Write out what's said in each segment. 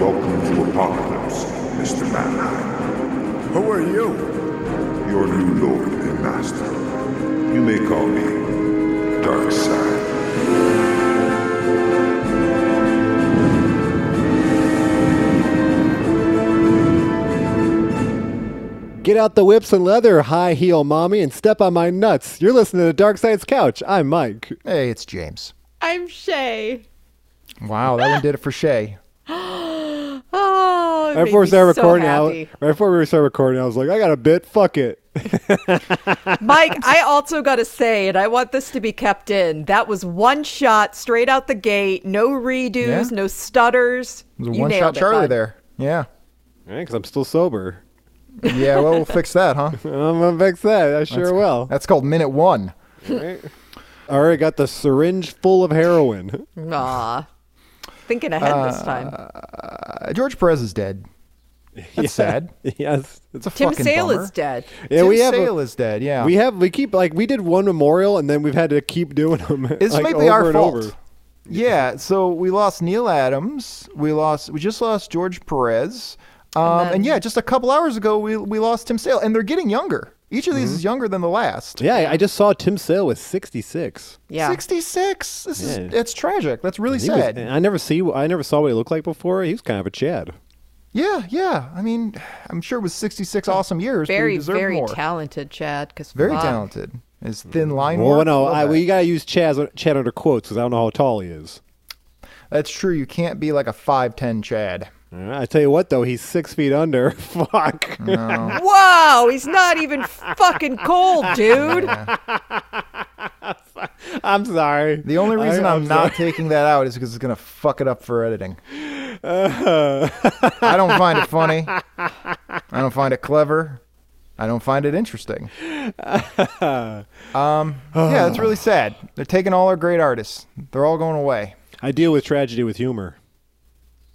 Welcome to Apocalypse, Mr. Mannheim. Who are you? Your new lord and master. You may call me Darkseid. Get out the whips and leather, high heel mommy, and step on my nuts. You're listening to Dark Side's Couch. I'm Mike. Hey, it's James. I'm Shay. Wow, that one did it for Shay. oh, Right it made before we me started so recording, I, happy. was- right before we started recording, I was like, I got a bit. Fuck it. Mike, I also got to say, and I want this to be kept in, that was one shot straight out the gate. No redos, Yeah. no stutters. It was a You one shot nailed it, Charlie bud. there. Yeah. Because I'm still sober. Yeah, well, we'll fix that, huh? I'm gonna fix that. I sure will. That's called minute one. I already got the syringe full of heroin. Aw. Thinking ahead this time. Uh, George Perez is dead. That's sad. yes. It's a Tim fucking Sale bummer. is dead. Yeah, Tim we have. a- Sale is dead, yeah. we have. We keep like we did one memorial, and then we've had to keep doing them. it's like, mainly over our and fault. over. Yeah, so we lost Neil Adams. We lost. We just lost George Perez. Um, and, then- yeah, just a couple hours ago, we we lost Tim Sale, and they're getting younger. Each of these is younger than the last. Mm-hmm. Yeah, I- I just saw Tim Sale was 66. Yeah. sixty six. This Yeah. is it's tragic. That's really He was- sad. I never see. I never saw what he looked like before. He was kind of a Chad. yeah, yeah. I mean, I'm sure it was sixty six awesome years. but he Very, deserved very more. talented, Chad. Cause Very fuck. talented. His thin line Well, work, no, all I, that. well, you gotta use Chad, Chad under quotes because I don't know how tall he is. That's true. You can't be like a five ten Chad. I tell you what, though, he's six feet under. Fuck. Wow, he's not even fucking cold, dude. I'm sorry. The only reason I, I, am not taking that out is because it's gonna fuck it up for editing. I don't find it funny. I don't find it clever. I don't find it interesting. Um, yeah, it's really sad. They're taking all our great artists. They're all going away. I deal with tragedy with humor.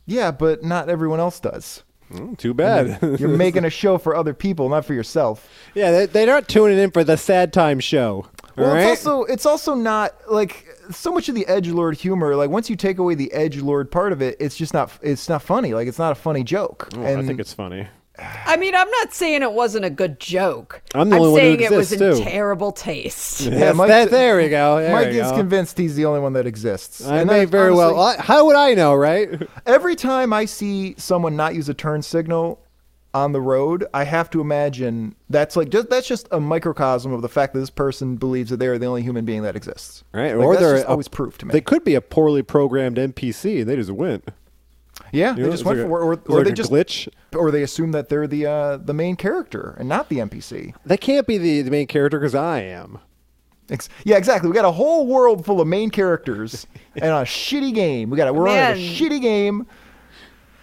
Yeah, but not everyone else does. Mm, too bad. You're making a show for other people, not for yourself. yeah, they, they're not tuning in for the sad time show. Well, all right? it's also it's also not like so much of the edge lord humor. Like once you take away the edge lord part of it, it's just not it's not funny. Like it's not a funny joke. Well, I think it's funny. I mean, I'm not saying it wasn't a good joke. I'm the only one who saying it was exists, in too. terrible taste. Yes, Mike- that- there we go. oh, There Mike we is go. convinced he's the only one that exists. I And may that's very well. honestly- I, how would I know, right? Every time I see someone not use a turn signal on the road, I have to imagine that's like just that's just a microcosm of the fact that this person believes that they are the only human being that exists. Right, Like, or that's they're just a- always proof to me. They could be a poorly programmed NPC. They just went. yeah, You they know, just it's went like a- for or, it's or like they a just glitch. or they assume that they're the uh, the main character and not the NPC. That can't be the, the main character because I am. Ex- yeah, exactly. We got a whole world full of main characters and a shitty game. We got a, we're on a Man. shitty game.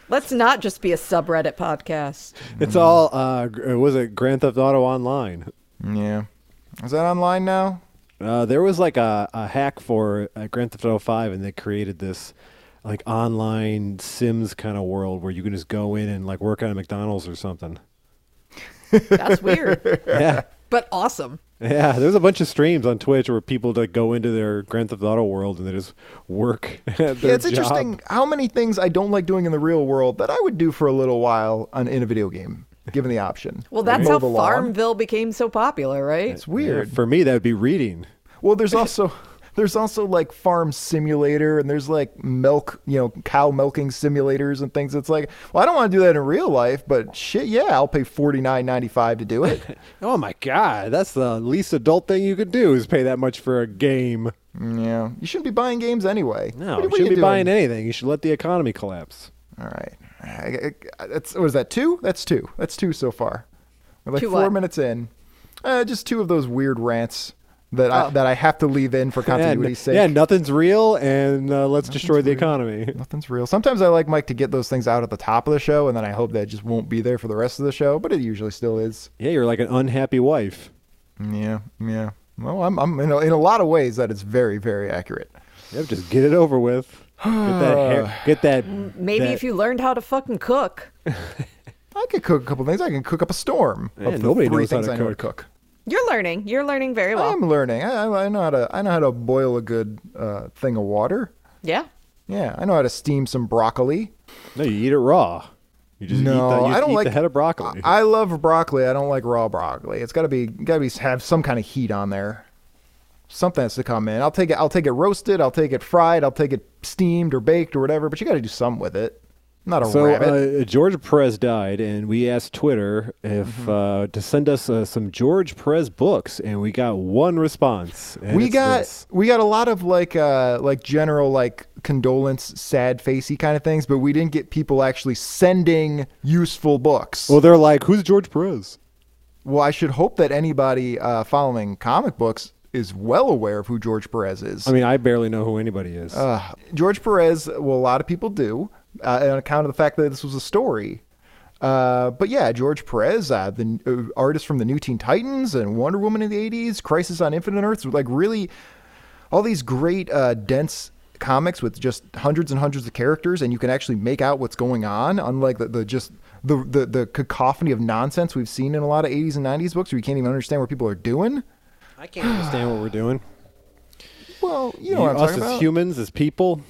Let's not just be a subreddit podcast. Mm-hmm. It's all uh gr- was it Grand Theft Auto Online? Yeah, is that online now? Uh, there was like a, a hack for uh, Grand Theft Auto Five, and they created this like online Sims kind of world where you can just go in and like work at a McDonald's or something. That's weird, Yeah, but awesome. yeah. There's a bunch of streams on Twitch where people like go into their Grand Theft Auto world and they just work. At their Yeah, it's job. interesting how many things I don't like doing in the real world that I would do for a little while on, in a video game, given the option. Well, Like that's mow how the lawn. Farmville became so popular, right? It's weird. for me, that would be reading. Well, there's also there's also like farm simulator and there's like milk, you know, cow milking simulators and things. It's like, well, I don't want to do that in real life, but shit, yeah, I'll pay forty nine ninety five to do it. Oh my god, that's the least adult thing you could do is pay that much for a game. Mm, yeah, you shouldn't be buying games anyway. No, What- you what are shouldn't be buying doing? anything. You should let the economy collapse. All right, I- I- I- that's what is that two? That's two. That's two so far. We're like Two four what? minutes in. Uh, just two of those weird rants that Oh. I, that I have to leave in for Yeah, continuity's n- sake. yeah, nothing's real, and uh, let's destroy the economy. Nothing's real. Sometimes I like Mike to get those things out at the top of the show, and then I hope that it just won't be there for the rest of the show. But it usually still is. Yeah, you're like an unhappy wife. Yeah, yeah. Well, I'm, I'm in, a, in a lot of ways that is very, very accurate. Yep, just get it over with. Get that. hair, get that. Maybe if you learned how to fucking cook, I could cook a couple things. I can cook up a storm. of the nobody three knows how things to I know cook. cook. you're learning. You're learning very well. I'm learning. I, I- I know how to. I know how to boil a good uh, thing of water. yeah. Yeah, I know how to steam some broccoli. No, you eat it raw. You just no, eat, the, you just I don't eat like the head of broccoli. I I love broccoli. I don't like raw broccoli. It's got to be got to be have some kind of heat on there. Something has to come in. I'll take it. I'll take it roasted. I'll take it fried. I'll take it steamed or baked or whatever. But you got to do something with it. I'm not a so rabbit. uh, George Perez died, and we asked Twitter if Mm-hmm. uh, to send us uh, some George Perez books, and we got one response. and we it's got this. we got a lot of like uh like general like condolence sad facey kind of things but we didn't get people actually sending useful books Well, well, they're like, "Who's George Perez?" i should hope that anybody uh following comic books is well aware of who george perez is I mean, I barely know who anybody is. uh, george perez well a lot of people do uh, on account of the fact that this was a story uh, but yeah, George Perez, uh, the uh, artist from the New Teen Titans and Wonder Woman in the '80s, Crisis on Infinite Earths, like really, all these great uh, dense comics with just hundreds and hundreds of characters and you can actually make out what's going on unlike the, the just the, the the cacophony of nonsense we've seen in a lot of 80s and 90s books where you can't even understand what people are doing I can't understand what we're doing. well you know what i'm us as talking about humans, as people,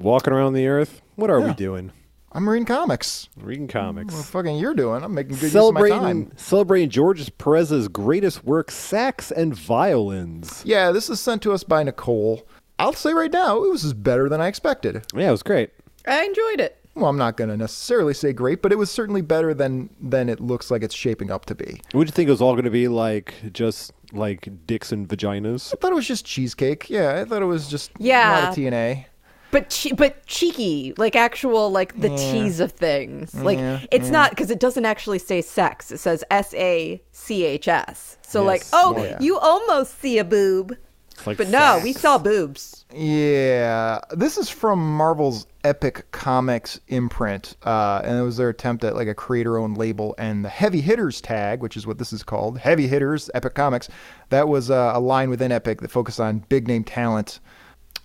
walking around the earth, what are we Yeah. doing? i'm reading comics Reading what comics, fucking you're doing i'm making good use of my time celebrating celebrating George Perez's greatest work, sax and violins. yeah this is sent to us by nicole i'll say right now it was better than i expected Yeah, it was great. I enjoyed it. well i'm not going to necessarily say great but it was certainly better than than it looks like it's shaping up to be Would you think it was all going to be like just like dicks and vaginas? I thought it was just cheesecake. Yeah, I thought it was just a lot Yeah. of TNA. But che- but cheeky, like actual, like the tease of things. Like Yeah, it's not because it doesn't actually say sex. It says S A C H S. So like, Yes. oh, Oh, yeah. you almost see a boob, It's like but no, sex. we saw boobs. Yeah, this is from Marvel's Epic Comics imprint, uh, and it was their attempt at like a creator-owned label. And the Heavy Hitters tag, which is what this is called, Heavy Hitters Epic Comics, that was uh, a line within Epic that focused on big-name talent.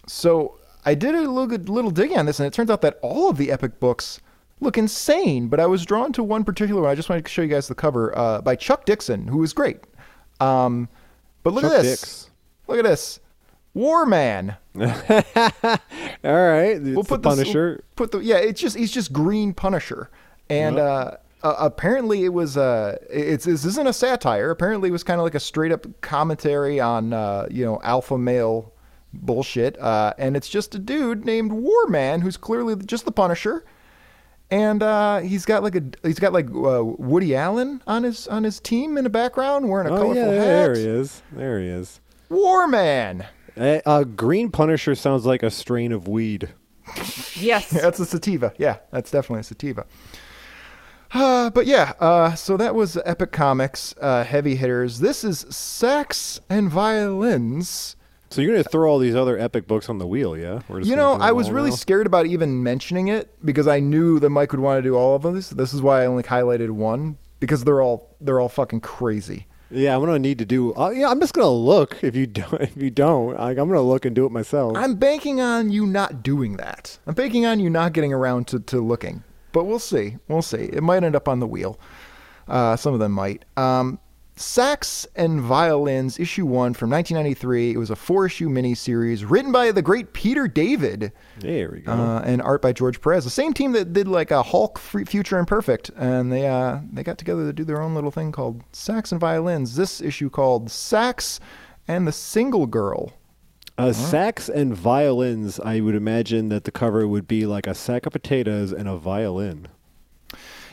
So I did a little good, little digging on this, and it turns out that all of the Epic books look insane. But I was drawn to one particular one. I just wanted to show you guys the cover uh, by Chuck Dixon, who was great. Um, but look Chuck at this. Dix. Look at this. War Man. All right, it's We'll the put this- Punisher. we'll put the yeah. It's just he's just green Punisher, and uh, uh, apparently it was uh, it's this isn't a satire. Apparently it was kind of like a straight up commentary on uh, you know alpha male bullshit, uh, and it's just a dude named War Man who's clearly just the Punisher, and uh, he's got like a he's got like uh, Woody Allen on his on his team in the background wearing a oh colorful yeah, there hat. he is. There he is. War Man. Uh, uh, Green Punisher sounds like a strain of weed. Yes. Yeah, that's a sativa. Yeah, that's definitely a sativa. Uh, but yeah, uh, so that was Epic Comics, uh, Heavy Hitters. This is Sex and Violins. So you're gonna throw all these other epic books on the wheel, yeah? We're just You gonna know, do them I was all really now? scared about even mentioning it because I knew that Mike would want to do all of these. This is why I only highlighted one because they're all they're all fucking crazy. Yeah, I'm gonna need to do. Uh, yeah, I'm just gonna look. If you don't, if you don't, like, I'm gonna look and do it myself. I'm banking on you not doing that. I'm banking on you not getting around to, to looking. But we'll see. We'll see. It might end up on the wheel. Uh, some of them might. Um, Sax and Violins, issue one from 1993. It was a four issue miniseries written by the great Peter David there we go. uh, and art by George Perez. The same team that did like a Hulk F- Future Imperfect. And they, uh, they got together to do their own little thing called Sax and Violins. This issue called Sax and the Single Girl. Uh, Sax and violins. I would imagine that the cover would be like a sack of potatoes and a violin.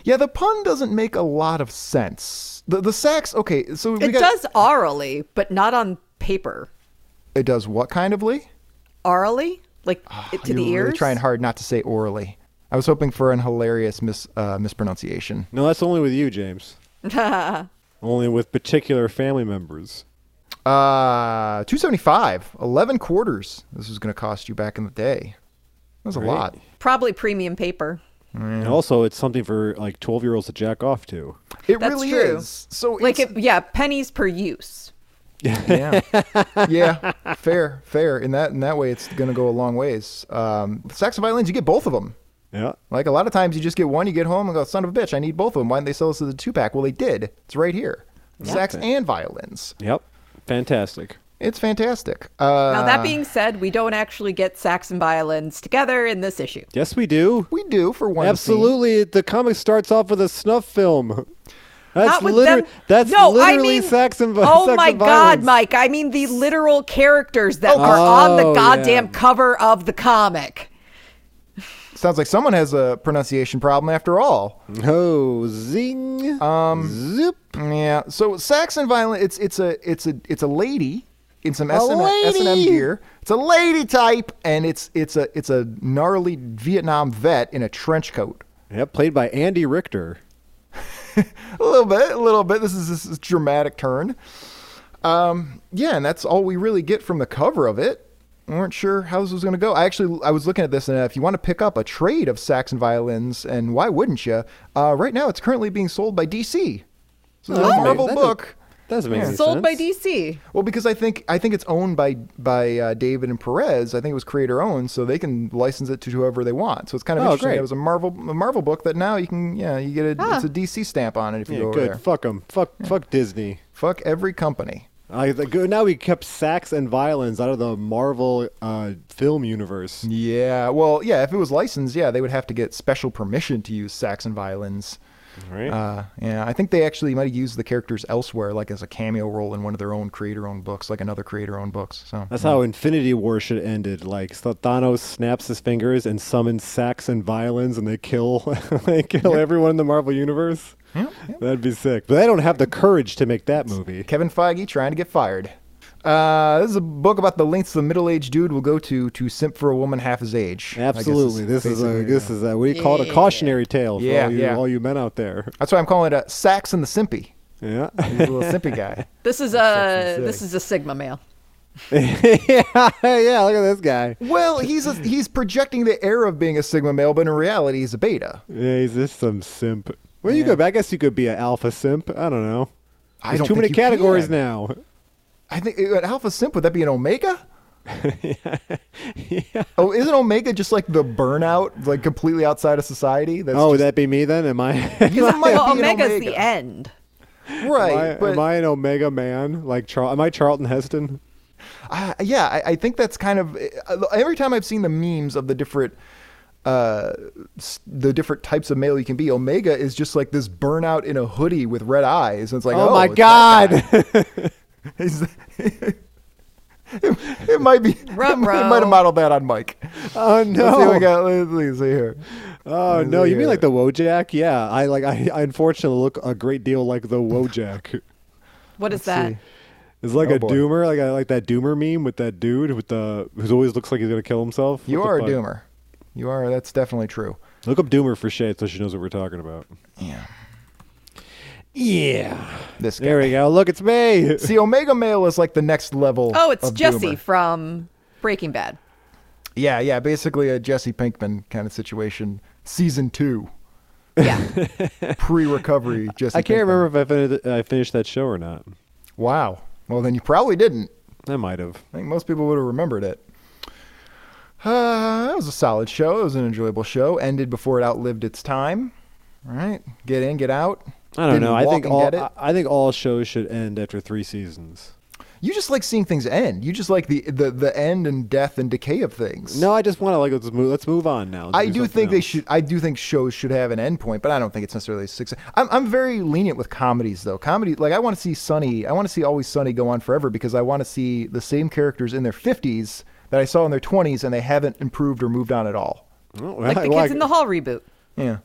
Yeah, the pun doesn't make a lot of sense. The the sax. Okay, so we It got, does orally, but not on paper. It does what kind ofly? Orally, like to Ah, You're the ears. Really trying hard not to say orally. I was hoping for an hilarious mis, uh, mispronunciation. No, that's only with you, James. only with particular family members. Uh, two seventy five, eleven quarters. This was going to cost you back in the day. That was a lot. Probably premium paper. And also, it's something for like 12 year olds to jack off to. It That's really true. is. So Like it's- it, yeah, pennies per use. yeah, yeah, fair, fair. In that in that way, it's going to go a long ways. Um, sax and violins, you get both of them. Yeah. Like a lot of times, you just get one, you get home and go, "Son of a bitch, I need both of them." Why didn't they sell us as a two pack? Well, they did. It's right here, sax and violins. Yep. Fantastic. It's fantastic. Uh, Now, Ah. that being said, we don't actually get sax and violins together in this issue. Yes, we do. we do for one. scene. Absolutely, the comic starts off with a snuff film. That's Not with literally them- that's no, literally I mean, sex and vi- Oh sex my and God, violence. Mike! I mean the literal characters that are on Oh, the yeah. goddamn cover of the comic. Sounds like someone has a pronunciation problem after all. Oh, zing. Um, zip. Yeah. So Saxon Violent, it's it's a it's a it's a lady in some S lady. and M gear. It's a lady type, and it's it's a it's a gnarly Vietnam vet in a trench coat. Yep, played by Andy Richter. A little bit, a little bit. This is this is dramatic turn. Um, yeah, and that's all we really get from the cover of it. We weren't sure how this was going to go. I actually I was looking at this, and uh, if you want to pick up a trade of Saxon violins, and why wouldn't you? Uh, right now, it's currently being sold by DC. So there's a Doesn't make- Marvel Oh, that book. does- Doesn't make any Sold by sense. DC. Well, because I think I think it's owned by by uh, David and Perez. I think it was creator owned, so they can license it to whoever they want. So it's kind of Oh, interesting. great. It was a Marvel a Marvel book that now you can yeah you get a it's a DC stamp on it if you Yeah, go over good. there. Fuck them. Fuck fuck Disney. Fuck every company. I, the, good- now we kept sex and violence out of the Marvel uh, film universe. Yeah, well, yeah. If it was licensed, yeah, they would have to get special permission to use Saxon violins. Right. Uh, yeah, I think they actually might have used the characters elsewhere, like as a cameo role in one of their own creator-owned books, like another creator-owned books. So That's how Infinity War should have ended. Like so Thanos snaps his fingers and summons sacks and violins, and they kill they kill everyone in the Marvel universe. That'd be sick. But they don't have the courage to make that movie. Kevin Feige trying to get fired. Uh, this is a book about the lengths the middle-aged dude will go to to simp for a woman half his age. I guess is Absolutely. This is a basically- this is a what do you call it? A cautionary tale for Yeah, all, you, yeah. all you men out there. That's why I'm calling it a Sax and the Simpy. Yeah. He's a little simpy guy. This is a City. this is a Sigma male. yeah. Yeah. Look at this guy. Well, he's a, he's projecting the air of being a Sigma male, but in reality, he's a beta. Yeah, he's just some simp. Well, you could. I guess you could be an alpha simp. I don't know. I There's don't too think many you categories can. now. I think an alpha simp would that be an omega? Oh, isn't omega just like the burnout, like completely outside of society? That's oh, would just, that be me then? Am I? you might Well, be an Omega's omega. the end. right? Am I, but am I an Omega man? Like, Char- am I Charlton Heston? I yeah, I, I think that's kind of uh, every time I've seen the memes of the different uh s- the different types of male you can be omega is just like this burnout in a hoodie with red eyes and it's like oh, oh my it's that God! guy. He's- it, it might be it might, it Ruh-roh. might have modeled that on mike oh let's see what we no! got let's, let's see here Oh no! You mean Yeah. like the Wojak? Yeah, I like. I, I unfortunately look a great deal like the Wojak. What is Let's that? see. It's like Oh, a boy. doomer, like I like that doomer meme with that dude with the who always looks like he's gonna kill himself. you What the are a fuck? doomer you are that's definitely true Look up doomer for shade so she knows what we're talking about. yeah Yeah. this guy There we go. Look, it's me. see omega male is like the next level Oh, it's of Jesse doomer. from Breaking Bad. Yeah, yeah, basically a Jesse Pinkman kind of situation. Season two, Yeah. pre-recovery Jesse. I can't Pinkman. remember if I finished, I finished that show or not. Wow. Well, then you probably didn't. I might have. I think most people would have remembered it. Uh, that was a solid show. It was an enjoyable show. Ended before it outlived its time. All right, get in, get out. I don't Didn't know. I walk think and all get it. I, I think all shows should end after three seasons. you just like seeing things end. You just like the, the the end and death and decay of things. No, I just want to like let's move. Let's move on now. I do something think they else. should. I do think shows should have an endpoint, but I don't think it's necessarily six. I'm, I'm very lenient with comedies, though. Comedy, like I want to see Sunny. I want to see Always Sunny go on forever because I want to see the same characters in their 50s that I saw in their 20s, and they haven't improved or moved on at all. Oh, like the I kids in the hall reboot. Yeah,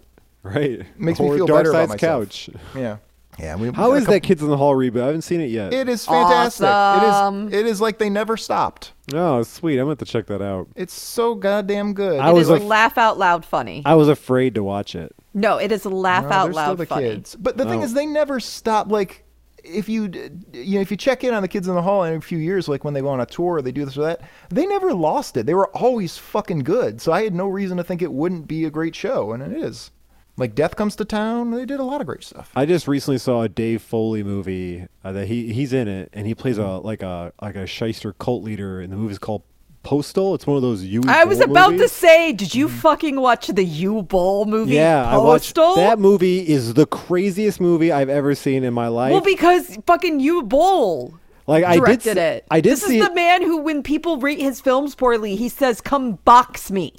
right. makes me Or feel Dark better about Side's myself. couch. yeah, yeah. We, we How got a is couple- that Kids in the Hall reboot? I haven't seen it yet. It is fantastic. Awesome. It is. It is like they never stopped. oh, sweet. I'm gonna have to check that out. It's so goddamn good. I It was is a- laugh out loud funny. I was afraid to watch it. No, it is laugh No, out they're loud funny. But the thing Oh. is, they never stop. Like, if you d- you know, if you check in on the kids in the hall in a few years, like when they go on a tour, or they do this or that. They never lost it. They were always fucking good. So I had no reason to think it wouldn't be a great show, and it is. Like Death Comes to Town, they did a lot of great stuff. I just recently saw a Dave Foley movie uh, that he he's in it, and he plays a like a like a shyster cult leader, and the movie's called Postal. It's one of those E you. I was about to say, did you fucking watch the U Bowl movie? Yeah, I Postal? watched that movie. Is the craziest movie I've ever seen in my life. Well, because fucking U Bowl. Like I did, directed see- it. I did This see. is the man who, when people rate his films poorly, he says, "Come box me."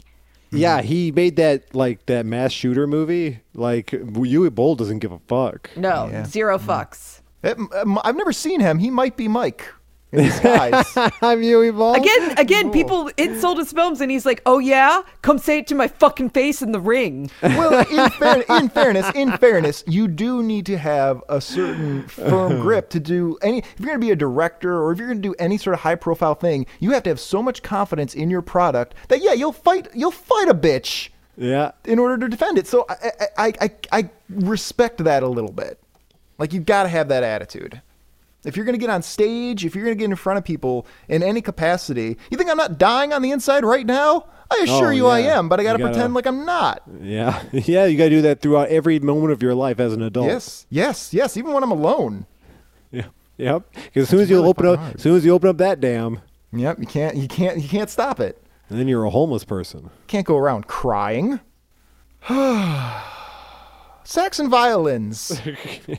yeah, he made that like that mass shooter movie. Like Yui Bull doesn't give a fuck. No, Mm. zero fucks. It- um, I've never seen him. He might be Mike in disguise. I'm Yui Bull Again, again, people insult his films, and he's like, "Oh yeah, come say it to my fucking face in the ring." well, in, fair, in fairness, in fairness, you do need to have a certain Uh-huh. firm grip to do any. If you're going to be a director or if you're going to do any sort of high-profile thing, you have to have so much confidence in your product that yeah, you'll fight. You'll fight a bitch Yeah. in order to defend it. So I, I, I, I respect that a little bit. Like you got to have that attitude. If you're going to get on stage, if you're going to get in front of people in any capacity, you think I'm not dying on the inside right now? I assure Oh, you I yeah. am, but I You got to gotta- pretend like I'm not. Yeah. Yeah. You got to do that throughout every moment of your life as an adult. Yes, yes, yes. Even when I'm alone. Yeah. Yep. Because as soon as you really open up, fucking hard. as soon as you open up that dam, Yep, you can't, you can't, you can't stop it. then you're a homeless person. Can't go around crying. Saxon violins.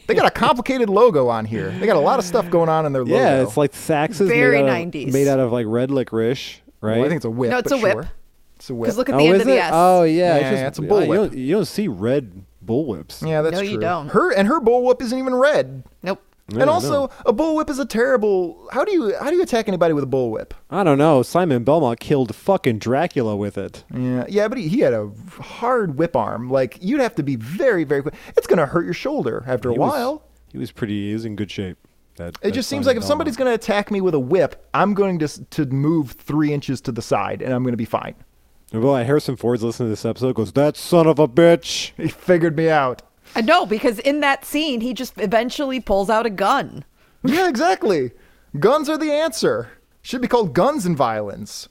they got a complicated logo on here. They got a lot of stuff going on in their logo. Yeah. It's like saxes. Very made out of- 90s. Made out of like red licorice, right? Well, I think it's a whip. No, it's but a whip. sure. It's a whip. Because look at the end is of the it? S. Oh yeah, Yeah, it's a oh, you, bullwhip. don't, you don't see red bullwhips. yeah, that's No, true. you don't. Her and her bullwhip isn't even red. Nope. and no. also, a bullwhip is a terrible. How do you how do you attack anybody with a bullwhip? I don't know. Simon Belmont killed fucking Dracula with it. Yeah, yeah, but he, he had a hard whip arm. Like you'd have to be very very quick. It's gonna hurt your shoulder after a He was- while. he was pretty. He was in good shape. That It just seems like if somebody's going to attack me with a whip, I'm going to s- to move three inches to the side, and I'm going to be fine. gonna. Well, Harrison Ford's listening to this episode. Goes that son of a bitch. He figured me out. I know Uh, because in that scene, he just eventually pulls out a gun. yeah, exactly. Guns are the answer. Should be called guns and violins.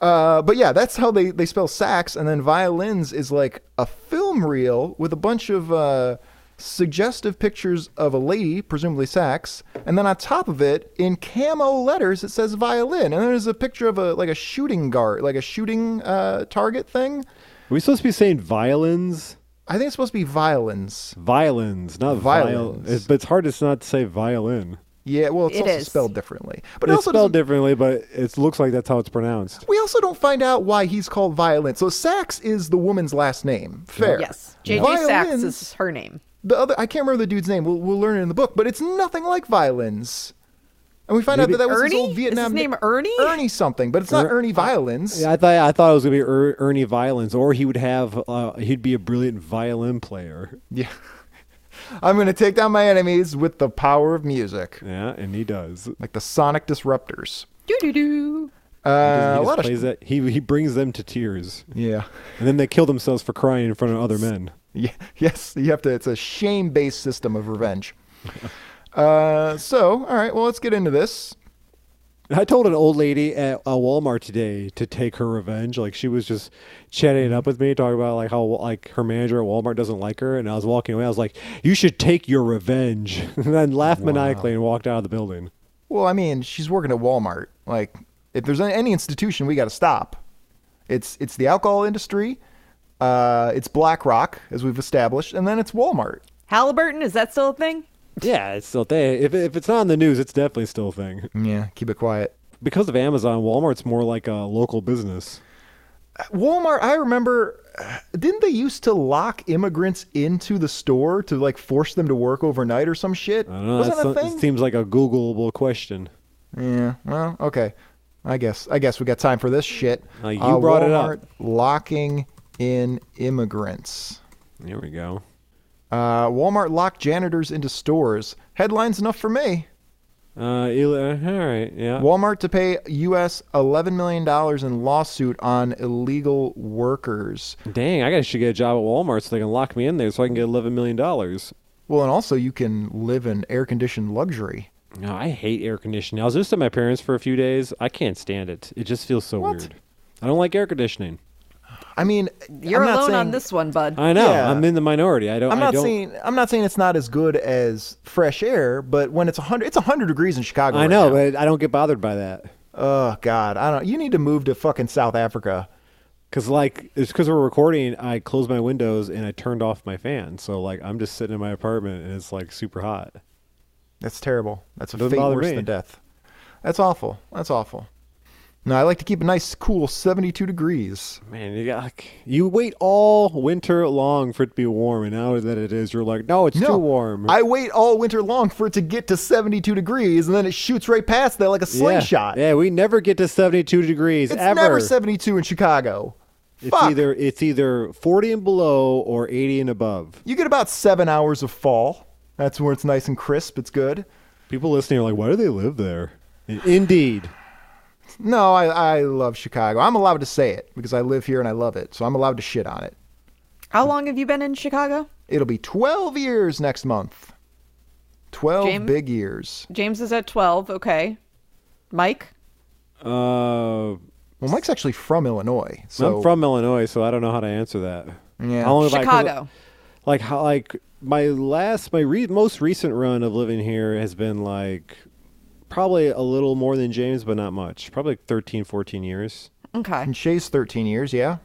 Uh, but yeah, that's how they, they spell sax, and then violins is like a film reel with a bunch of uh, suggestive pictures of a lady, presumably sax, and then on top of it, in camo letters, it says violin, and then there's a picture of a like a shooting guard, like a shooting uh, target thing. Are we supposed to be saying violins? I think it's supposed to be violins. Violins, not violins. Violins. It's, but it's hard to s- not to say violin. Yeah, well, it's It also is. spelled differently, but it It's also spelled doesn't differently, but it looks like that's how it's pronounced. We also don't find out why he's called Violin. So Sax is the woman's last name. Fair. Yes, JJ Sachs is her name. the other. I can't remember the dude's name. We'll, we'll learn it in the book, but it's nothing like violins. And we find out Maybe- that that was Ernie? his old Is Vietnam his name na- Ernie? Ernie something, but it's not Er- Ernie Violins. Yeah, I thought I thought it was gonna be er- Ernie Violins, or he would have uh, he'd be a brilliant violin player. yeah. I'm gonna take down my enemies with the power of music, Yeah, and he does. like the sonic disruptors. Doo doo doo. he Uh, a just lot of plays sh- that. He he brings them to tears, yeah. and then they kill themselves for crying in front of other men. Yeah, yes, you have to. It's a shame-based system of revenge. uh, so, all right, well, let's get into this. I told an old lady at a Walmart today to take her revenge. Like she was just chatting it up with me, talking about like how like her manager at Walmart doesn't like her, and I was walking away. I was like, "You should take your revenge," and then laughed maniacally and walked out of the building. Well, I mean, she's working at Walmart. Like, if there's any- any institution, we got to stop. It's it's the alcohol industry, uh, it's BlackRock, as we've established, and then it's Walmart. Halliburton is that still a thing? Yeah, it's still there. If if it's not in the news, it's definitely still a thing. Yeah, keep it quiet. Because of Amazon, Walmart's more like a local business. Walmart, I remember, didn't they used to lock immigrants into the store to like force them to work overnight or some shit? I don't know. Wasn't that a that's- thing? It seems like a Googleable question. Yeah. Well, okay. I guess. I guess we got time for this shit. Uh, you brought it up. Walmart Locking in immigrants. There we go. Uh, Walmart locked janitors into stores. Headlines enough for me. Uh, il- uh, all right, yeah. Walmart to pay U.S. $11 million in lawsuit on illegal workers. Dang, I gotta should get a job at Walmart so they can lock me in there so I can get eleven million dollars. Well, and also you can live in air conditioned luxury. No, I hate air conditioning. I was just at my parents for a few days. I can't stand it. It just feels so What? weird. I don't like air conditioning. I mean, You're I'm not alone on saying- this one, bud. I know. Yeah. I'm in the minority. I don't. I'm I not don't- saying I'm not saying it's not as good as fresh air, but when it's 100, it's 100 degrees in Chicago. I right know, now. but I don't get bothered by that Oh God, I don't. You need to move to fucking South Africa. because, like, it's because we're recording. I closed my windows and I turned off my fan, so like I'm just sitting in my apartment and it's like super hot. That's terrible. That's a Doesn't fate bother worse me. than death. That's awful. That's awful. No, I like to keep a nice, cool 72 degrees. Man, you got you wait all winter long for it to be warm, and now that it is, you're like, no, it's No, too warm. I wait all winter long for it to get to 72 degrees, and then it shoots right past that like a slingshot. Yeah, yeah we never get to 72 degrees it's ever. never 72 in Chicago. it's Fuck. either it's either 40 and below or 80 and above. You get about seven hours of fall. That's where it's nice and crisp. It's good. People listening are like, why do they live there? Indeed. No, I, I love Chicago. I'm allowed to say it because I live here and I love it. So I'm allowed to shit on it. How long have you been in Chicago? It'll be 12 years next month. 12 James? big years. James is at 12. Okay. Mike? Uh, Well, Mike's actually from Illinois. So I'm from Illinois, so I don't know how to answer that. Yeah. How long have I- 'cause Chicago. like how like my last my re- most recent run of living here has been like probably a little more than James, but not much. Probably like 13, 14 years. Okay. And Shay's 13 years, yeah?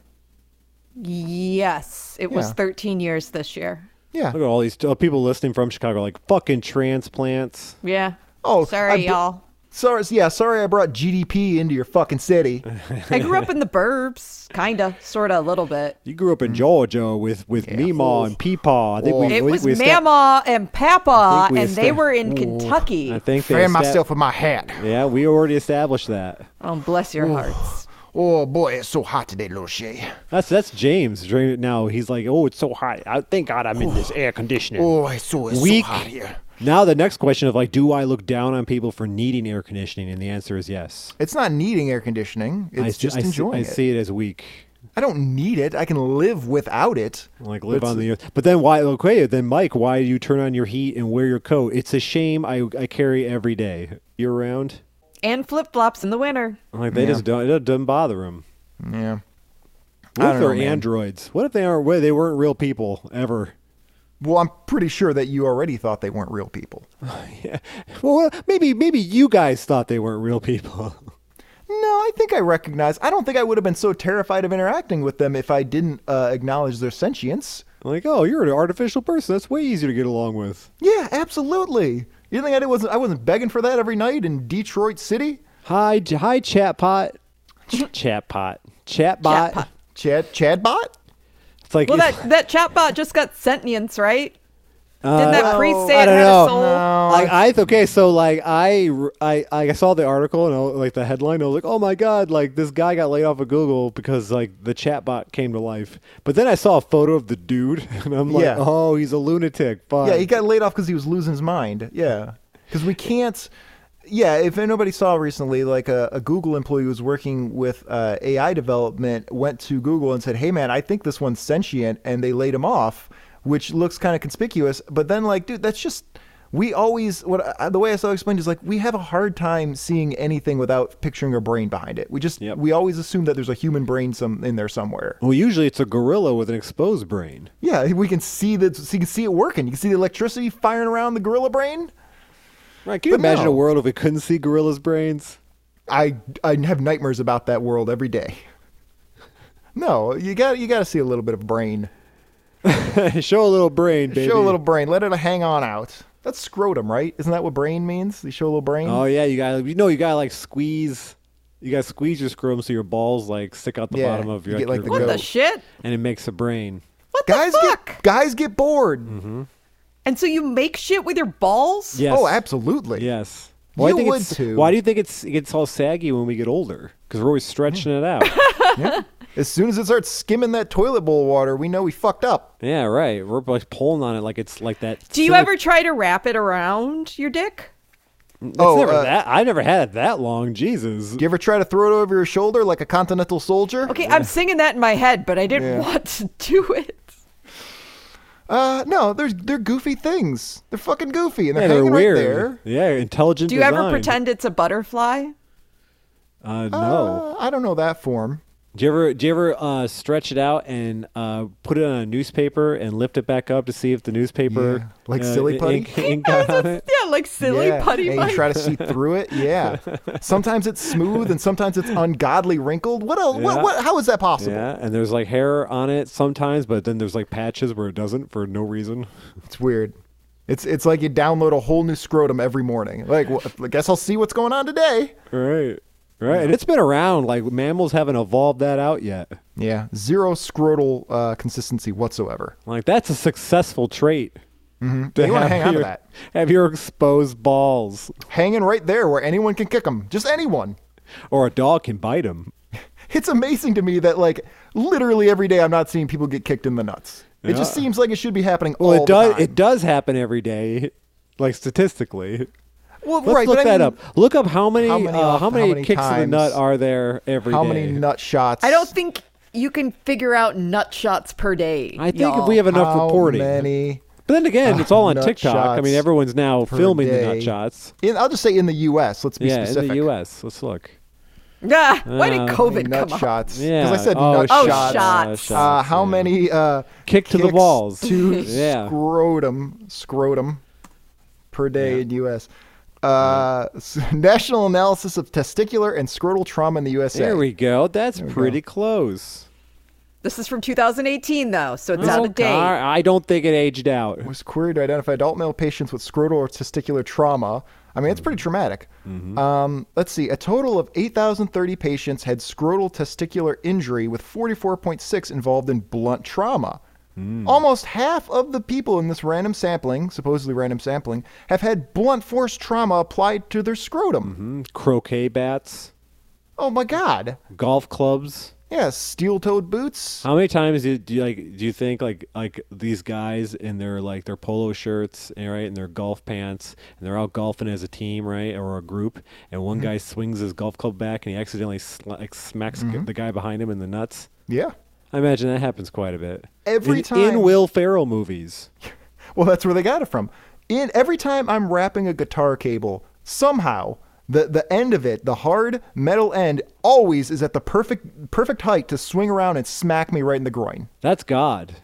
Yes. It was Yeah. 13 years this year. Yeah. Look at all these uh, people listening from Chicago, like fucking transplants. Yeah. Oh, sorry, I bu- y'all. Sorry, yeah, sorry I brought GDP into your fucking city. I grew up in the burbs, kinda, sorta, a little bit. You grew up in Georgia with with Meemaw and Peepaw. I think we, Mm. It we, was we esta- Mama and I Papa, think we and they esta- were in I Kentucky. think they Fan esta- myself with my hat. Yeah, we already established that. Oh, bless your hearts. Oh boy, it's so hot today, little Shay. That's that's James Dra- now. He's like, oh, it's so hot. I, thank God I'm in this air conditioning. Oh, it's so, it's Weak. so hot here. Now the next question of like, do I look down on people for needing air conditioning? And the answer is yes. It's not needing air conditioning. It's I see- just I see- enjoying I it. see it as weak. I don't need it. I can live without it. Like live It's- on the earth. But then why? Okay, then Mike, why do you turn on your heat and wear your coat? It's a shame I I carry every day year round. And flip flops in the winter. Like they just don't. It doesn't bother them. What Yeah. I if don't know, they're man. androids? What if they aren't? What, they weren't real people ever. Well, I'm pretty sure that you already thought they weren't real people. Yeah. Well, maybe maybe you guys thought they weren't real people. No, I think I recognize. I don't think I would have been so terrified of interacting with them if I didn't uh, acknowledge their sentience. like, oh, you're an artificial person. That's way easier to get along with. Yeah, absolutely. You think I did, wasn't I wasn't begging for that every night in Detroit City? Hi, J- hi, chatbot, chatbot, chatbot. Chatbot. Chad Chadbot? It's like Well, it's- that, that chatbot just got sentience, right? Didn't Uh, that priest say I it don't had know. a soul? Like I okay, so like I I I saw the article and I, like the headline. I was like, oh my god, like this guy got laid off of Google because like the chatbot came to life. But then I saw a photo of the dude, and I'm like, Yeah. oh, he's a lunatic. Fine. Yeah, he got laid off because he was losing his mind. Yeah, because we can't. Yeah, if anybody saw recently, like a, a Google employee who was working with uh, AI development went to Google and said, "Hey, man, I think this one's sentient," and they laid him off, which looks kind of conspicuous. But then, like, dude, that's just we always what I, the way I saw it explained is like we have a hard time seeing anything without picturing a brain behind it. We just Yep. we always assume that there's a human brain some in there somewhere. well, usually it's a gorilla with an exposed brain. Yeah, we can see that. So you can see it working. You can see the electricity firing around the gorilla brain. Right? Can you But imagine no. a world if we couldn't see gorillas' brains? I I have nightmares about that world every day. No, you got you got to see a little bit of brain. Show a little brain, baby. Show a little brain. Let it hang on out. That's scrotum, right? Isn't that what brain means? You show a little brain. Oh yeah, you got you know you got to like squeeze. You got to squeeze your scrotum so your balls like stick out the Yeah, bottom of you your, get, like, your the what goat. the shit? and it makes a brain. What guys the fuck? get guys get bored. Mm-hmm. And so you make shit with your balls? Yes. Oh, absolutely. Yes. You I think would it's- too. Why do you think it's it gets all saggy when we get older? Because we're always stretching it out. As soon as it starts skimming that toilet bowl water, we know we fucked up. yeah, right. We're like pulling on it like it's like that. Do you silic- ever try to wrap it around your dick? It's Oh, never uh, that. I never had it that long. Jesus. Do you ever try to throw it over your shoulder like a continental soldier? Okay, I'm singing that in my head, but I didn't Yeah. want to do it. Uh, no, they're they're goofy things. They're fucking goofy, and they're yeah, they're hanging weird. right there. Yeah, intelligent. Do you ever design. pretend it's a butterfly? Uh, no. Uh, I don't know that form. do you ever do you ever uh, stretch it out and uh, put it on a newspaper and lift it back up to see if the newspaper Yeah, like uh, silly ink- putty? ink- ink got on it? Yeah, like silly yeah. putty and putty. you try to see through it yeah sometimes it's smooth and sometimes it's ungodly wrinkled what else Yeah. what, what how is that possible Yeah, and there's like hair on it sometimes, but then there's like patches where it doesn't for no reason. it's weird It's it's like you download a whole new scrotum every morning. Like, well, I guess I'll see what's going on today. Right. Right. And it's been around. Like mammals haven't evolved that out yet. Yeah, zero scrotal uh, consistency whatsoever. Like that's a successful trait. Mm-hmm. You wanna hang on to that. Have your exposed balls, Hanging right there where anyone can kick them, just anyone. or a dog can bite them. It's amazing to me that like literally every day I'm not seeing people get kicked in the nuts. It just Yeah. seems like it should be happening Well, all it does. the time. It does happen every day, like statistically. well, Let's right, look but I that mean, up. Look up how many how many, uh, uh, how how many many kicks to the times- nut are there every day. How many nut shots? I don't think you can figure out nut shots per day. I think if y'all. we have enough how reporting. many. But then again, it's all on nut TikTok. I mean, shots everyone's now per filming the nut day. shots. In, I'll just say in the U.S. Let's be yeah, specific. in the U.S. Let's look. Ah, why did Uh, How many COVID nut come up? shots. Yeah. Because I said oh, nut Oh, shots. shots. Uh, Uh, how yeah. many uh, Kick to the kicks balls. to Yeah. scrotum scrotum per day in U.S. Uh, s- National analysis of testicular and scrotal trauma in the USA. There we go. That's pretty close. This is from 2018 though, so it's out Oh, of date. God, I don't think it aged out. was queried to identify adult male patients with scrotal or testicular trauma. I mean, it's pretty traumatic. Um, let's see. A total of 8,030 patients had scrotal testicular injury, with 44.6 involved in blunt trauma. Almost half of the people in this random sampling, supposedly random sampling, have had blunt force trauma applied to their scrotum. Mm-hmm. Hmm, Croquet bats, Oh my God. golf clubs. Yeah, steel toed boots. How many times do, do you like do you think like like these guys in their like their polo shirts and right and their golf pants and they're out golfing as a team right or a group and one Mm-hmm. guy swings his golf club back and he accidentally sl- like smacks Mm-hmm. the guy behind him in the nuts? Yeah. I imagine that happens quite a bit. Every in, in time. Will Ferrell movies. Well, that's where they got it from. In every time I'm wrapping a guitar cable, somehow the the end of it, the hard metal end, always is at the perfect perfect height to swing around and smack me right in the groin. That's God.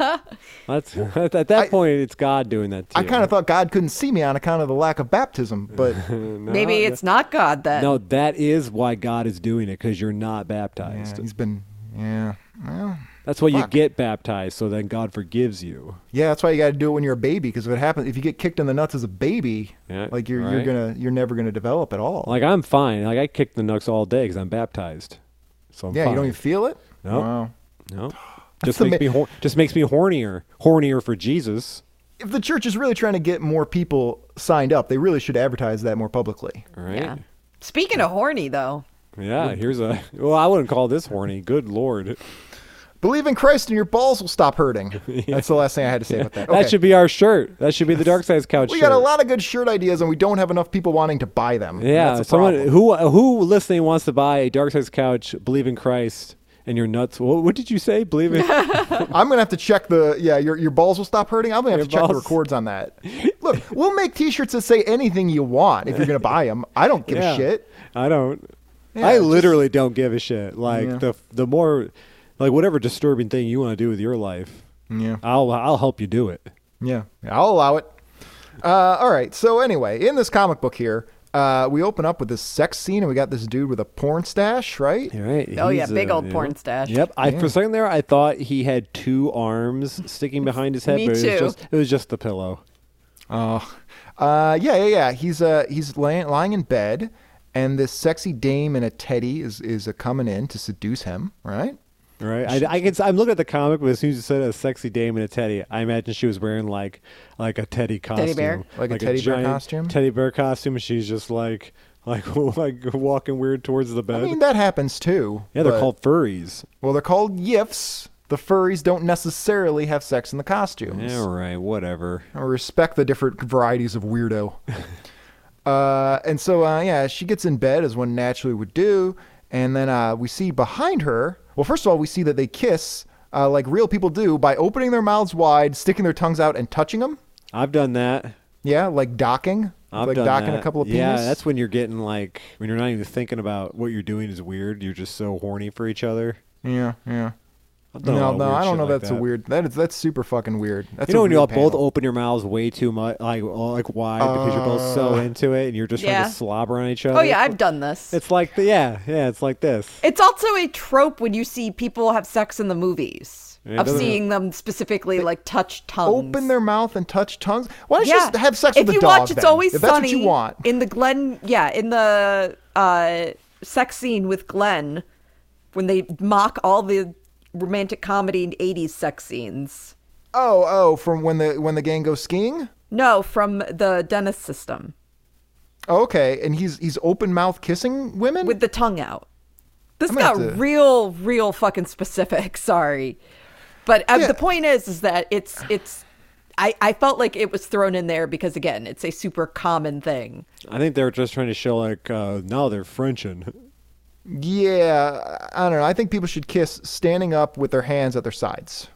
That's at that point it's God doing that. To I you. kind of thought God couldn't see me on account of the lack of baptism, but Maybe it's not God then. no. That is why God is doing it because you're not baptized. yeah, he's been yeah. Well, That's why you Fuck. get baptized, so then God forgives you. yeah, that's why you got to do it when you're a baby because if it happens if you get kicked in the nuts as a baby, Yeah, like you're right. you're going to you're never going to develop at all. Like I'm fine. Like I kick the nooks all day because I'm baptized. So I'm yeah, fine. you don't even feel it? Nope. Wow. No. Just the makes ma- me hor- just makes me hornier, hornier for Jesus. if the church is really trying to get more people signed up, they really should advertise that more publicly. All right. Yeah. Speaking of horny though, Yeah, here's a well. I wouldn't call this horny. Good lord, Believe in Christ and your balls will stop hurting. That's the last thing I had to say about that. Okay. that should be our shirt. That should be the dark side's couch. we shirt. got a lot of good shirt ideas, and we don't have enough people wanting to buy them. Yeah, That's the someone problem. who who listening wants to buy a dark side's couch. Believe in Christ and your nuts. What, what did you say? Believe in. I'm gonna have to check the yeah. Your your balls will stop hurting. I'm gonna have Your to check the balls. records on that. Look, we'll make T-shirts that say anything you want if you're gonna buy them. I don't give Yeah. a shit. I don't. Yeah, I just- literally don't give a shit. Like Yeah. the the more, like whatever disturbing thing you want to do with your life, Yeah. I'll I'll help you do it. Yeah, I'll allow it. Uh, all right. So anyway, in this comic book here, uh, we open up with this sex scene, and we got this dude with a porn stash, right? All right. Oh, yeah, he's, big old porn yeah. stash. Yep. I for a second there I thought he had two arms sticking behind his head, Me but it too. was just it was just the pillow. Oh, uh, yeah, yeah, yeah. He's uh, he's laying, lying in bed, and this sexy dame in a teddy is is uh, coming in to seduce him, right? Right, I, I can. I'm looking at the comic, but as soon as you said a sexy dame in a teddy, I imagine she was wearing like, like a teddy costume, Teddy bear? Like a teddy bear giant costume? teddy bear costume. and She's just like, like, like walking weird towards the I bed. mean, that happens too. yeah, they're but- called furries. well, they're called yiffs. The furries don't necessarily have sex in the costumes. Yeah, right. Whatever. I respect the different varieties of weirdo. uh, and so, uh, yeah, she gets in bed as one naturally would do. And then uh, we see behind her, well, first of all, we see that they kiss uh, like real people do by opening their mouths wide, sticking their tongues out, and touching them. I've done that. Yeah, like docking. I've like done docking that. a couple of penis. Yeah, that's when you're getting like when you're not even thinking about what you're doing is weird. You're just so horny for each other. Yeah, yeah. I've done a lot of No, no, weird I don't shit know. like That's that. a weird. That is that's super fucking weird. That's you know a when you all weird both panel. open your mouths way too much, like all- like wide, because you're both so Uh. into it, and you're just trying Yeah. to slobber on each other. oh yeah, I've done this. It's like the yeah, yeah. It's like this. It's also a trope when you see people have sex in the movies. it of doesn't- seeing them specifically like touch tongues. Open their mouth and touch tongues. Why don't you Yeah. just have sex if with a you dog? watch, it's then? always if that's sunny what you want. in the Glen. Yeah, in the uh, sex scene with Glenn, when they mock all the romantic comedy and '80s sex scenes. Oh, oh, from when the when the gang goes skiing. No, from the dentist system Okay, and he's he's open mouth kissing women. with the tongue out. This I'm gonna got have to- real, real fucking specific. Sorry, but uh, Yeah. the point is, is that it's it's. I, I felt like it was thrown in there because again, it's a super common thing. I think they were just trying to show like uh, now they're Frenching. yeah, I don't know. I think people should kiss standing up with their hands at their sides.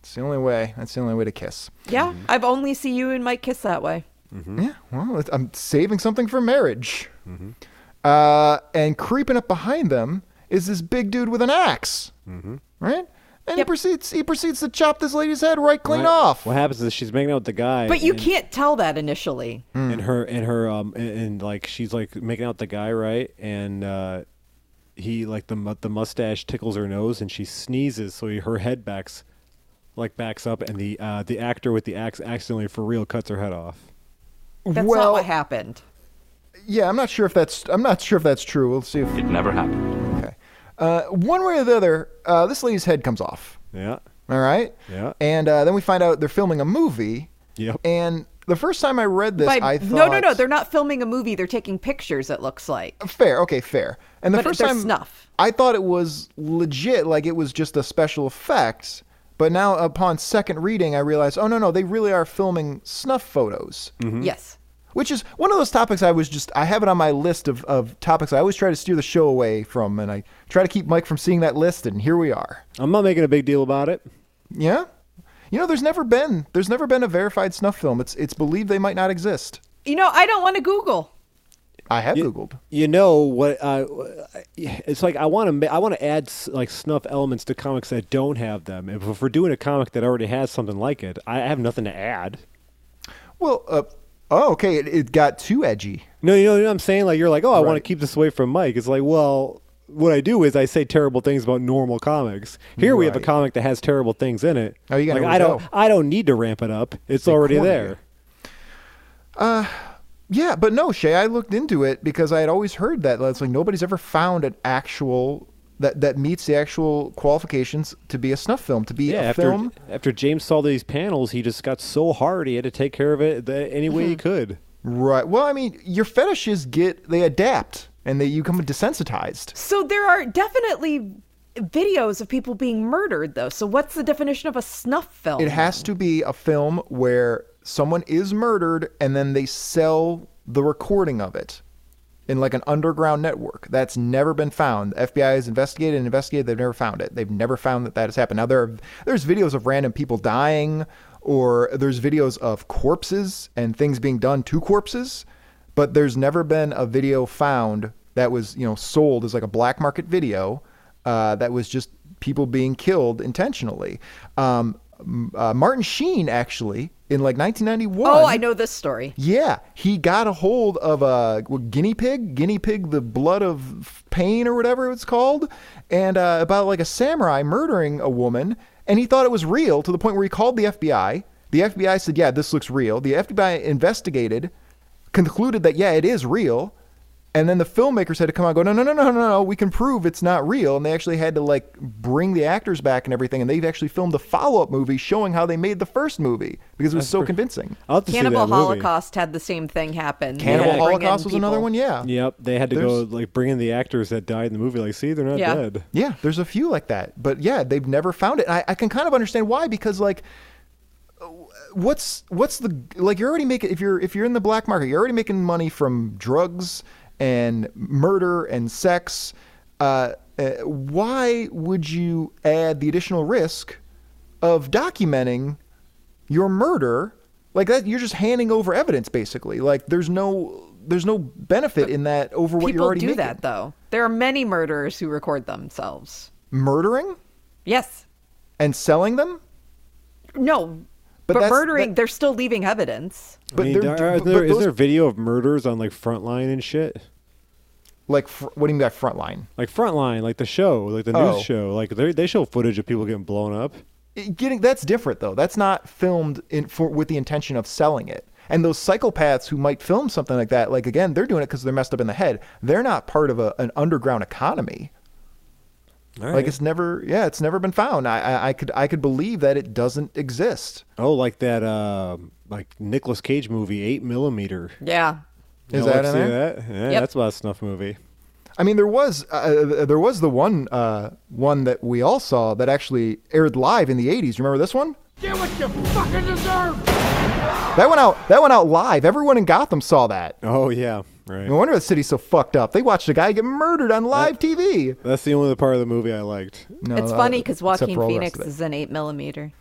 It's the only way. That's the only way to kiss. Yeah, I've only see you and Mike kiss that way. Mm-hmm. Yeah, well, it- I'm saving something for marriage. Uh, and creeping up behind them is this big dude with an ax Mm-hmm. right? And he Yep. proceeds. He proceeds to chop this lady's head right clean off. What happens is she's making out with the guy. But you and- can't tell that initially. and her and her um and, and like she's like making out the guy right and uh he like the mu- the mustache tickles her nose and she sneezes so he, her head backs like backs up and the uh the actor with the axe accidentally for real cuts her head off That's not well, what happened. yeah, I'm not sure if that's. I'm not sure if that's true. We'll see if It never happened. Okay. Uh, one way or the other, uh, this lady's head comes off. yeah All right. Yeah. And uh, then we find out they're filming a movie. Yep. And the first time I read this, By- I no, thought Uh, no, no. They're not filming a movie. They're taking pictures. It looks like. fair. Okay, fair. And the But first they're time, snuff. I thought it was legit, like it was just a special effects. But now, upon second reading, I realized, oh no, no, they really are filming snuff photos. Mm. Yes. which is one of those topics I was just I have it on my list of, of topics I always try to steer the show away from, and I try to keep Mike from seeing that list, and here we are. i'm not making a big deal about it Yeah, you know, there's never been there's never been a verified snuff film. It's it's believed they might not exist. You know, I don't want to Google. I have googled. you know what uh, it's like i want to i want to add s- like snuff elements to comics that don't have them if, if we're doing a comic that already has something like it i have nothing to add Well, uh, oh, okay, it, it got too edgy. No, you know, you know what I'm saying? Like you're like, oh, I want to keep this away from Mike. It's like, well, what I do is I say terrible things about normal comics. Here we have a Right. comic that has terrible things in it. Oh, you got like, nowhere I to don't, go. I don't need to ramp it up. It's They already cornered there. Yeah, but no, Shay, I looked into it because I had always heard that that's like nobody's ever found an actual that that meets the actual qualifications to be a snuff film, to be Yeah, a after film. after James saw these panels, he just got so hard he had to take care of it the, any way he Mm-hmm. could. Right. Well, I mean, your fetishes get they adapt and they you become desensitized. So there are definitely videos of people being murdered, though. So what's the definition of a snuff film? It has to be a film where someone is murdered and then they sell the recording of it in like an underground network. That's never been found. The FBI has investigated and investigated. They've never found it. They've never found that that has happened. Now there are there's videos of random people dying or there's videos of corpses and things being done to corpses, but there's never been a video found that was, you know, sold as like a black market video uh, that was just people being killed intentionally. Um, m- uh, Martin Sheen actually in like 1991 oh, I know this story. yeah, he got a hold of a what, guinea pig, guinea pig, the blood of pain or whatever it's called, and uh, about like a samurai murdering a woman, and he thought it was real to the point where he called the FBI. The FBI said, "Yeah, this looks real." The FBI investigated, concluded that yeah, it is real, and then the filmmakers had to come out and go, "No, no, no, no, no, no, we can prove it's not real." And they actually had to like bring the actors back and everything, and they've actually filmed a follow-up movie showing how they made the first movie because it was so convincing. I'll have to Cannibal see that movie. Holocaust had the same thing happen. They Cannibal had to bring in Holocaust was another people. one. Yeah. Yep, they had to go There's- like bring in the actors that died in the movie. Like, see, they're not Yeah. dead. Yeah, there's a few like that. But yeah, they've never found it. And I, I can kind of understand why because like what's what's the like you're already making if you're if you're in the black market you're already making money from drugs and murder and sex uh, uh, why would you add the additional risk of documenting your murder like that you're just handing over evidence basically like there's no there's no benefit in that over what you're People already do making. that, though. There are many murderers who record themselves. murdering Yes. and selling them No. But But, that's- murdering, that- they're still leaving evidence. But But I mean, they're- there, are but- there, but is those- there video of murders on like Frontline and shit? Like, fr- what do you mean by frontline? Like Frontline, like the show, like the Oh. news show. Like they they show footage of people getting blown up. getting that's different though. That's not filmed in for with the intention of selling it. And those psychopaths who might film something like that, like again, they're doing it because they're messed up in the head. They're not part of a, an underground economy. All Like right. it's never, yeah, it's never been found. I, I, I could, I could believe that it doesn't exist. oh, like that, uh, like Nicolas Cage movie, Eight Millimeter. Yeah. Is Y'all that ever in see there? that? Yeah, Yep. that's about a snuff movie. I mean, there was uh, there was the one uh, one that we all saw that actually aired live in the '80s. Remember this one? Get what you fucking deserve! That went out. That went out live. Everyone in Gotham saw that. Oh yeah, right. No wonder the city's so fucked up. They watched a guy get murdered on live TV. That's the only part of the movie I liked. No, it's uh, funny because except Joaquin for all the Phoenix rest of it. is an 8 millimeter.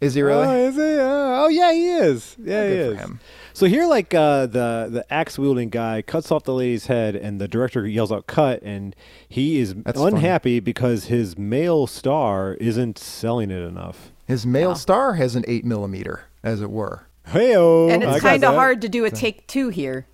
Is he really? Oh, is he? Oh, oh, yeah, he is. Yeah, he Good is. for him. So here, like uh, the the axe wielding guy cuts off the lady's head, and the director yells out "cut," and he is funny. unhappy because his male star isn't selling it enough. His male star has an eight millimeter, as it were. Hey, and it's kind of hard to do a take two here.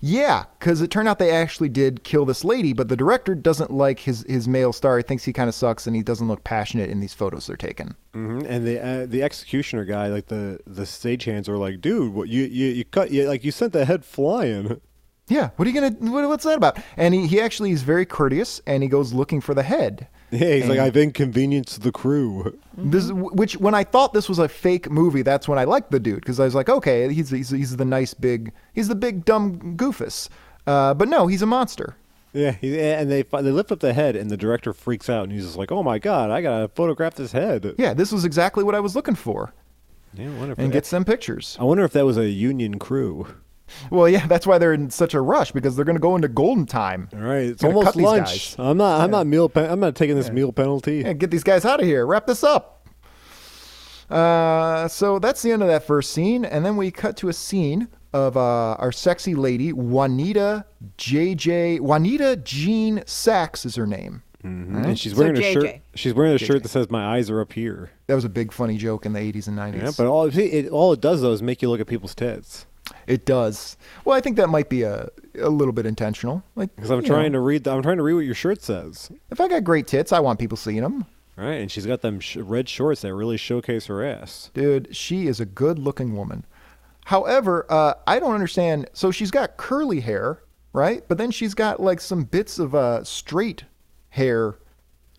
Yeah, because it turned out they actually did kill this lady, but the director doesn't like his his male star. He thinks he kind of sucks, and he doesn't look passionate in these photos they're taking. hmm And the uh, the executioner guy, like the the stagehands, were like, "Dude, what you you, you cut? You, like you sent the head flying." Yeah, what are you gonna? What, what's that about? And he, he actually is very courteous, and he goes looking for the head. Yeah, he's like, And- "I've inconvenienced the crew." This is- which when I thought this was a fake movie, that's when I liked the dude because I was like, okay, he's, he's he's the nice big, he's the big dumb goofus. Uh, but no, he's a monster. Yeah, he, and they fi- they lift up the head, and the director freaks out, and he's just like, "Oh my god, I gotta photograph this head." Yeah, this was exactly what I was looking for, Yeah, I wonder if and gets them pictures. I wonder if that was a union crew. Well, yeah, that's why they're in such a rush because they're gonna go into golden time. All right, it's Gonna cut almost these lunch. guys. I'm not. I'm not meal. Pe- I'm not taking this meal penalty. Yeah, get these guys out of here. Wrap this up. Uh, so that's the end of that first scene, and then we cut to a scene of uh, our sexy lady Juanita JJ Juanita Jean Sachs is her name. And she's So wearing a JJ. shirt. She's wearing a shirt that says "My eyes are up here." That was a big funny joke in the 80s and 90s. Yeah, but all see, it all it does though is make you look at people's tits. it does. Well, I think that might be a a little bit intentional. Like Because I'm trying to read. The, I'm trying to read what your shirt says. if I got great tits, I want people seeing them. All right, and she's got them sh- red shorts that really showcase her ass. Dude, she is a good looking woman. However, uh, I don't understand. So she's got curly hair, right? But then she's got like some bits of uh, straight hair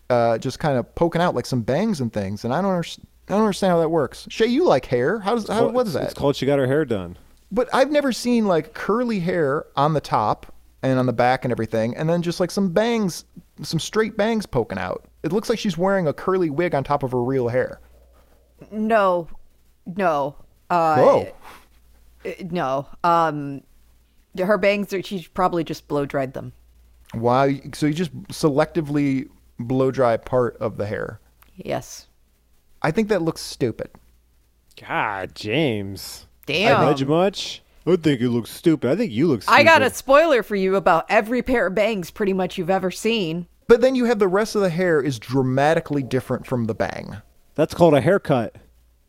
uh, just kind of poking out, like some bangs and things. And I don't, underst- I don't understand how that works. Shay, you like hair. How does, how, Well, what is it's- that? It's called. She got her hair done. But I've never seen like curly hair on the top and on the back and everything, and then just like some bangs, some straight bangs poking out. It looks like she's wearing a curly wig on top of her real hair. No, no, uh, Whoa. uh, no. Um, her bangs are. She probably just blow dried them. Wow. So you just selectively blow dry part of the hair. Yes. I think that looks stupid. God, James. Damn. I read you much. I think you look stupid. I think you look. stupid. I got a spoiler for you about every pair of bangs pretty much you've ever seen. But then you have the rest of the hair is dramatically different from the bang. That's called a haircut.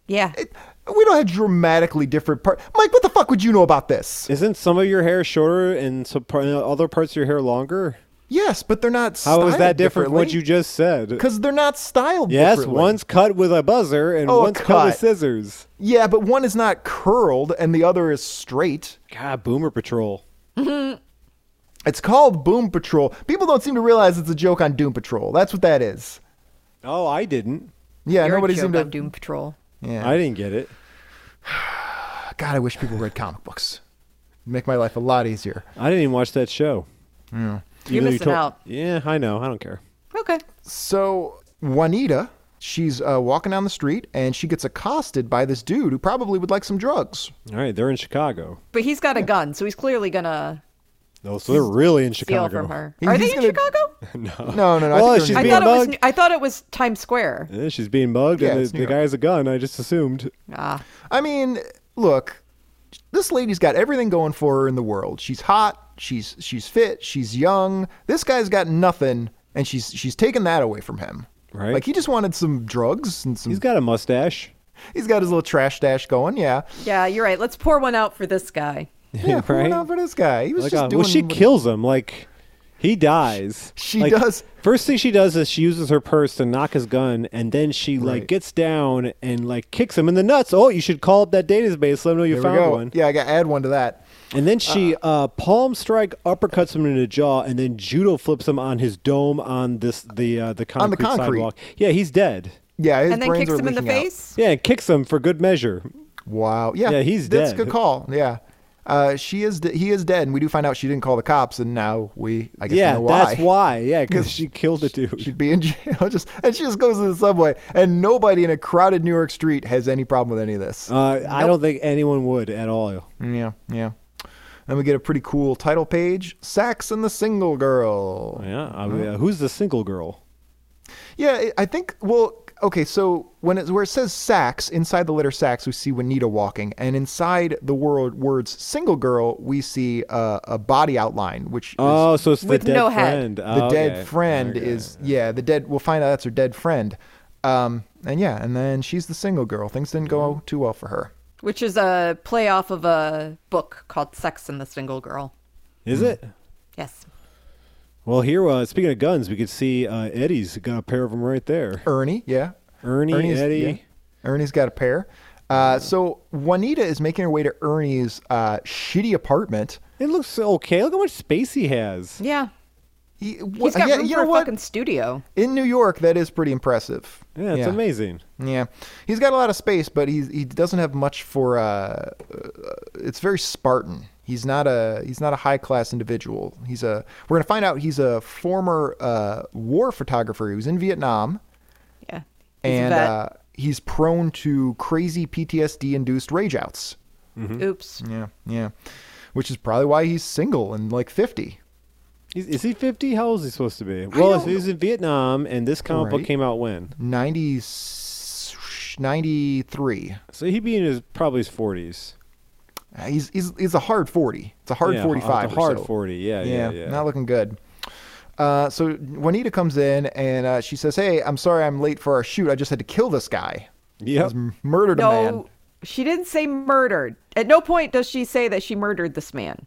Yeah. We don't have dramatically different part. Mike, what the fuck would you know about this? Isn't some of your hair shorter and some part, and other parts of your hair longer? Yes, but they're not. How is that different from what you just said? Because they're not styled. Yes, differently. one's cut with a buzzer and Oh, a one's cut with cut. scissors. Yeah, but one is not curled and the other is straight. God, Boomer Patrol. It's called Boom Patrol. People don't seem to realize it's a joke on Doom Patrol. That's what that is. Oh, I didn't. Yeah, You're a nobody joke seemed to. on Doom Patrol. Yeah. I didn't get it. God, I wish people read comic books. Make my life a lot easier. I didn't even watch that show. Yeah. You're missing out. Yeah, I know. I don't care. Okay. So Juanita, she's uh, walking down the street and she gets accosted by this dude who probably would like some drugs. All right, they're in Chicago. But he's got a gun, so he's clearly gonna No, so they're really in Chicago. steal from her. He- Are they he's in gonna- Chicago? No, no, no. Well, I think she's they're in- I being thought it was. mugged? I thought it was Times Square. Yeah, she's being mugged, Yeah, and it's the, New the York. guy has a gun. I just assumed. Ah, I mean, look, this lady's got everything going for her in the world. She's hot, she's she's fit, she's young. This guy's got nothing, and she's she's taking that away from him. Right. Like he just wanted some drugs and some. He's got a mustache. he's got his little trash dash going. Yeah. yeah, you're right. Let's pour one out for this guy. Yeah. Right? Right? Out for this guy. He was Like, just uh, doing. well, she what- kills him. Like, He dies. She does. First thing she does is she uses her purse to knock his gun, and then she Right. like gets down and like kicks him in the nuts. Oh, you should call up that database. Let them know you There found we go. one. Yeah, I got to add one to that. And then she Uh-uh. uh, palm strike uppercuts him in the jaw, and then judo flips him on his dome on this the uh, the concrete On the concrete. sidewalk. Yeah, he's dead. Yeah, his and then brains kicks are him in the leaking out. face. Yeah, and kicks him for good measure. Wow. Yeah. Yeah, he's that's dead. a good call. Yeah. Uh, she is. De- he is dead, and we do find out she didn't call the cops, and now we. I guess yeah, we know why. that's why. Yeah, because she killed the dude. She'd be in jail. Just and she just goes to the subway, and nobody in a crowded New York street has any problem with any of this. uh, I don't think anyone would at all. yeah. Yeah. Then we get a pretty cool title page: "Sax and the Single Girl." Yeah, I mean, uh, who's the single girl? Yeah, I- I think. Well, okay. So when it where it says sax inside the letter sax, we see Juanita walking, and inside the word words single girl, we see uh, a body outline, which Oh, is so it's the With dead no head. friend. the Oh, dead okay. friend Okay. is yeah the dead. We'll find out that's her dead friend. Um, and yeah, and then she's the single girl. Things didn't Mm-hmm. go too well for her. Which is a play off of a book called Sex and the Single Girl. Is it? Yes. Well, here, uh, speaking of guns, we could see uh, Eddie's got a pair of them right there. Ernie, yeah. Ernie, Eddie. yeah. Ernie's got a pair. Uh, Mm-hmm. so Juanita is making her way to Ernie's uh, shitty apartment. It looks okay. Look how much space he has. Yeah. He, He's got yeah, room you for know a what? fucking studio. in New York, that is pretty impressive. Yeah, it's amazing. Yeah, he's got a lot of space, but he's, he doesn't have much for. Uh, uh, it's very Spartan. He's not a he's not a high class individual. He's a we're gonna find out he's a former uh, war photographer. He was in Vietnam, Yeah. He's a and vet. uh, he's prone to crazy PTSD induced rageouts. Oops. Yeah, yeah, which is probably why he's single and like fifty. He's, is he 50? How old is he supposed to be? Well, don't he was in Vietnam, and this comic book Right. came out when? 90, 93. So he'd be in his probably his 40s. Uh, He's, he's, he's a hard 40. It's a hard Yeah, uh, 45. a or hard so. 40, yeah, yeah, yeah. Not looking good. Uh, so Juanita comes in and uh, she says, Hey, I'm sorry I'm late for our shoot. I just had to kill this guy. Yep. He's m- murdered No, a man. she didn't say murdered. At no point does she say that she murdered this man.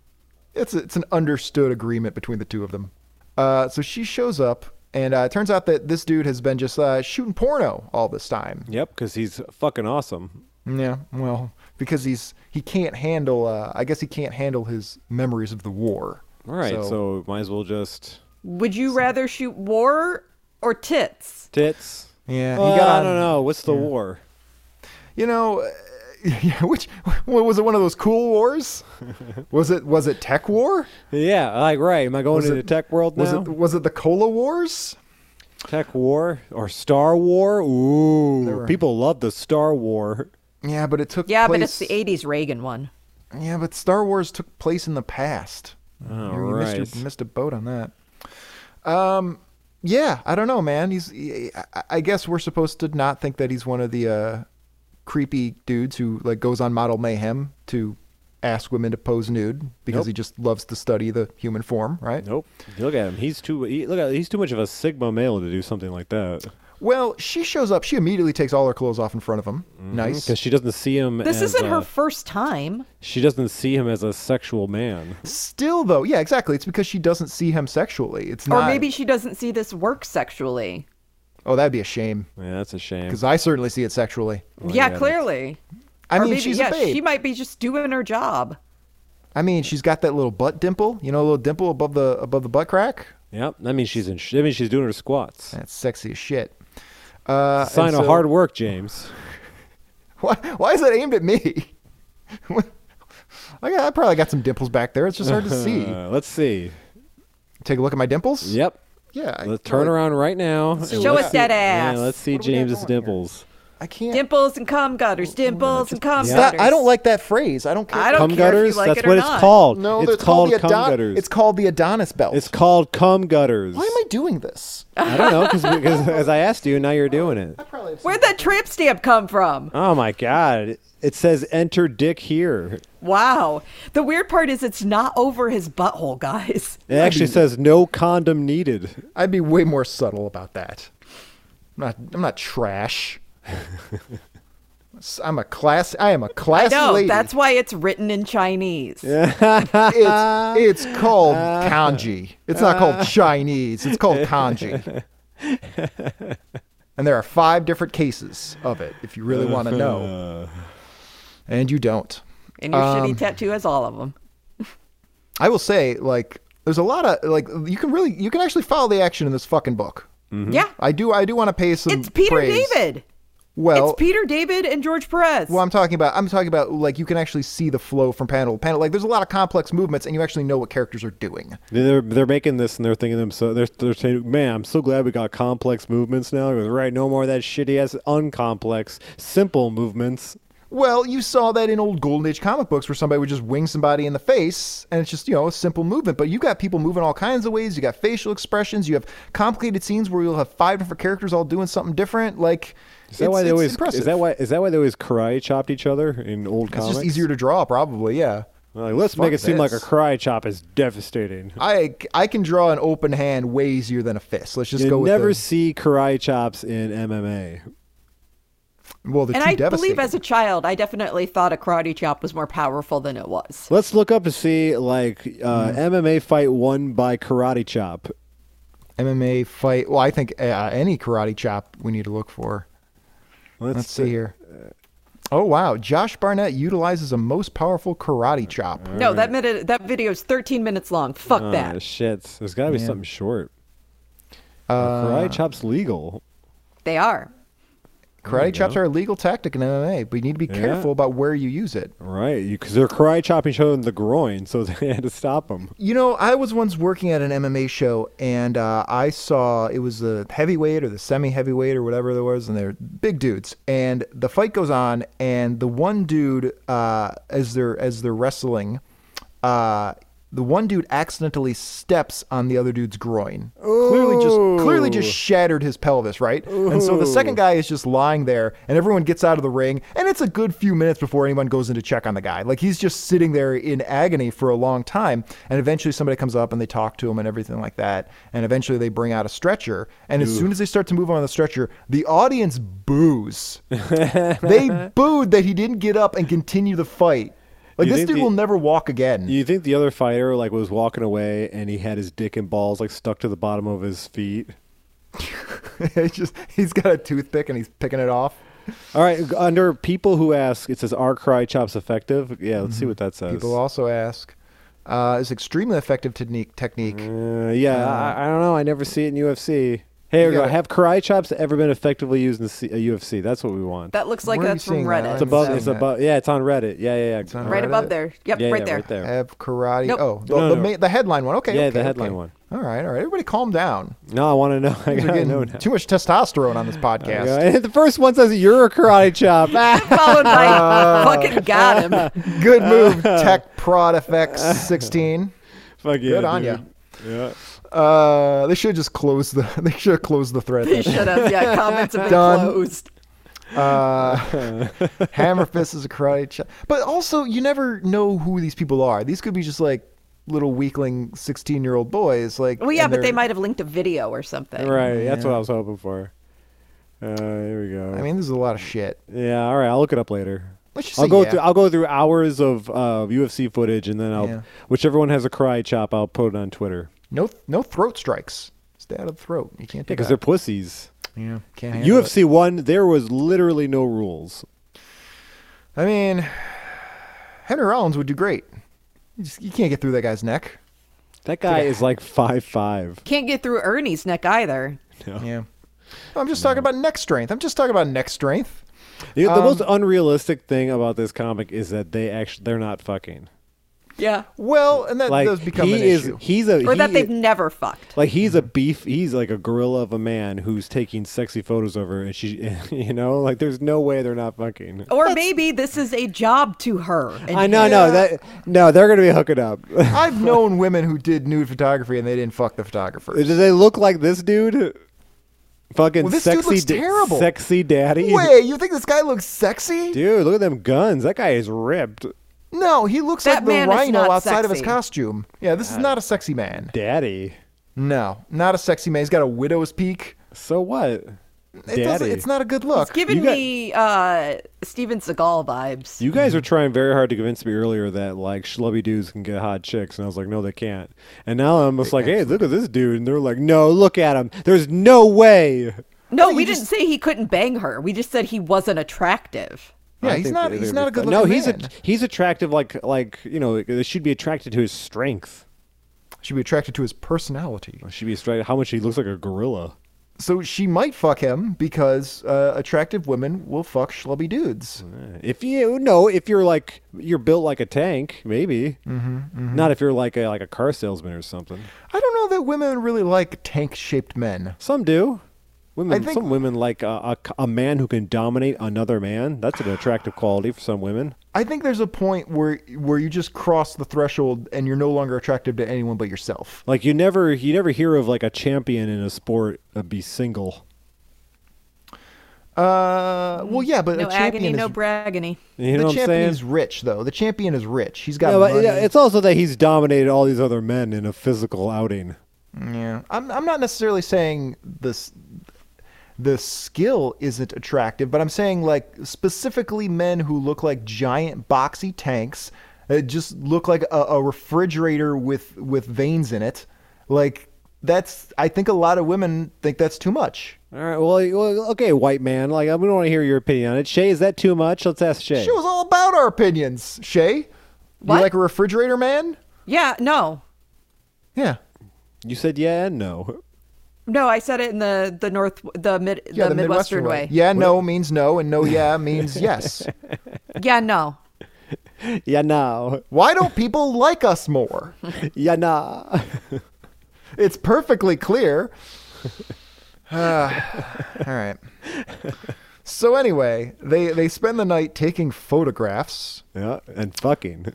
It's, it's an understood agreement between the two of them. Uh, so she shows up, and uh, it turns out that this dude has been just uh, shooting porno all this time. Yep, because he's fucking awesome. Yeah, well, because he's he can't handle. Uh, I guess he can't handle his memories of the war. All right, so, might as well just Would you rather shoot war or tits? tits. Yeah, he Well, got I don't on- know. What's the war? you know, uh, yeah, which what, was it? One of those cool wars? was it was it tech war? Yeah, like right. Am I going Was to it- the tech world Was now? it was it the cola wars? Tech War or Star War? Ooh, There were- people love the Star War. Yeah, but it took Yeah, place, but it's the 80s Reagan one. Yeah, but Star Wars took place in the past. All you, you missed, your- Oh, right. missed a boat on that. Um, yeah, I don't know, man. He's. he- I- I guess we're supposed to not think that he's one of the uh, creepy dudes who like goes on Model Mayhem to ask women to pose nude because Nope. he just loves to study the human form, right? Nope. Look at him. He's too. He, look at. He's too much of a sigma male to do something like that. Well, she shows up. She immediately takes all her clothes off in front of him. Nice. Because Mm-hmm. she doesn't see him. This as uh, isn't a- her uh, first time. She doesn't see him as a sexual man. Still, though, yeah, exactly. It's because she doesn't see him sexually. It's Or not. maybe she doesn't see this work sexually. Oh, that'd be a shame Yeah, that's a shame. because I certainly see it sexually. yeah, yeah, clearly. I or mean, maybe, she's yeah, a babe. she might be just doing her job. I mean, she's got that little butt dimple. You know, a little dimple above the above the butt crack. Yep. That means she's in. sh- That means she's doing her squats. That's sexy as shit. Uh, Sign and of so- hard work, James. Why, why is that aimed at me? I, got, I probably got some dimples back there. It's just hard to see. Uh, let's see. Take a look at my dimples. Yep. Yeah. I- Let's turn around right now. and Show let's us that see- ass. Yeah, let's see What do we got James's going here? dimples. I can't. Dimples and cum gutters. Dimples and cum Yeah. Stop- gutters. I don't like that phrase. I don't care. I don't cum care if you gutters. like that's it or what it's not. called. No, it's that's called, the cum Adon- gutters. It's called the Adonis belt. It's called cum gutters. Why am I doing this? I don't know because as I asked you, now you're doing it. Probably Where'd that tramp stamp come from? Oh my god! It says enter dick here. Wow. The weird part is it's not over his butthole, guys. It actually says no condom needed. I'd be way more subtle about that. I'm not. I'm not trash. S- I'm a class. I am a classy No, lady. that's why it's written in Chinese. it's, it's called Ah. kanji. It's not called Chinese. It's called kanji. and there are five different cases of it if you really want to know. Uh. And you don't. And your Um, shitty tattoo has all of them. I will say, like, there's a lot of like you can really you can actually follow the action in this fucking book. Yeah. I do I do want to pay some. It's Peter praise. David. Well, it's Peter David and George Perez. Well, I'm talking about I'm talking about like you can actually see the flow from panel to panel. Like there's a lot of complex movements, and you actually know what characters are doing. They're they're making this and they're thinking to themselves. They're they're saying, "Man, I'm so glad we got complex movements now. Right, no more of that shitty ass uncomplex simple movements." Well, you saw that in old Golden Age comic books where somebody would just wing somebody in the face, and it's just you know a simple movement. But you got people moving all kinds of ways. You got facial expressions. You have complicated scenes where you'll have five different characters all doing something different. Like Is that it's, why they it's always impressive. is that why is that why they always karate chopped each other in old it's comics? just easier to draw? Probably, yeah. Like, let's make Fuck it seem like a this. karate chop is devastating. I I can draw an open hand way easier than a fist. Let's just You go with never the- see karate chops in MMA. well, they're and too I devastating. believe as a child, I definitely thought a karate chop was more powerful than it was. Let's look up to see like uh, Mm-hmm. MMA fight won by karate chop. MMA fight. Well, I think uh, any karate chop we need to look for. Let's, Let's see here. Oh wow, Josh Barnett utilizes a most powerful karate chop. no, that minute, that video is 13 minutes long. Fuck Oh, Ah, that. shit. There's got to be Yeah. Uh, something short. karate chop's legal. they are. Karate chops are a legal tactic in MMA, but you need to be Yeah. careful about where you use it. Right, because they're karate chopping each other in the groin, so they had to stop them. You know, I was once working at an MMA show, and uh, I saw it was the heavyweight or the semi-heavyweight or whatever there was, and they're big dudes. And the fight goes on, and the one dude, uh, as they're as they're wrestling, uh, the one dude accidentally steps on the other dude's groin, clearly just clearly just shattered his pelvis, right? And so the second guy is just lying there, and everyone gets out of the ring, and it's a good few minutes before anyone goes in to check on the guy. Like he's just sitting there in agony for a long time, and eventually somebody comes up and they talk to him and everything like that, and eventually they bring out a stretcher, and as soon as they start to move on the stretcher, the audience boos. they booed that he didn't get up and continue the fight. Like You this think dude the- will never walk again. You think the other fighter like was walking away and he had his dick and balls like stuck to the bottom of his feet? it's just he's got a toothpick and he's picking it off. All right, g- under people who ask, it says are karate chops effective? Yeah, let's see what that says. Mm-hmm. People also ask, uh, "Is extremely effective technique technique?" Uh, yeah, I, I don't know. I never see it in UFC. Hey, we go. gotta- have karate chops ever been effectively used in C- uh, UFC? That's what we want. That looks like Where are that's you from seeing that? Reddit. it's It's above. I'm It's seeing that. above. Yeah, it's on Reddit. Yeah, yeah, yeah. on right Reddit. above there. Yep, Yeah, right yeah, there. right there. Have karate? Nope. Oh, the, No, the, no. ma- the headline one. Okay, Yeah, okay, the headline okay. one. All right, all right. Everybody, calm down. No, I want to know. I We're gotta getting know now. too much testosterone on this Yeah, podcast. and the first one says you're a karate chop. Ah. Followed by fucking got him. Good move, Tech Prod FX 16. Fuck yeah, Good on dude. you. Yeah. Uh, they should just close the. They should have closed the thread. They should have. Yeah, comments have been Done. closed. Uh, Hammer Fist is a karate chop. But also, you never know who these people are. These could be just like little weakling 16 year old boys. Like, Well, yeah, and but they they're- might have linked a video or something. Right. That's what I was hoping for. Uh, here we go. I mean, there's a lot of shit. yeah. All right. I'll look it up later. Let's just I'll say go yeah. through. I'll go through hours of uh, UFC footage, and then I'll Yeah. whichever one has a karate chop, I'll put it on Twitter No, no throat strikes. Stay out of the throat. You can't do because they're that. pussies. yeah, can't handle it. UFC one, there was literally no rules. I mean, Henry Rollins would do great. You, just, you can't get through that guy's neck. That guy is like five five. Can't get through Ernie's neck either. Yeah. I'm just talking about neck strength. I'm just talking about neck strength. The, the Um, most unrealistic thing about this comic is that they actually they're not fucking. Yeah. Well, and that Like does become he an is issue. he's a Or that he- they've never fucked. like he's a beef he's like a gorilla of a man who's taking sexy photos of her and she you know like there's no way they're not fucking Or maybe this is a job to her. Oh, and i know no that no they're gonna be hooking up I've known women who did nude photography and they didn't fuck the photographer. do they look like this dude fucking Well, this dude sexy looks da- terrible. sexy daddy Wait, you think this guy looks sexy? dude look at them guns that guy is ripped No, he looks That like man the is rhino not outside of his sexy. Uh. costume. Yeah, this is not a sexy man. daddy No, not a sexy man. He's got a widow's peak. so what It doesn't, Daddy. it's not a good look. It's giving You got- me uh, Steven Seagal vibes. You guys are trying very hard to convince me earlier that like schlubby dudes can get hot chicks, and I was like, no, they can't. And now I'm just like, hey, look at this dude, and they're like, no, look at him. There's no way. no, you we just- didn't say he couldn't bang her. We just said he wasn't attractive. Yeah, I he's think not. they- He's they're not a just- good looking No, he's a, man. he's attractive. Like like you know, they should be attracted to his strength. Should be attracted to his personality. Should be attracted how much he looks like a gorilla. So she might fuck him because uh, attractive women will fuck schlubby dudes. Eh, If you no, if you're like you're built like a tank, maybe. Not if you're like a like a car salesman or something. I don't know that women really like tank shaped men. Some do. Women, I think- some women like a, a, a man who can dominate another man. That's an attractive quality for some women. I think there's a point where where you just cross the threshold and you're no longer attractive to anyone but yourself. Like you never, you never hear of like a champion in a sport uh, be single. Uh, well, yeah, but No a champion agony, is no braggony. You know the what I'm champion saying? is rich though. The champion is rich. He's got Yeah, but money. yeah, it's also that he's dominated all these other men in a physical outing. Yeah. I'm I'm not necessarily saying this the skill isn't attractive, but I'm saying like specifically men who look like giant boxy tanks, uh, just look like a, a refrigerator with with veins in it. Like that's I think a lot of women think that's too much. All right, well, you- well, okay, white man. Like I don't want to hear your opinion on it. Shay, is that too much? Let's ask Shay. She was all about our opinions, Shay. You What? like a refrigerator man? Yeah, no. Yeah. You said yeah and no. No, I said it in the the north the mid the, Midwestern, way. Yeah, no means no, and no, yeah means yes. Yeah, no. Yeah, no. Why don't people like us more? Yeah, nah. It's perfectly clear. Ah, all right. So anyway, they they spend the night taking photographs. yeah, and fucking.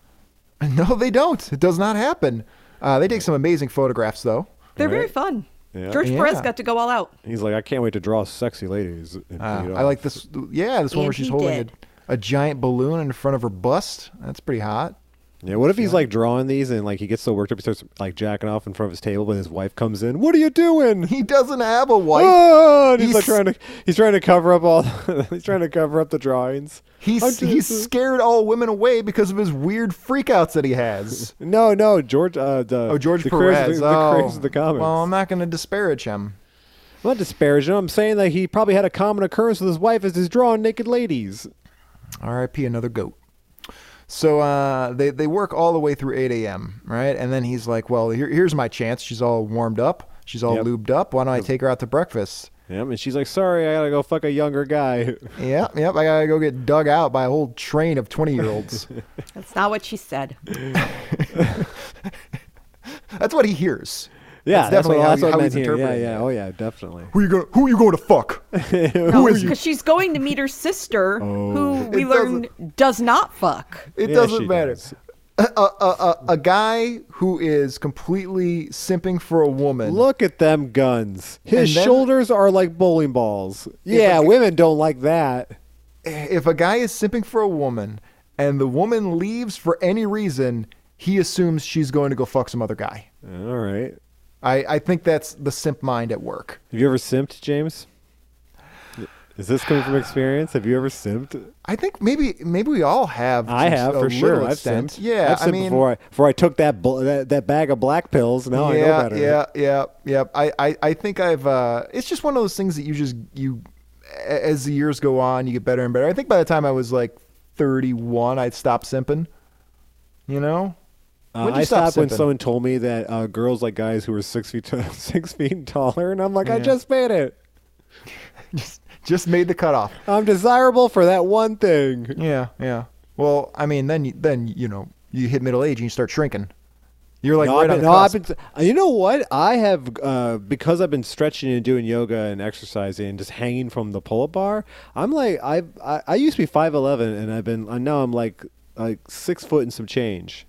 No, they don't. It does not happen. Uh, they take some amazing photographs, though. They're very Right. fun. Yeah. George Yeah. Perez got to go all out. He's like, I can't wait to draw sexy ladies. and Uh, feed I off." like this. Yeah, this one where And she's he holding a, did. a giant balloon in front of her bust. That's pretty hot. Yeah, what if he's like drawing these and like he gets so worked up he starts like jacking off in front of his table, but his wife comes in. What are you doing? He doesn't have a wife. Oh, and he's, like He's- trying to he's trying to cover up all he's trying to cover up the drawings. I'm He's just- he's scared all women away because of his weird freakouts that he has. no no George uh, the, Oh, George the Perez. Craze, of the, the oh, craze of the comments. Well, I'm I'm not going to disparage him. not disparaging. him. I'm saying that he probably had a common occurrence with his wife as he's drawing naked ladies. R.I.P. Another goat. So uh, they they work all the way through 8 a.m. Right, and then he's like, "Well, here, here's my chance. She's all warmed up. She's all Yep. lubed up. Why don't I take her out to breakfast?" Yeah, and she's like, "Sorry, I gotta go fuck a younger guy." Yep, yep. I gotta go get dug out by a whole train of 20 year olds. That's not what she said. that's what he hears. Yeah, that's, definitely what, how that's he- what how I he's meant here. Yeah, interpreting yeah, it. oh yeah, definitely. Who you gonna Who you going to fuck? No, because she's going to meet her sister, who we Oh. It learned does not fuck. It Yeah, doesn't she matter. does. A, a, a, a- a guy who is completely simping for a woman. Look at them guns. His And then- shoulders are like bowling balls. Yeah, women don't like that. if a guy is simping for a woman and the woman leaves for any reason, he assumes she's going to go fuck some other guy. All right. I, I think that's the simp mind at work. Have you ever simped, James? Is this coming from experience? Have you ever simped? I think maybe maybe we all have. I to have a for sure. little I've extent. simped. Yeah, I've simped I mean, before I before I took that, bl- that that bag of black pills. Now yeah, I know better. yeah, yeah, yeah. I, I, I think I've. Uh, it's just one of those things that you just you, a- as the years go on, you get better and better. I think by the time I was like thirty-one, I'd stopped simping. You know. Uh, When'd you I stop stopped when simping? someone told me that uh, girls like guys who are six feet t- six feet taller, and I'm like, I just made it. just just made the cutoff. I'm desirable for that one thing. Yeah, yeah. Well, I mean, then you, then you know you hit middle age and you start shrinking. You're like no, right I've on been, the no, I've cusp. been- uh, You know what? I have uh, because I've been stretching and doing yoga and exercising and just hanging from the pull-up bar. I'm like I I, I used to be five eleven and I've been and now I'm like like six foot and some change.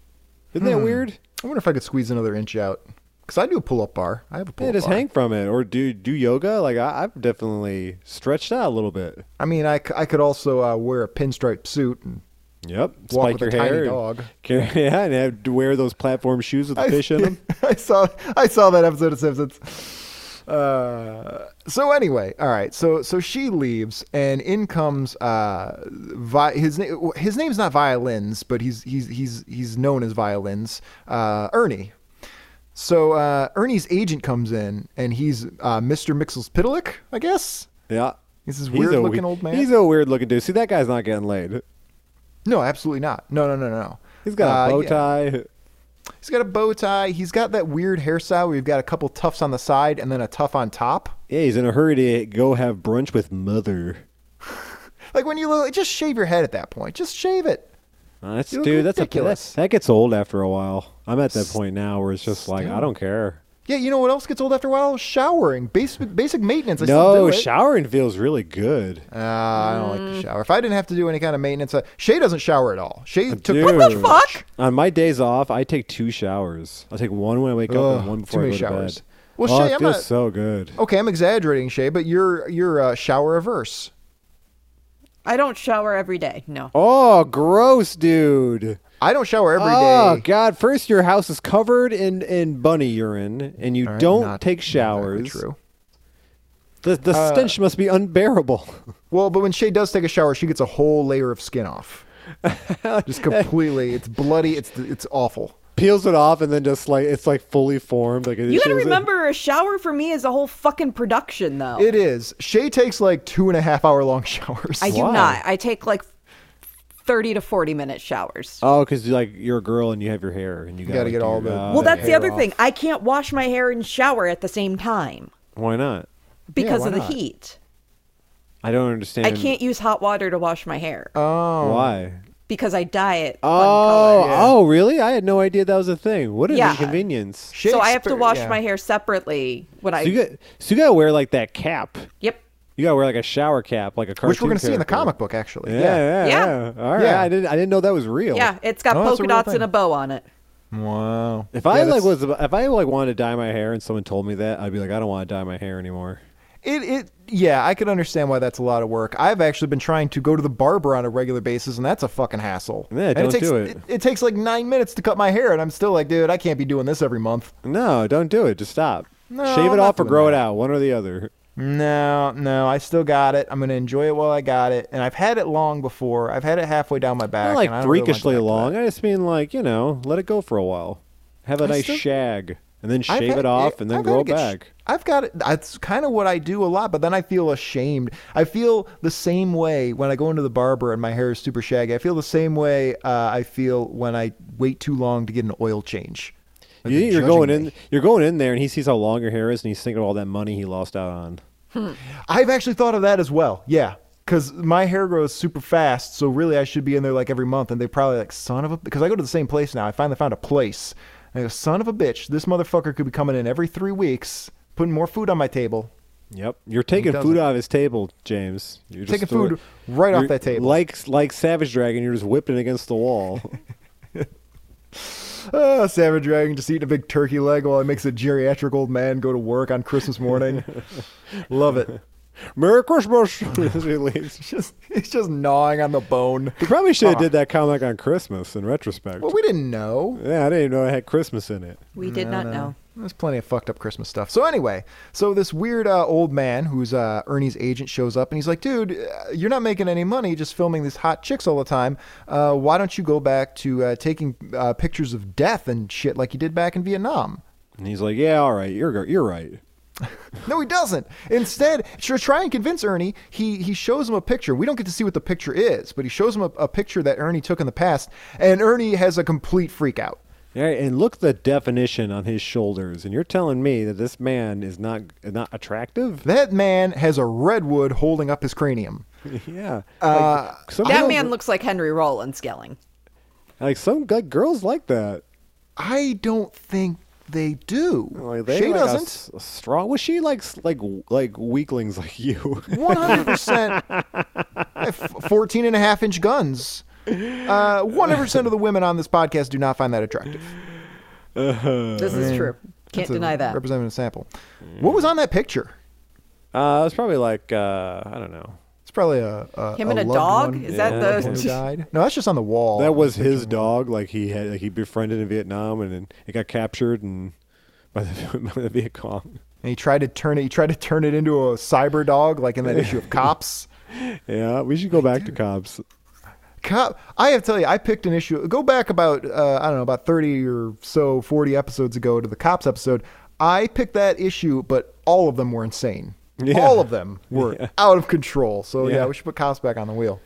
Isn't Hmm. that weird? I wonder if I could squeeze another inch out because I do a pull up bar. I have a pull Yeah, up just bar. hang from it or do do yoga. Like I, I've definitely stretched out a little bit. I mean, I, c- I could also uh, wear a pinstripe suit and Yep, Walk spike with your a tiny hair. and dog. carry- yeah, and have to wear those platform shoes with the I, fish in them. I saw I saw that episode of Simpsons. Uh, so anyway, all right. So so she leaves, and in comes uh, vi- his name. His name's not Violins, but he's he's he's he's known as Violins. Uh, Ernie. So uh, Ernie's agent comes in, and he's uh, Mr. Mixels Pitalik, I guess. Yeah. He's this He's a weird-looking we- old man. He's a weird looking dude. See, that guy's not getting laid. No, absolutely not. No, no, no, no. He's got a Uh, bow yeah. tie. He's got a bow tie. He's got that weird hairstyle where you've got a couple tufts on the side and then a tuff on top. Yeah, he's in a hurry to go have brunch with mother. Like when you look, just shave your head at that point. Just shave it. Uh, That's You look dude. That's a, that, ridiculous. that gets old after a while. I'm at that point now where it's just like I don't care. Yeah, you know what else gets old after a while? Showering, basic basic maintenance. I still no, do it. showering feels really good. Uh, I don't like to shower. If I didn't have to do any kind of maintenance, uh, Shay doesn't shower at all. Shay took Uh, Dude. What the fuck? On my days off, I take two showers. I take one when I wake up Ugh, and one too before I go many showers. to bed. Well, oh, Shay, it I'm Oh. feels not- so good. Okay, I'm exaggerating, Shay, but you're you're uh, shower averse. I don't shower every day. No. Oh, gross, dude. I don't shower every day. oh God! First, your house is covered in in bunny urine, and you All right, don't not- take not showers. exactly true. Uh, The the stench must be unbearable. Well, but when Shay does take a shower, she gets a whole layer of skin off. Just completely. It's bloody. It's it's awful. Peels it off, and then just like it's like fully formed. Like it You gotta shows it. remember, a shower for me is a whole fucking production, Oh. though. It is. Shay takes like two and a half hour long showers. I do Why? not. I take like 30 to 40 minute Uh, showers. Oh, because like you're a girl and you have your hair, and you, gotta like, get do all your- the- uh, well, that's the hair other off. thing. I can't wash my hair and shower at the same time why not? because why of the not? heat. I don't understand. I can't use hot water to wash my hair Uh, Why? because I dye it. one Oh, uh, color. oh, really? I had no idea that was a thing. What an Yeah. inconvenience. Shay so I have to exper- wash yeah. my hair separately when I. So you got, so you gotta wear like that cap. yep. You gotta wear like a shower cap, like a cartoon. which we're going to see in the character. comic book, actually. Yeah, yeah, Yeah. yeah. All right, Yeah. I didn't, I didn't know that was real. Yeah, it's got Oh, that's a polka real dots thing. and a bow on it. Wow. If I like was if I like wanted to dye my hair and someone told me that, I'd be like, I don't want to dye my hair anymore. it, it, yeah, I could understand why that's a lot of work. I've actually been trying to go to the barber on a regular basis, and that's a fucking hassle. Yeah, And don't it takes, do it. it. takes like nine minutes to cut my hair, and I'm still like, dude, I can't be doing this every month. No, don't do it. Just stop. No, Shave I'm it not off or doing grow that. it out, one or the other. No, no, I still got it. I'm going to enjoy it while I got it, and I've had it long before. I've had it halfway down my back. Not and like I don't really want freakishly to go back to long. I just mean like you know, let it go for a while, have a nice still- shag, and then I've shave had- it off, and then I've had grow to it get sh- back. I've got it. That's kind of what I do a lot, but then I feel ashamed. I feel the same way when I go into the barber and my hair is super shaggy. I feel the same way uh, I feel when I wait too long to get an oil change. Like, You, they're you're judging going me. in. You're going in there, and he sees how long your hair is, and he's thinking of all that money he lost out on. I've actually thought of that as well. Yeah. Because my hair grows super fast, so really I should be in there like every month. And they probably like, son of a. Because I go to the same place now. I finally found a place. And I go, son of a bitch, this motherfucker could be coming in every three weeks, putting more food on my table. Yep, you're taking doesn't? food out of his table, James. You're just Taking throwing- food right off you're- that table. like like Savage Dragon. You're just whipping it against the wall. Oh, Savage Dragon just eating a big turkey leg while it makes a geriatric old man go to work on Christmas morning. Love it. Merry Christmas. as he leaves. Just he's just gnawing on the bone. We probably should have did that comic on Christmas in retrospect. Well, we didn't know. yeah, I didn't even know it had Christmas in it. We did not know. There's plenty of fucked up Christmas stuff. So anyway, so this weird uh, old man who's uh, Ernie's agent shows up and he's like, "Dude, uh, you're not making any money just filming these hot chicks all the time. Uh, why don't you go back to uh, taking uh, pictures of death and shit like you did back in Vietnam?" And he's like, "Yeah, all right, you're you're right." No, he doesn't. Instead, to try and convince Ernie, he he shows him a picture. We don't get to see what the picture is, but he shows him a, a picture that Ernie took in the past, and Ernie has a complete freak out. All right, and look at the definition on his shoulders, and you're telling me that this man is not not attractive? That man has a redwood holding up his cranium. yeah, Uh, like, some That girls- man looks like Henry Rollins Skilling. like some good girls like that. I don't think they do. Like, they she like a doesn't. s- strong. Was she like s- like like weaklings like you? 100% I have 14 and a half inch guns. Uh, 100% of the women on this podcast do not find that attractive. This is true. Can't Uh, That's a deny that. Representative sample. What was on that picture? Uh, it's probably like uh, I don't know. It's probably a, a Him a and a loved dog? one. Is Yeah. that who the. died. No, that's just on the wall. That was his dog. Like he had like he befriended in Vietnam, and then it got captured and by the by the Viet Cong. And he tried to turn it. He tried to turn it into a cyber dog, like in that issue of Cops. Yeah, we should go back to cops. Cop, I have to tell you, I picked an issue. Go back about uh, I don't know about thirty or so, forty episodes ago to the cops episode. I picked that issue, but all of them were insane. Yeah. All of them were Yeah. out of control. So yeah. Yeah. we should put cops back on the wheel.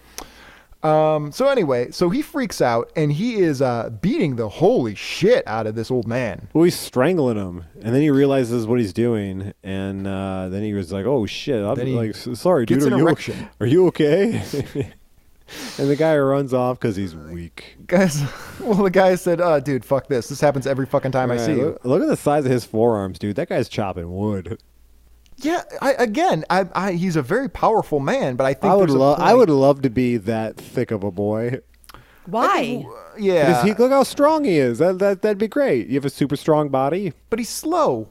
Um, so anyway, so he freaks out and he is uh, beating the holy shit out of this old man. Well, he's strangling him, and then he realizes what he's doing, and uh, then he was like, "Oh shit!" I'm Then he like, "S- "Sorry, gets dude, an are you erection. are you okay?" and the guy runs off because he's weak. Guys, well the guy said, uh, "Dude, fuck this. This happens every fucking time I Right, see you." Look, look at the size of his forearms, dude. That guy's chopping wood. Yeah, I, again, I, I, he's a very powerful man, but I think I would there's a love. I point- would love to be that thick of a boy. Why? Yeah, Because he look how strong he is. That that that'd be great. You have a super strong body. but he's slow.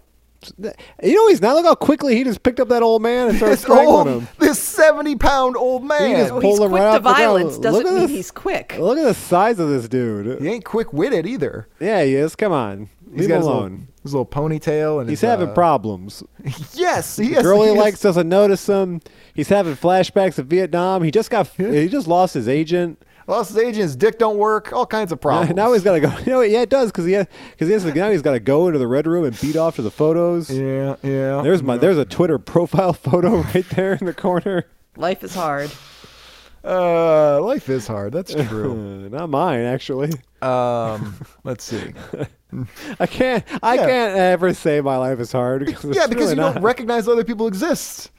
You know he's not. Look how quickly he just picked up that old man and started This strangling old, him. this seventy-pound old He man. just Oh, He, he's pulled him quick right to off the ground. violence doesn't Look at mean this- he's quick. Oh. Look at the size of this dude. ain't quick-witted either. Yeah, he is. Come on, He's leave got him his little, alone. his little ponytail and He's his, having uh, problems. Yes, he The is. girl he is. likes doesn't notice him. He's having flashbacks of Vietnam. He just got. He just lost his agent. Lost his agent. His dick don't work. All kinds of Now, problems. now he's got to go. You know, what? yeah, it does because he because he has to, now he's got to go into the red room and beat off to the photos. yeah, yeah. There's my there's a Twitter profile photo right there in the corner. Life is hard. uh, life is hard. That's true. Uh, not mine actually. um, let's see. I can't I Yeah. can't ever say my life is hard. Yeah, because you don't not, recognize other people exist.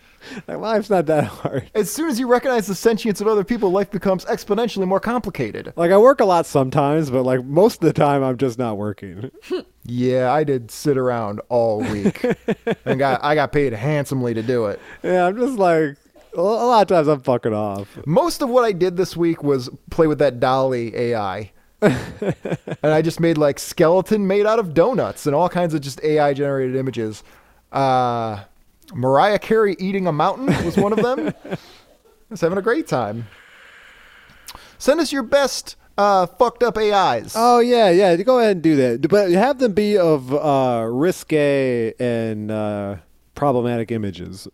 my life's not that hard. As soon as you recognize the sentience of other people, life becomes exponentially more complicated. Like I work a lot sometimes, but like most of the time I'm just not working. Yeah, I did sit around all week and got I got paid handsomely to do it. yeah, I'm just like a a lot of times I'm fucking off. Most of what I did this week was play with that dolly AI. and I just made like skeleton made out of donuts and all kinds of just AI generated images. Uh, Mariah Carey eating a mountain was one of them. I was having a great time. Send us your best uh, fucked up AIs. Oh yeah, yeah. Go ahead and do that, but have them be of uh, risque and uh, problematic images.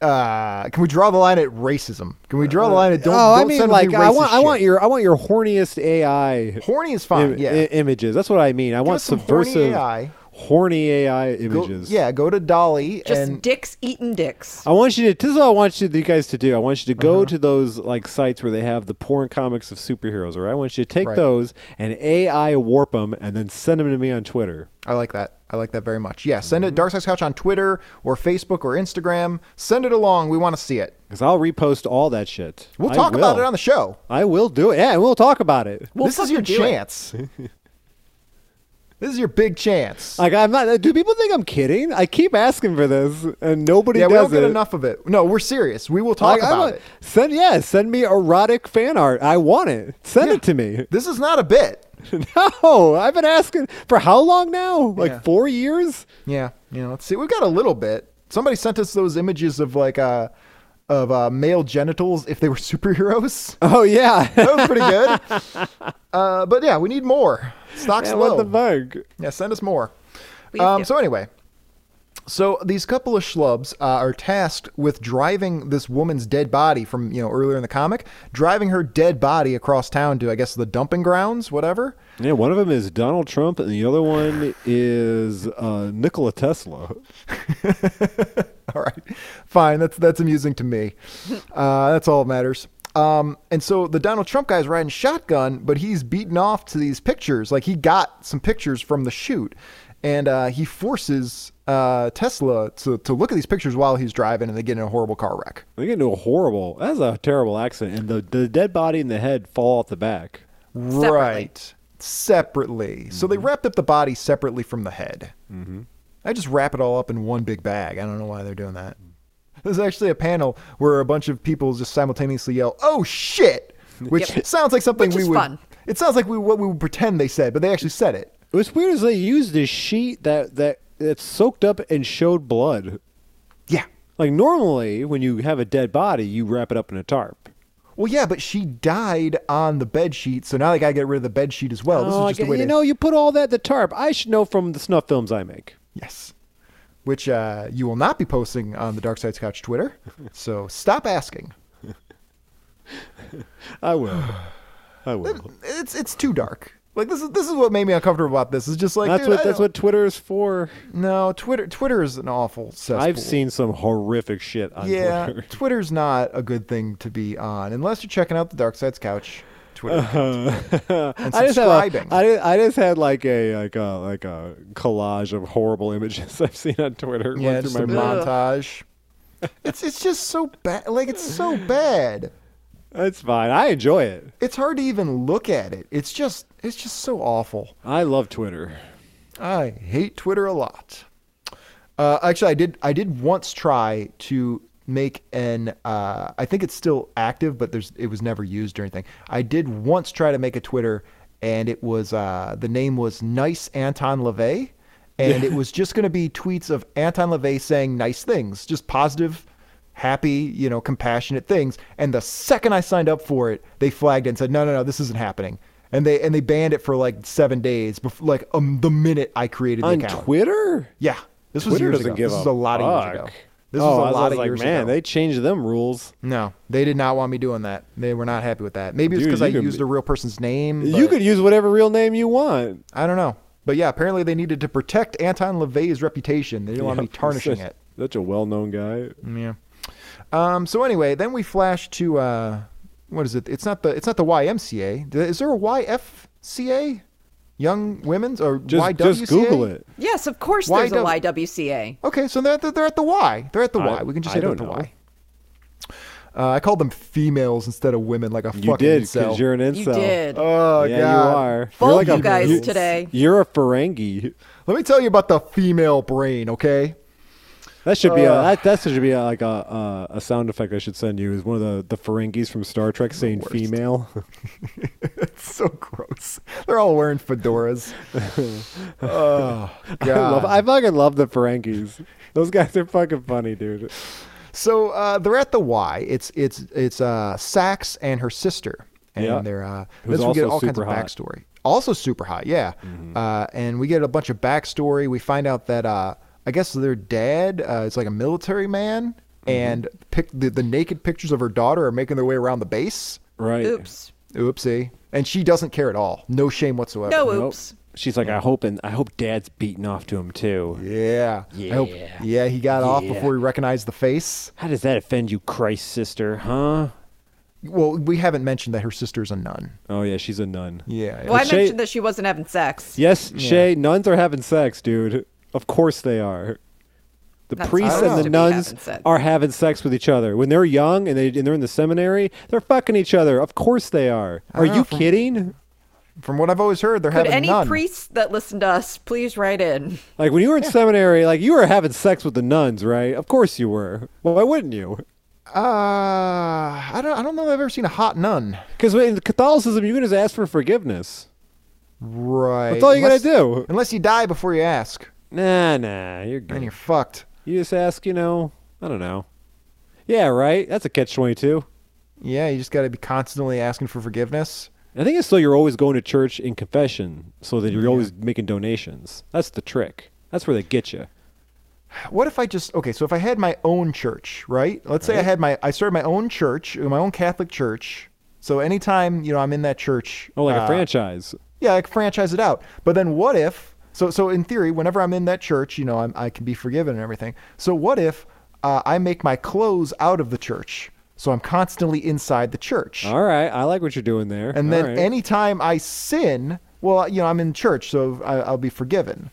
uh, can we draw the line at racism? Can we draw the line at don't? oh, don't I mean, send like me I racist want, I want shit. your, I want your horniest AI horny is fine. im- yeah, i- images. That's what I mean. I want us some horny subversive, AI. horny AI go, images. yeah. Go to Dolly Just and Uh, dicks eating dicks. I want you to. This is what I want you, you guys to do. I want you to Uh-huh. go to those like sites where they have the porn comics of superheroes. All right, I want you to take Right. those and AI warp them and then send them to me on Twitter. I like that. I like that very much. Yeah, send it Dark Sex Couch on Twitter or Facebook or Instagram. Send it along. We want to see it. Because I'll repost all that shit. We'll I talk about will. it on the show. I will do it. Yeah, we'll talk about it. We'll this is fucking your do it. chance. this is your big chance. Like I'm not. Do people think I'm kidding? I keep asking for this, and nobody yeah, we does don't get it. enough of it. No, we're serious. We will talk Like, I about want- it. Send yeah, send me erotic fan art. I want it. Send it to me. This is not a bit. no, I've been asking for how long now? Like Yeah. four years? Yeah, you know, let's see. We've got a little bit. Somebody sent us those images of like uh of uh male genitals if they were superheroes. Oh yeah. That was pretty good. uh but yeah, we need more. Stocks Yeah, low. what the bug? yeah, send us more. Please Um do. so anyway, so these couple of schlubs uh, are tasked with driving this woman's dead body from, you know, earlier in the comic, driving her dead body across town to I guess the dumping grounds, whatever. Yeah, one of them is Donald Trump, and the other one is uh, Nikola Tesla. all right, fine. That's that's amusing to me. Uh, that's all that matters. Um, and so the Donald Trump guy's riding shotgun, but he's beaten off to these pictures. Like he got some pictures from the shoot, and uh, he forces uh, Tesla to, to look at these pictures while he's driving, and they get in a horrible car wreck. They get into a horrible. That's a terrible accident, and the the dead body and the head fall off the back. Separately. Mm-hmm. Right. Separately. So they wrapped up the body separately from the head. Mm-hmm. I just wrap it all up in one big bag. I don't know why they're doing that. Mm. There's actually a panel where a bunch of people just simultaneously yell, "Oh shit!" Which Yep. sounds like something Which we is would. fun. It sounds like we what we would pretend they said, but they actually said it. What's weird is they used this sheet that that that soaked up and showed blood. Yeah. Like normally, when you have a dead body, you wrap it up in a tarp. Well, yeah, but she died on the bed sheet, so now they gotta get rid of the bed sheet as well. this Oh, is I just get- a way you to know, you put all that in the tarp. I should know from the snuff films I make. Yes. which uh, you will not be posting on the Dark Side's Couch Twitter. So stop asking. I will. I will. It's it's too dark. Like this is this is what made me uncomfortable about this. It's just like That's dude, what I that's don't- what Twitter is for. No, Twitter Twitter is an awful cesspool. I've seen some horrific shit on Yeah, Twitter. Twitter's not a good thing to be on unless you're checking out the Dark Side's Couch Twitter. Uh-huh, and I just, had a, subscribing. I, did- I just had like a like a like a collage of horrible images I've seen on Twitter. Went yeah, through just my a mind. montage. it's it's just so bad. Like it's so bad. That's fine. I enjoy it. It's hard to even look at it. It's just it's just so awful. I love Twitter. I hate Twitter a lot. Uh, actually, I did. I did once try to make an. Uh, I think it's still active, but there's it was never used or anything. I did once try to make a Twitter, and it was uh, the name was Nice Anton Levay, and it was just going to be tweets of Anton Levay saying nice things, just positive, happy, you know, compassionate things. And the second I signed up for it, they flagged it and said, "No, no, no, this isn't happening." And they and they banned it for like seven days, bef- like um, the minute I created the on account. Twitter? Yeah, this was Twitter years doesn't ago. give this a was a lot of years fuck. ago. This oh, was a I was, lot I was of like, years man, ago. they changed them rules. no, they did not want me doing that. They were not happy with that. Maybe it's Dude, because you I could used be- a real person's name. You but could use whatever real name you want. I don't know, but yeah, apparently they needed to protect Anton LaVey's reputation. They didn't want me Yep. tarnishing such, it. Mm. Such a well-known guy. Yeah. Um. So anyway, then we flash to uh, what is it? It's not the it's not the YMCA. Is there a YFCA? Young women's or Just, YWCA? just Google it. Yes, of course Why there's a don't- YWCA. Okay, so they're at the, they're at the Y. They're at the I- Y. We can just I say they're at don't the know. Y. Uh, I called them females instead of women, like a You fucking did incel. because you're an incel. You did. Oh yeah, God. you are. Fuck you're like a, you guys you- today. You're a Ferengi. Let me tell you about the female brain, okay? That should be Ugh. a that, that should be a, like a, a a sound effect I should send you is one of the the Ferengis from Star Trek saying worst. female. It's so gross. They're all wearing fedoras. oh God. I, love, I fucking love the Ferengis. Those guys are fucking funny, dude. So uh, they're at the Y. It's it's it's uh, Sax and her sister, and Yeah. they're uh, Who's this we get also all kinds super of hot. Mm-hmm. backstory. Also super hot, yeah. Uh, and we get a bunch of backstory. We find out that uh, I guess their dad uh, is like a military man, Mm-hmm. and pic- the, the naked pictures of her daughter are making their way around the base. Right. Oops. Oopsie, and she doesn't care at all. No shame whatsoever. No Nope. Oh, oops. She's like, I hope and I hope Dad's beating off to him too. Yeah. Yeah. yeah, he got off before he recognized the face. How does that offend you, Christ sister? Huh? Well, we haven't mentioned that her sister's a nun. Oh yeah, she's a nun. Yeah. Well, I Shay- mentioned that she wasn't having sex. Yes, Shay, nuns are having sex, dude. Of course they are. The That's priests supposed and to the be nuns having sex. are having sex with each other when they're young and they and they're in the seminary. They're fucking each other. Of course they are. Are don't you know, from- kidding? From what I've always heard, they're Could having any none. priests that listen to us please write in? Like when you were in seminary, like you were having sex with the nuns, right? Of course you were. Well, why wouldn't you? uh, I don't. I don't know. That I've ever seen a hot nun. Because in Catholicism, you can just ask for forgiveness. Right. That's all you Unless- gotta do. Unless you die before you ask, Nah, nah, you're then good. you're fucked. You just ask, you know, I don't know. Yeah, right. That's a catch twenty-two. Yeah, you just gotta be constantly asking for forgiveness. I think it's so you're always going to church in confession, so that you're always making donations. That's the trick. That's where they get you. What if I just okay? So if I had my own church, right? Let's say I Right. had my. I started my own church, my own Catholic church. So anytime you know I'm in that church, Oh, like uh, a franchise. Yeah, I could franchise it out. But then what if? So so in theory, whenever I'm in that church, you know, I'm, I can be forgiven and everything. So what if uh, I make my clothes out of the church? So I'm constantly inside the church, All right, I like what you're doing there. and All then right. anytime I sin, well, you know, I'm in church, so I, I'll be forgiven.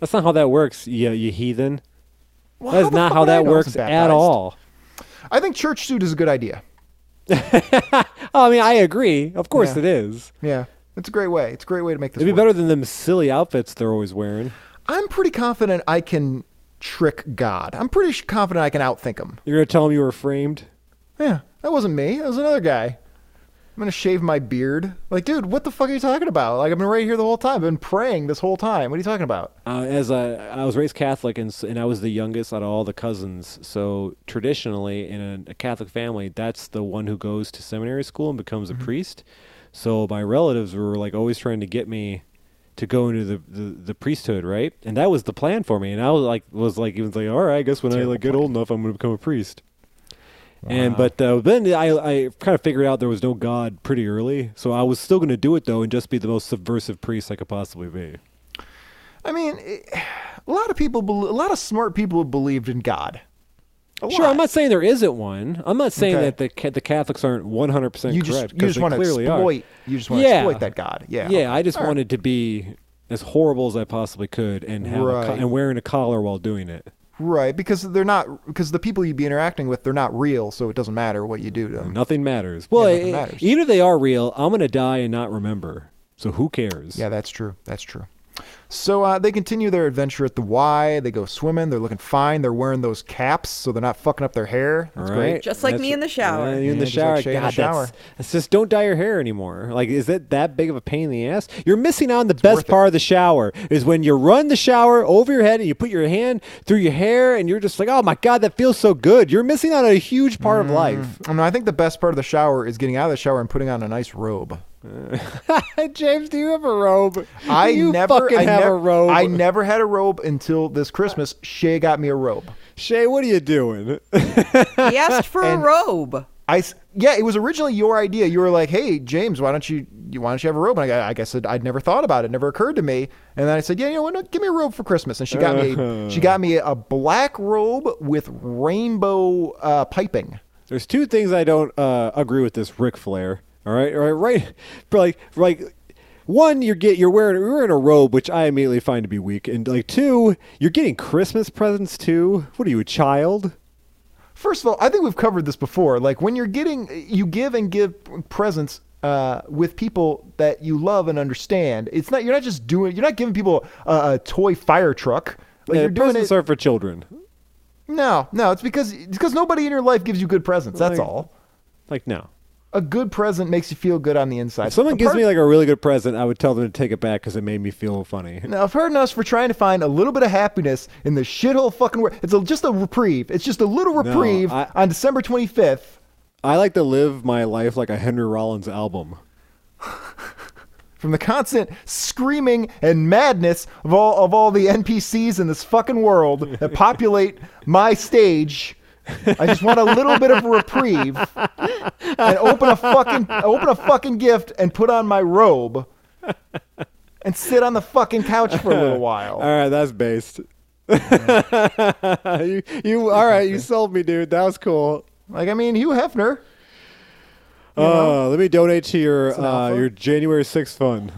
that's not how that works. You, you heathen. Well, That's the not fuck how would I that know I works wasn't at baptized? all. I think church suit is a good idea. Oh, I mean, I agree. Of course, Yeah. it is. Yeah, it's a great way. It's a great way to make this. It'd be work. better than them silly outfits they're always wearing. I'm pretty confident I can trick God. I'm pretty sh- confident I can outthink him. You're gonna tell them you were framed. Yeah, that wasn't me. That was another guy. I'm gonna shave my beard. Like, dude, what the fuck are you talking about? Like, I've been right here the whole time. I've been praying this whole time. What are you talking about? Uh, as a, I was raised Catholic, and, s- and I was the youngest out of all the cousins. So traditionally, in a, a Catholic family, that's the one who goes to seminary school and becomes a priest. So my relatives were like always trying to get me to go into the, the, the priesthood, right? And that was the plan for me. And I was like, was like, even like, all right, I guess when I like get old enough, I'm going to become a priest. And but uh, then I I kind of figured out there was no God pretty early, so I was still going to do it though, and just be the most subversive priest I could possibly be. I mean, it, a lot of people, bel- a lot of smart people believed in God. A Sure, lot. I'm not saying there isn't one. I'm not saying Okay. that the ca- the Catholics aren't 100 percent You correct. just, you 'cause just they want to clearly are. exploit. You just want to Yeah. exploit that God. Yeah. Yeah, I just wanted to be as horrible as I possibly could and have a co- Right. and wearing a collar while doing it. Right, because they're not because the people you'd be interacting with, they're not real, so it doesn't matter what you do to them. Nothing matters. Well, nothing it- matters. either they are real, I'm going to die and not remember. So who cares? Yeah, that's true. That's true. So uh, they continue their adventure at the Y. They go swimming. They're looking fine. They're wearing those caps, so they're not fucking up their hair. All That's right. great. Just like me in the shower. Yeah, you in Yeah, the just like shower. Shay in the God, That's, shower. that's just don't dye your hair anymore. Like, is it that big of a pain in the ass? You're missing out on the best worth it. part of the shower is when you run the shower over your head and you put your hand through your hair and you're just like, oh my God, that feels so good. You're missing out on a huge part of life. I, mean, I think the best part of the shower is getting out of the shower and putting on a nice robe. James, do you have a robe? Mm. I you never fucking I have never, a robe. I never had a robe until this Christmas. Shay got me a robe. Shay, what are you doing? He asked for a robe. I s- yeah, it was originally your idea. You were like, "Hey, James, why don't you you- why don't you have a robe?" And I, go- I guess I'd, I'd never thought about it. Never occurred to me. And then I said, "Yeah, you know what? No, give me a robe for Christmas." And she got me a- she got me a black robe with rainbow uh, piping. There's two things I don't uh, agree with this Ric Flair. All right, all right, right. But like, like, one, you're get you're wearing you're wearing a robe, which I immediately find to be weak, and like two, you're getting Christmas presents too. What are you, a child? First of all, I think we've covered this before. Like when you're getting you give and give presents uh, with people that you love and understand. It's not you're not just doing you're not giving people a, a toy fire truck. Like Yeah, you're doing presents it. are for children. no, no, it's because it's because nobody in your life gives you good presents. That's Like- all. Like no. a good present makes you feel good on the inside. If someone gives Apart- me like a really good present, I would tell them to take it back because it made me feel funny. now, pardon us for trying to find a little bit of happiness in the shithole fucking world. It's a, just a reprieve. It's just a little reprieve I- on December 25th. I like to live my life like a Henry Rollins album. From the constant screaming and madness of all of all the NPCs in this fucking world that populate my stage, I just want a little bit of a reprieve and open a fucking open a fucking gift and put on my robe and sit on the fucking couch for a little while. All right, that's based. you, you, all right, you sold me, dude. That was cool. Like I mean, Hugh Hefner. Uh, let me donate to your an uh, alpha. your January sixth fund.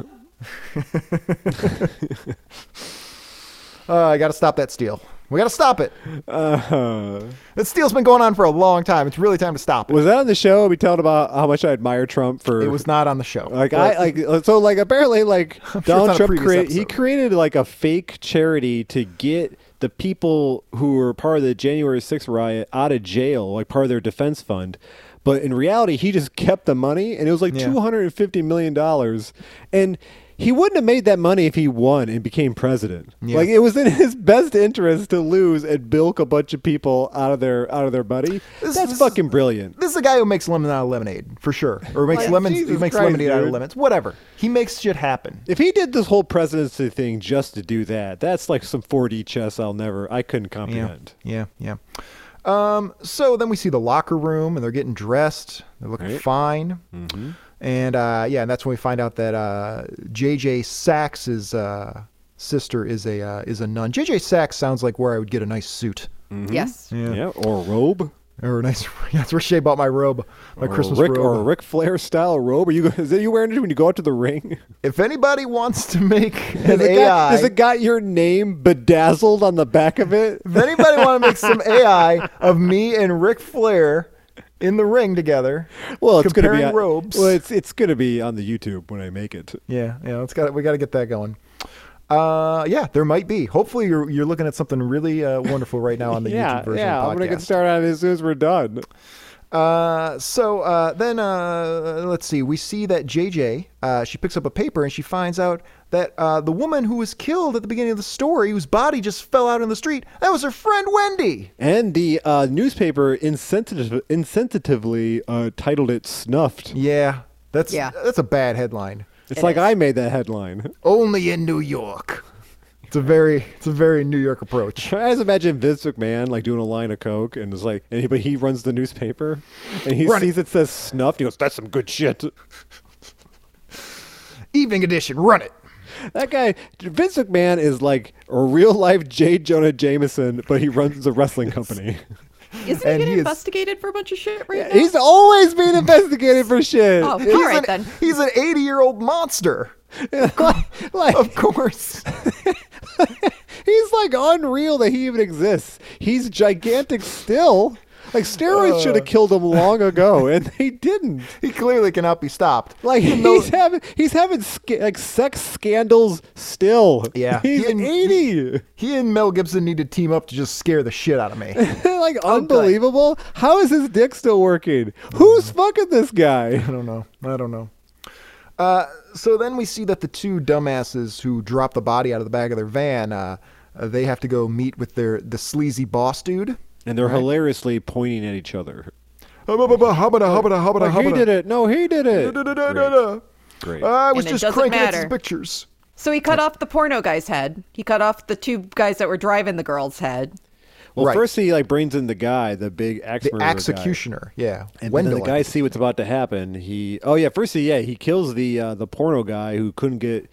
Uh, I got to stop that steal. We got to stop it. Uh, That steal's been going on for a long time. It's really time to stop it. was that on the show? We telling about how much I admire Trump for It was not on the show. like I like uh, so like apparently like Donald on a Trump previous created he episode. created like a fake charity to get the people who were part of the January sixth riot out of jail, like part of their defense fund. But in reality, he just kept the money, and it was like Yeah. two hundred and fifty million dollars, and he wouldn't have made that money if he won and became president. Yeah. Like it was in his best interest to lose and bilk a bunch of people out of their out of their money. This- That's this is- fucking brilliant. this is a guy who makes lemon out of lemonade for sure, or makes Like, lemons. Jesus he makes Christ, lemonade out of dude. lemons. Whatever. He makes shit happen. If he did this whole presidency thing just to do that, that's like some 4D chess I'll never, I couldn't comprehend. Yeah. Yeah. Um. So then we see the locker room, and they're getting dressed. They're looking Right. fine. Mm-hmm. And uh, yeah, and that's when we find out that uh, J.J. Sax's uh, sister is a uh, is a nun. J.J. Sax sounds like where I would get a nice suit. Yes. Yeah. or robe. Or a nice. That's where Shay bought my robe, my or Christmas Rick, robe. Or a Ric Flair style robe. Are you, is that you wearing it when you go out to the ring? If anybody wants to make Has an it, got, AI, has it got your name bedazzled on the back of it? if anybody want to make some AI of me and Ric Flair in the ring together, Well, it's going to be Comparing on, robes. Well, it's it's going to be on the YouTube when I make it. yeah, yeah, let's got we got to get that going. Uh, yeah, there might be. Hopefully, you're you're looking at something really uh, wonderful right now on the yeah, YouTube version. yeah. of the I'm going to podcast. get started on it as soon as we're done. Uh, so uh, then uh, let's see. We see that JJ uh, she picks up a paper and she finds out that uh, the woman who was killed at the beginning of the story, whose body just fell out in the street, that was her friend Wendy. And the uh, newspaper insensitive, insensitively uh, titled it "Snuffed." Yeah, that's Yeah. that's a bad headline. It's It like is. I made that headline. Only in New York. It's a very it's a very New York approach. I just imagine Vince McMahon like doing a line of coke and it's like, and he, but he runs the newspaper and he Run it. sees it says snuff. He goes, "That's some good shit." Evening edition, run it. That guy, Vince McMahon, is like a real life J. Jonah Jameson, but he runs a wrestling company. And Isn't he getting he is- investigated for a bunch of shit right now? He's always being investigated for shit. Oh, He's all right an- then. He's an 80 year old monster. like, like- Of course. he's like unreal that he even exists. He's gigantic still. Like steroids should have killed him long ago, and they didn't. he clearly cannot be stopped. Like Even though- he's having he's having sca- like sex scandals still. Yeah. he's He and- eighty. he and Mel Gibson need to team up to just scare the shit out of me. like unbelievable. How is his dick still working? Who's fucking this guy? I don't know. I don't know. Uh, so then we see that the two dumbasses who dropped the body out of the back of their van, uh, uh, they have to go meet with their the sleazy boss dude. And they're hilariously pointing at each other. Like, he did it. No, he did it. Da-da-da-da-da. Great. I was And it just doesn't cranking at these matter. pictures. So he cut off the porno guy's head. He cut off the two guys that were driving the girl's head. Well, Right. first he like brings in the guy, the big axe The murderer guy. executioner. Yeah. And Wendell. then the guy see what's about to happen. He oh yeah, first he yeah he kills the uh, the porno guy who couldn't get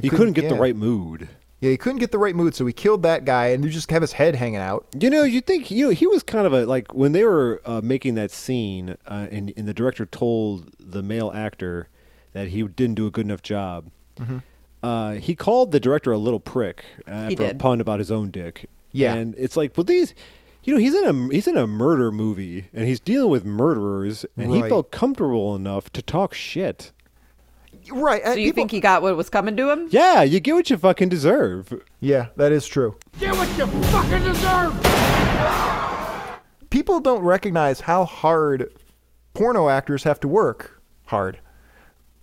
he, couldn't, couldn't- get the yeah. right mood. Yeah, he couldn't get the right mood, so he killed that guy, and you just have his head hanging out. You know, you think you know he was kind of a like when they were uh, making that scene, uh, and and the director told the male actor that he didn't do a good enough job. Mm-hmm. Uh, he called the director a little prick uh, He after a did. pun about his own dick. Yeah. and it's like, well, these, you know, he's in a he's in a murder movie, and he's dealing with murderers, and he Right. felt comfortable enough to talk shit. Right. uh, So you think he got what was coming to him? Yeah, you get what you fucking deserve. Yeah, that is true. Get what you fucking deserve! people don't recognize how hard porno actors have to work hard.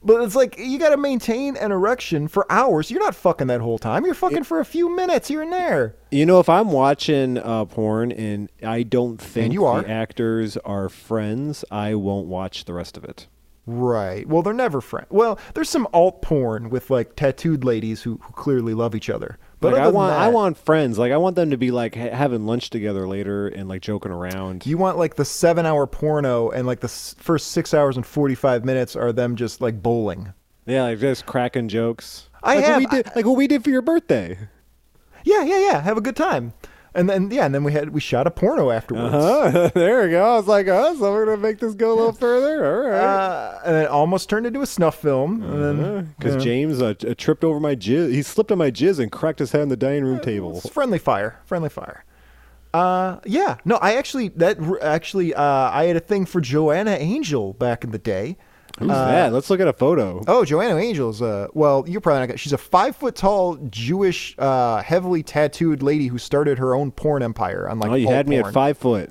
But it's like you got to maintain an erection for hours. You're not fucking that whole time. You're fucking for a few minutes here and there. You know, if I'm watching uh, porn and I don't think you are. the actors are friends, I won't watch the rest of it. Right. Well, they're never friends. Well, there's some alt porn with like tattooed ladies who, who clearly love each other. But like, other I than want, I that, want friends. Like, I want them to be like ha- having lunch together later and like joking around. You want like the seven hour porno, and like the s- first six hours and 45 minutes are them just like bowling. yeah, like just cracking jokes. I like have- What we did, like what we did for your birthday. Yeah, yeah, yeah. Have a good time. And then, yeah, and then we had, we shot a porno afterwards. Huh? Oh, there we go. I was like, oh, so we're gonna make this go a little further. All right. uh, and it almost turned into a snuff film. And then because James uh, t- tripped over my jizz. He slipped on my jizz and cracked his head on the dining room table. it's friendly fire, friendly fire. Uh, yeah, no, I actually that r- actually uh, I had a thing for Joanna Angel back in the day. Who's Uh, that? Let's look at a photo. Oh, Joanna Angel's. Uh, well, you're probably not. Gonna, she's a five foot tall Jewish, uh, heavily tattooed lady who started her own porn empire. On like, oh you alt had me at porn. five foot.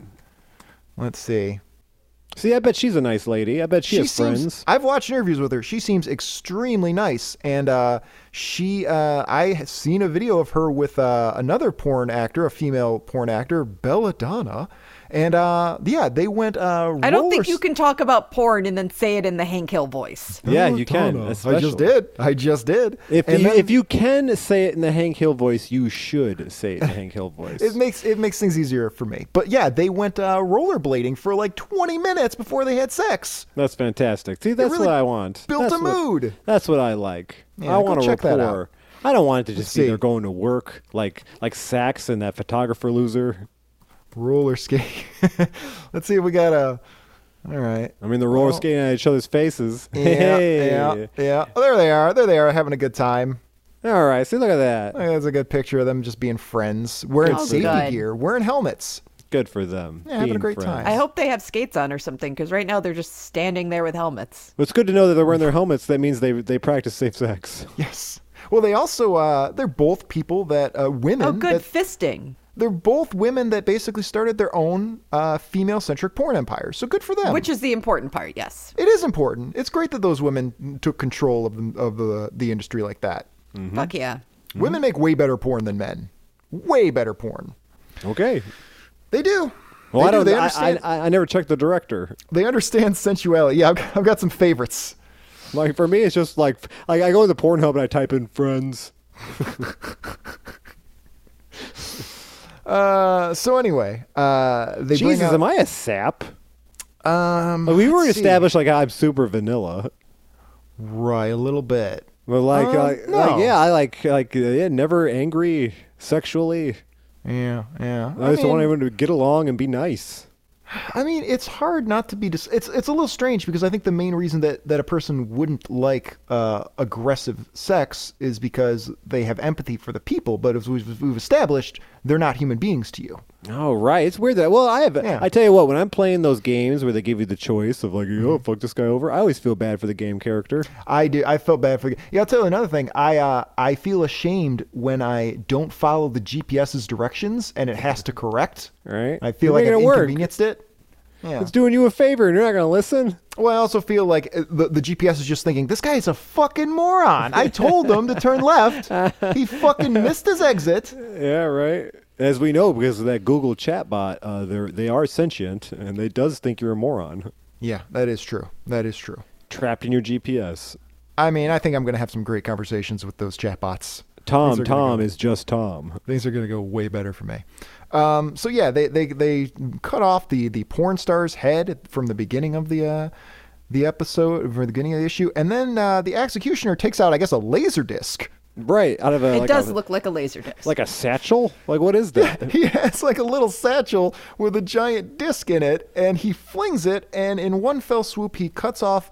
Let's see. See, I bet she's a nice lady. I bet she, has seems, friends. I've watched interviews with her. She seems extremely nice, and uh, she. Uh, I have seen a video of her with uh, another porn actor, a female porn actor, Belladonna, and uh, yeah, they went. Uh, I don't think roller you can talk about porn and then say it in the Hank Hill voice. yeah, you can. Belladonna. That's I special. just did. I just did. If And you, then if you can say it in the Hank Hill voice, you should say it in the Hank Hill voice. It makes it makes things easier for me. But yeah, they went uh, rollerblading for like 20 minutes before they had sex. that's fantastic. See, that's really what I want. built that's a what- mood. That's what I like. Yeah, I go want to check that out. rapport. I don't want it to just Let's be see. they're going to work like like Sax and that photographer loser. Roller skate. Let's see if we got a. All right. I mean, they're roller skating at each other's faces. Yeah, hey. yeah, yeah. Oh, there they are. There they are having a good time. All right. See, look at that. I think that's a good picture of them just being friends, wearing Oh, safety good. gear, wearing helmets. Good for them. Yeah, having a being great friends. time. I hope they have skates on or something because right now they're just standing there with helmets. Well, It's good to know that they're wearing their helmets. That means they they practice safe sex. Yes. Well, they also uh, they're both people that uh, women. Oh, good that- fisting, they're both women that basically started their own uh, female-centric porn empire. So good for them. which is the important part, yes. it is important. It's great that those women took control of the, of the the industry like that. Fuck yeah. Mm-hmm. Women make way better porn than men. Way better porn. Okay. They do. Well, they I do. don't. They I, understand. I, I never checked the director. they understand sensuality. Yeah, I've got, I've got some favorites. Like for me, it's just like like I go to the Pornhub and I type in friends. Uh, so anyway, uh, they bring Jesus, out- am I a sap? Um, Like, we were let's see. established like I'm super vanilla, right a little bit. but like, Um, like, no. like, yeah, I like like uh, yeah, never angry sexually. Yeah, yeah. I, just mean, want everyone to get along and be nice. I mean, it's hard not to be. Dis- it's it's a little strange because I think the main reason that that a person wouldn't like uh, aggressive sex is because they have empathy for the people. But as we've, we've established, they're not human beings to you. Oh right, it's weird that. Well, I have. Yeah. I tell you what, when I'm playing those games where they give you the choice of like, oh, fuck this guy over, I always feel bad for the game character. I do. I felt bad for. Yeah, I'll tell you another thing. I uh, I feel ashamed when I don't follow the GPS's directions and it has to correct. Right. I feel You're like making I've it work. inconvenienced it. Yeah. It's doing you a favor, and you're not gonna listen. Well, I also feel like uh, the, the GPS is just thinking, this guy is a fucking moron. I told him to turn left. He fucking missed his exit. Yeah, right. As we know, because of that Google chatbot, uh, they they are sentient, and they does think you're a moron Yeah, that is true. That is true. trapped in your GPS. I mean, I think I'm going to have some great conversations with those chatbots. These Tom, are gonna Tom is just Tom. Things are going to go way better for me. Um, so yeah, they, they they cut off the the porn star's head from the beginning of the uh, the episode, from the beginning of the issue, and then uh, the executioner takes out, I guess, a laser disc. Right out of a It like does a, look like a laser disc. like a satchel. Like what is that? he has like a little satchel with a giant disc in it, and he flings it, and in one fell swoop, he cuts off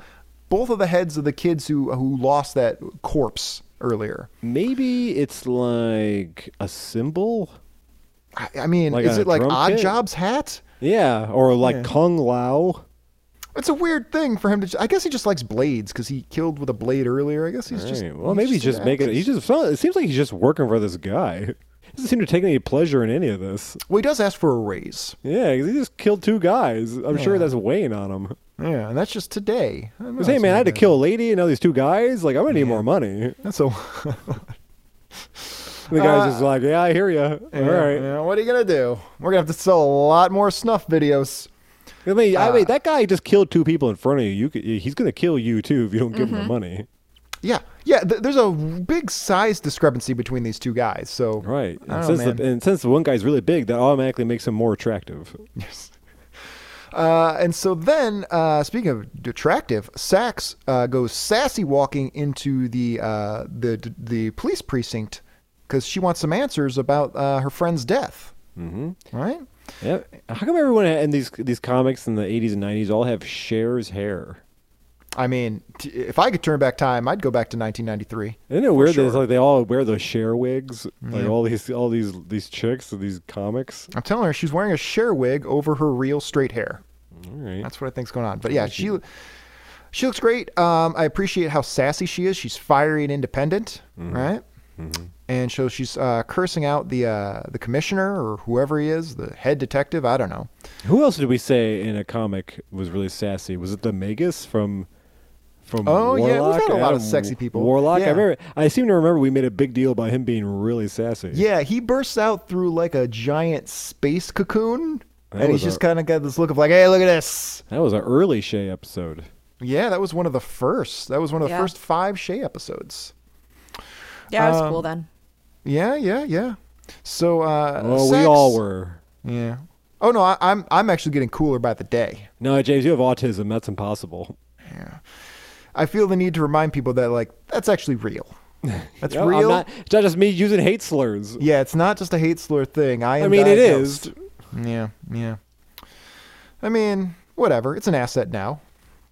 both of the heads of the kids who who lost that corpse earlier. Maybe it's like a symbol. I, I mean, Like is a it like drum Odd kit? Job's hat? Yeah, or like Yeah. Kung Lao. It's a weird thing for him to. ju- I guess he just likes blades because he killed with a blade earlier. I guess he's just. Right. Well, maybe he's just an making. actor. He's just. It seems like he's just working for this guy. Doesn't seem to take any pleasure in any of this. Well, he does ask for a raise. Yeah, 'cause he just killed two guys. I'm sure that's weighing on him. Yeah, and that's just today. I don't know, 'Cause, hey it's man, I had to bad. kill a lady and now these two guys. Like I'm gonna need more money. That's a. The guy's just like, yeah, I hear you. All right. Uh, Yeah, what are you gonna do? We're gonna have to sell a lot more snuff videos. I mean, Uh, I mean, that guy just killed two people in front of you. You could, he's gonna kill you too if you don't give him the money. Yeah, yeah. Th- there's a big size discrepancy between these two guys. So Right. I And don't since, know, the, Oh, man. and since the one guy's really big, that automatically makes him more attractive. Uh, and so then, uh, speaking of attractive, Sax uh, goes sassy walking into the uh, the the police precinct because she wants some answers about uh, her friend's death. Mm-hmm. Right. Yeah. How come everyone in these these comics in the 80s and 90s all have Cher's hair? I mean, t- if I could turn back time, I'd go back to 1993. Isn't it weird that it's sure. like they all wear those Cher wigs? Like all these all these these chicks of these comics. I'm telling her she's wearing a Cher wig over her real straight hair. All right. That's what I think's going on. But yeah, she she looks great. Um, I appreciate how sassy she is. She's fiery and independent, Mm-hmm. right? And so she's uh, cursing out the uh, the commissioner or whoever he is, the head detective. I don't know. Who else did we say in a comic was really sassy? Was it the Magus from from Oh, yeah, we've Warlock? had a lot of Adam sexy people. Warlock. Yeah. I remember. I seem to remember we made a big deal about him being really sassy. Yeah, he bursts out through like a giant space cocoon, That and was he's just a- kind of got this look of like, "Hey, look at this." That was an early Shea episode. Yeah, that was one of the first. That was one of the Yeah. first five Shay episodes. yeah, it was um, cool then. Yeah, yeah, yeah. So, uh, Oh, we Sax- all were. Yeah. Oh no, I, I'm I'm actually getting cooler by the day. No, James, you have autism. That's impossible. I feel the need to remind people that like that's actually real. That's No, I'm real. not- it's not just me using hate slurs. yeah, it's not just a hate slur thing. I I, am mean, it diagnosed. is. Yeah, yeah. I mean, whatever. It's an asset now.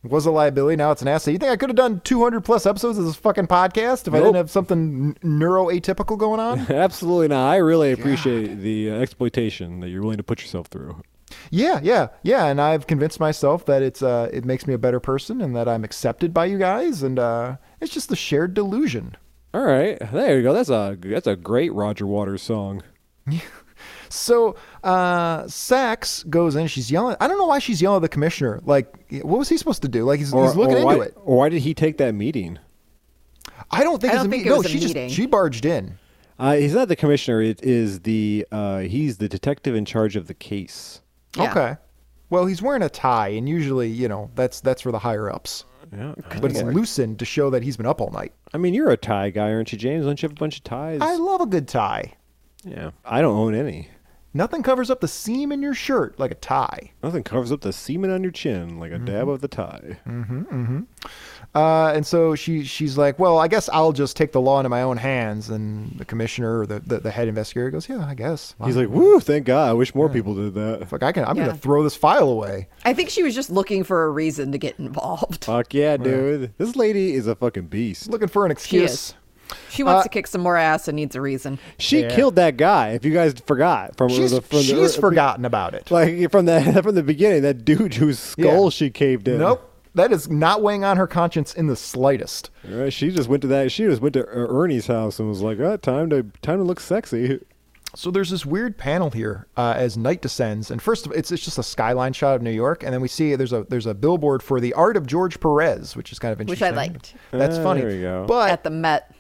It was a liability. Now it's an asset. You think I could have done 200 plus episodes of this fucking podcast if I didn't Nope. have something n- neuroatypical going on? Absolutely not. I really appreciate the uh, exploitation that you're willing to put yourself through. Yeah, yeah, yeah. And I've convinced myself that it's uh, it makes me a better person and that I'm accepted by you guys. And uh, it's just the shared delusion. All right, there you go. That's a that's a great Roger Waters song. So uh, Sax goes in. She's yelling. I don't know why she's yelling at the commissioner. Like, what was he supposed to do? Like, he's, he's looking into why, it. Or why did he take that meeting? I don't think I it's a don't think meeting. it No, was a she meeting. just she barged in. Uh, he's not the commissioner. It is the uh, he's the detective in charge of the case. Yeah. Okay. Well, he's wearing a tie, and usually, you know, that's that's for the higher ups. Yeah. but it's loosened to show that he's been up all night. I mean, you're a tie guy, aren't you, James? Don't you have a bunch of ties? I love a good tie. yeah. I don't own any. Nothing covers up the seam in your shirt like a tie. Nothing covers up the semen on your chin like a dab of the tie. Mm-hmm. Uh, and so she she's like, well, I guess I'll just take the law into my own hands. And the commissioner or the, the, the head investigator goes, yeah, I guess. He's like, "Woo! Thank God! I wish more people did that." Fuck, I can. I'm Yeah. gonna throw this file away. I think she was just looking for a reason to get involved. Uh, Fuck yeah, dude! This lady is a fucking beast. Looking for an She excuse. is. She Uh, wants to kick some more ass and needs a reason. She killed that guy. If you guys forgot from She's, the, uh, from she's the, forgotten about it. like from the from the beginning, that dude whose skull Yeah. she caved in. Nope. That is not weighing on her conscience in the slightest. Right, She just went to that. She just went to Er- Ernie's house and was like, "Ah, time to time to look sexy." So there's this weird panel here uh, as night descends, and first of it's it's just a skyline shot of New York, and then we see there's a there's a billboard for the art of George Perez, which is kind of Which interesting. I liked. That's Ah, funny. there you go. But At the Met.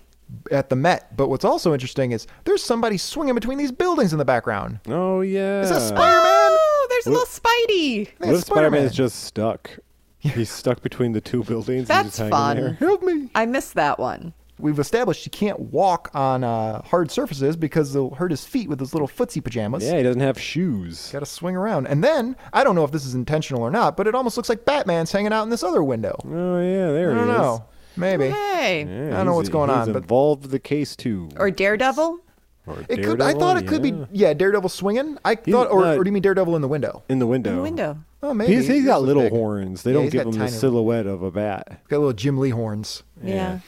at the Met. But what's also interesting is there's somebody swinging between these buildings in the background. Oh yeah. Is that Spider Man? Oh, there's a little Spidey. What if That's Spider-Man. Spider Man is just stuck? He's stuck between the two buildings. and That's just hanging fun. there. Help me! I missed that one. We've established he can't walk on uh, hard surfaces because they'll hurt his feet with his little footsie pajamas. Yeah, he doesn't have shoes. Got to swing around, and then I don't know if this is intentional or not, but it almost looks like Batman's hanging out in this other window. Oh yeah, there I he don't is. know. Maybe. Hey. Yeah, I don't know he's- what's going he's on, but- involved the case too. Or Daredevil. Or It could. I Daredevil, thought it could yeah. be. Yeah, Daredevil swinging. I thought, or, not- or do you mean Daredevil in the window? in the window. In the window. Oh, maybe He's- he's Yours got look little big. horns. They Yeah, don't he's give got him the tiny- silhouette of a bat. Got little Jim Lee horns. Yeah.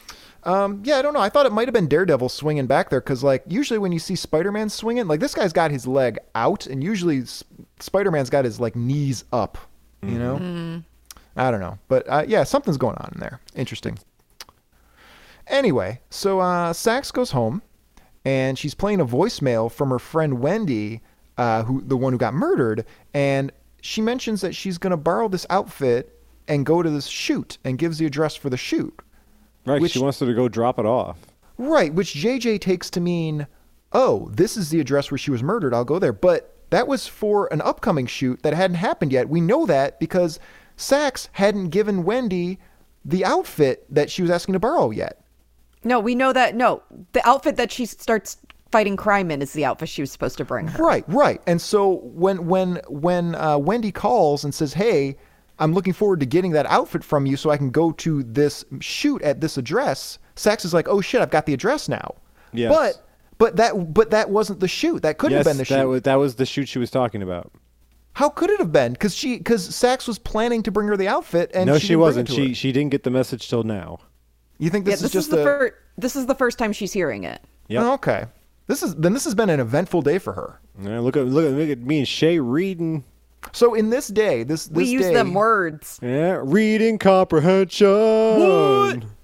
Um, yeah, I don't know. I thought it might have been Daredevil swinging back there because, like, usually when you see Spider-Man swinging, like this guy's got his leg out, and usually S- Spider-Man's got his like knees up. You know. I don't know, but uh, yeah, something's going on in there. Interesting. Anyway, so uh, Sax goes home, and she's playing a voicemail from her friend Wendy, uh, who the one who got murdered, and she mentions that she's going to borrow this outfit and go to this shoot, and gives the address for the shoot. Right, Which- she wants her to go drop it off. Right, which JJ takes to mean, oh, this is the address where she was murdered. I'll go there. But that was for an upcoming shoot that hadn't happened yet. We know that because Sax hadn't given Wendy the outfit that she was asking to borrow yet. No, we know that. No, the outfit that she starts fighting crime in is the outfit she was supposed to bring her. Right, right. And so when when when uh, Wendy calls and says, "Hey, I'm looking forward to getting that outfit from you, so I can go to this shoot at this address," Sax is like, "Oh shit, I've got the address now." Yes. But but that but that wasn't the shoot. That couldn't yes, have been the shoot. that was that was the shoot she was talking about. How could it have been? Because she, because Sax was planning to bring her the outfit, and no, she, she, didn't bring it wasn't. to She her. she didn't get the message till now. you think Yeah, this this is is, just the a? first. This is the first time she's hearing it. Yep. Oh, okay, this is then. This has been an eventful day for her. Yeah, look at look at look at me and Shay reading. So in this day, this We this use day, them words. Yeah, reading comprehension.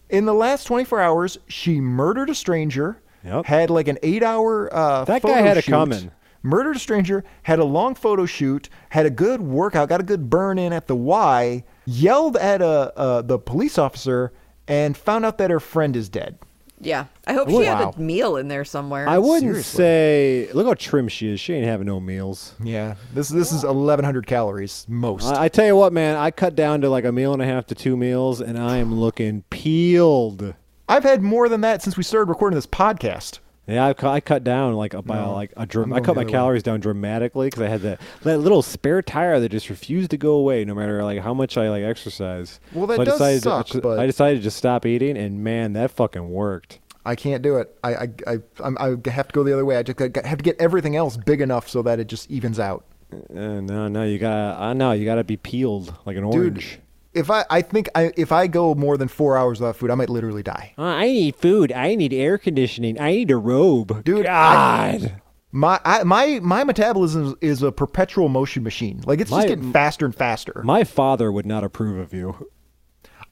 in the last twenty four hours, she murdered a stranger. Yep. Had like an eight hour. Uh, That photo guy had it shoot, coming. Murdered a stranger. Had a long photo shoot. Had a good workout. Got a good burn in at the Y. Yelled at a uh, the police officer and found out that her friend is dead. Yeah, I hope Wow. she had a meal in there somewhere. I wouldn't Seriously. say. Look how trim she is. She ain't having no meals. Yeah, this this is 1,100 calories most. I, I tell you what, man. I cut down to like a meal and a half to two meals, and I am looking peeled. I've had more than that since we started recording this podcast. Yeah, I, cu- I cut down like a, by like a dram- I going cut the my other way. calories down dramatically because I had that, that little spare tire that just refused to go away no matter like how much I like exercise. Well, that I does decided suck, To, but- I decided to just stop eating, and man, that fucking worked. I can't do it. I I I, I'm, I have to go the other way. I just I have to get everything else big enough so that it just evens out. Uh, no, no, you gotta, I know you gotta be peeled like an orange. If I I think I if I go more than four hours without food, I might literally die. Uh, I need food. I need air conditioning. I need a robe. Dude, I- God. My I, my my metabolism is a perpetual motion machine. Like it's My- just getting faster and faster. my father would not approve of you.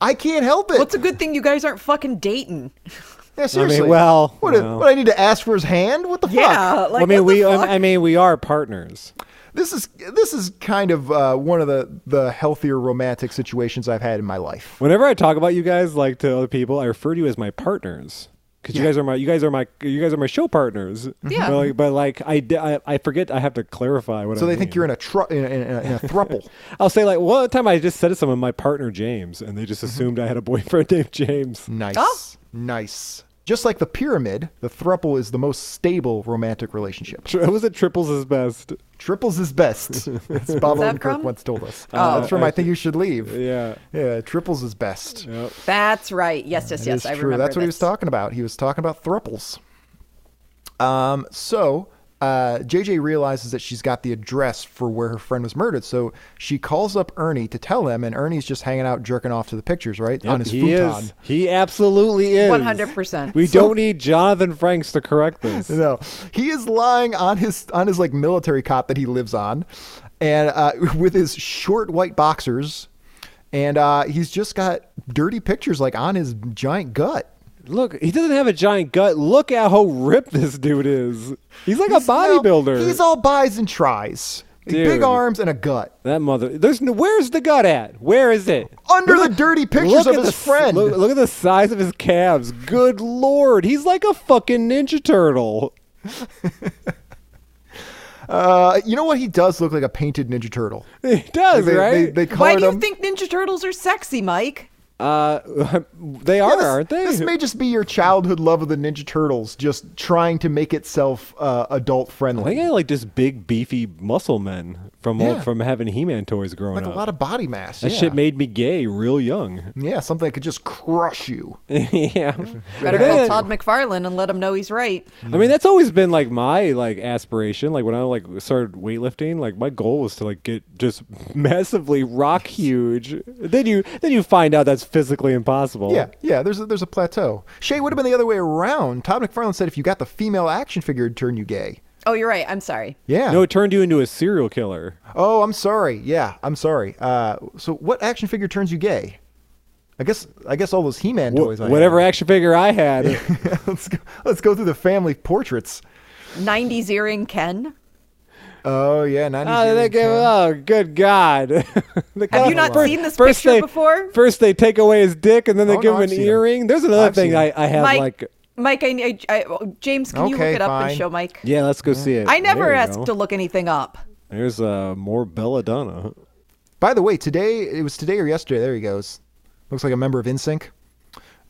I can't help it. What's a good thing you guys aren't fucking dating? yeah, seriously. well, what, you if- know. what I need to ask for his hand? What the fuck? Yeah, Uh, like I mean, what we, the I- fuck? I mean, we are partners. this is this is kind of uh, one of the the healthier romantic situations I've had in my life. Whenever I talk about you guys like to other people, I refer to you as my partners. because you guys are my you guys are my you guys are my show partners. Yeah. But like, but like I, d- I I forget I have to clarify what. So I they mean. think you're in a tru- in a, in a, in a thruple. I'll say like one time I just said to someone my partner James, and they just Mm-hmm. assumed I had a boyfriend named James. Nice. Oh. Nice. Just like the pyramid, the thruple is the most stable romantic relationship. Tri- was it triples is best? Triples is best. That's Bob that Odenkirk from? once told us. Oh. That's from I Think You Should Leave. Yeah. Yeah, triples is best. Yep. That's right. Yes, yes, That yes. is I true. remember. That's what he was this. talking about. He was talking about thruples. Um, so uh, JJ realizes that she's got the address for where her friend was murdered. So she calls up Ernie to tell him, and Ernie's just hanging out jerking off to the pictures, right? On his he futon. is. He absolutely is. 100%. We So- don't need Jonathan Franks to correct this. No, he is lying on his on his like military cot that he lives on, and uh, with his short white boxers, and uh, he's just got dirty pictures like on his giant gut. Look, he doesn't have a giant gut. Look at how ripped this dude is. He's like He's- a bodybuilder. well, he's all buys and tries. Big Dude. arms and a gut that mother. There's no, where's the gut at? Where is it? under Look the at- dirty look pictures of at his the s- friend. Look, look at the size of his calves. Good lord, he's like a fucking ninja turtle. Uh, you know what? He does look like a painted Ninja Turtle. He does, They, right? they, they Why colored do you him- think Ninja Turtles are sexy, Mike? uh, they Yeah, are, this- aren't they? This may just be your childhood love of the Ninja Turtles, just trying to make itself uh, adult friendly. I think I like just big, beefy muscle men from Yeah. from having He-Man toys growing like up. a lot of body mass. that yeah. shit made me gay real young. yeah, something that could just crush you. yeah. Better I mean, call that- Todd McFarlane and let him know he's right. I mean, that's always been like my like aspiration. Like when I like started weightlifting, like my goal was to like get just massively rock huge. Then you then you find out that's physically impossible. Yeah, yeah. There's a, there's a plateau. Shay would have been the other way around. Todd McFarlane said if you got the female action figure, it'd turn you gay. Oh, you're right. I'm sorry. Yeah. No, it turned you into a serial killer. oh, I'm sorry. Yeah, I'm sorry. Uh, so what action figure turns you gay? I guess I guess all those He-Man Wh- toys. I whatever had. action figure I had. let's go. Let's go through the family portraits. 90s earring Ken. Oh yeah, 90s Oh, they He-Man. gave, oh, good God! Have you not seen this picture they, before? First, they take away his dick, and then they Oh, give no, him I've an seen 'em. earring. There's another I've thing seen 'em. I, I have Mike, like. Mike, I, I, I- oh, James, can you Okay, look it up fine. and show Mike? Yeah, let's go see it. I never There you asked go. to look anything up. There's uh, more Belladonna. By the way, today it was today or yesterday. There he goes. Looks like a member of InSync.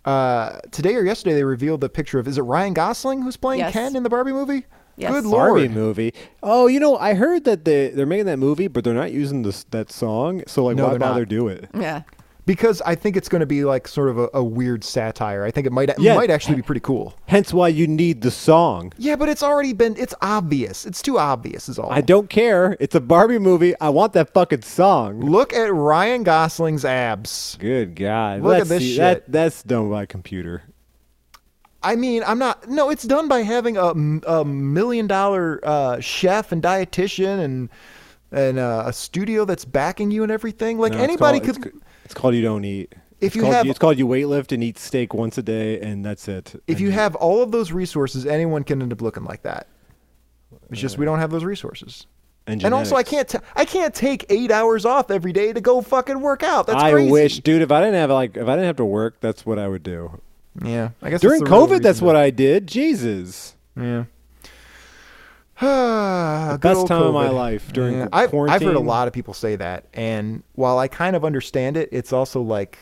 Uh, today or yesterday, they revealed the picture of is it Ryan Gosling who's playing Yes. Ken in the Barbie movie? Yes. Good lord! Barbie movie. Oh, you know, I heard that they they're making that movie, but they're not using this that song. So like, No, why they're not. bother do it? Yeah. Because I think it's going to be like sort of a, a weird satire. I think it might Yeah. might actually be pretty cool. Hence why you need the song. Yeah, but it's already been it's obvious. It's too obvious is all. I don't care. It's a Barbie movie. I want that fucking song. Look at Ryan Gosling's abs. Good God! Look at Let's this see. shit. That that's done by computer. I mean, I'm not. No, it's done by having a, m- a million dollar uh, chef and dietitian and and uh, a studio that's backing you and everything. Like No, it's anybody called- could. It's, c- it's called you don't eat. If it's you called, have- it's called you weightlift and eat steak once a day, and that's it. If And you have all of those resources, anyone can end up looking like that. It's just we don't have those resources. and, And also, I genetics. can't. T- I can't take eight hours off every day to go fucking work out. That's I crazy. wish, dude. If I didn't have like, if I didn't have to work, that's what I would do. Yeah, I guess During COVID, that's what I did. Jesus, Yeah. the best time of my life during I've, quarantine. I've heard a lot of people say that, and while I kind of understand it, it's also like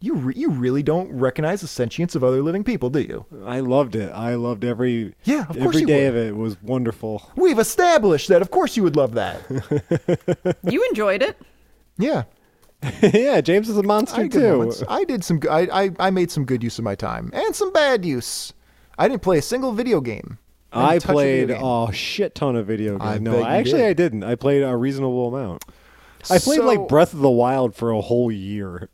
you re- you really don't recognize the sentience of other living people, do you? I loved it. I loved every Yeah, of course every you day would. of it was wonderful. We've established that. Of course, you would love that. You enjoyed it. yeah, yeah, James is a monster I had good too. moments. I did some. g- I, I I made some good use of my time and some bad use. I didn't play a single video game. I didn't touch a video played game. a shit ton of video games. I bet no, you I actually did. I didn't. I played a reasonable amount. I played So- like Breath of the Wild for a whole year.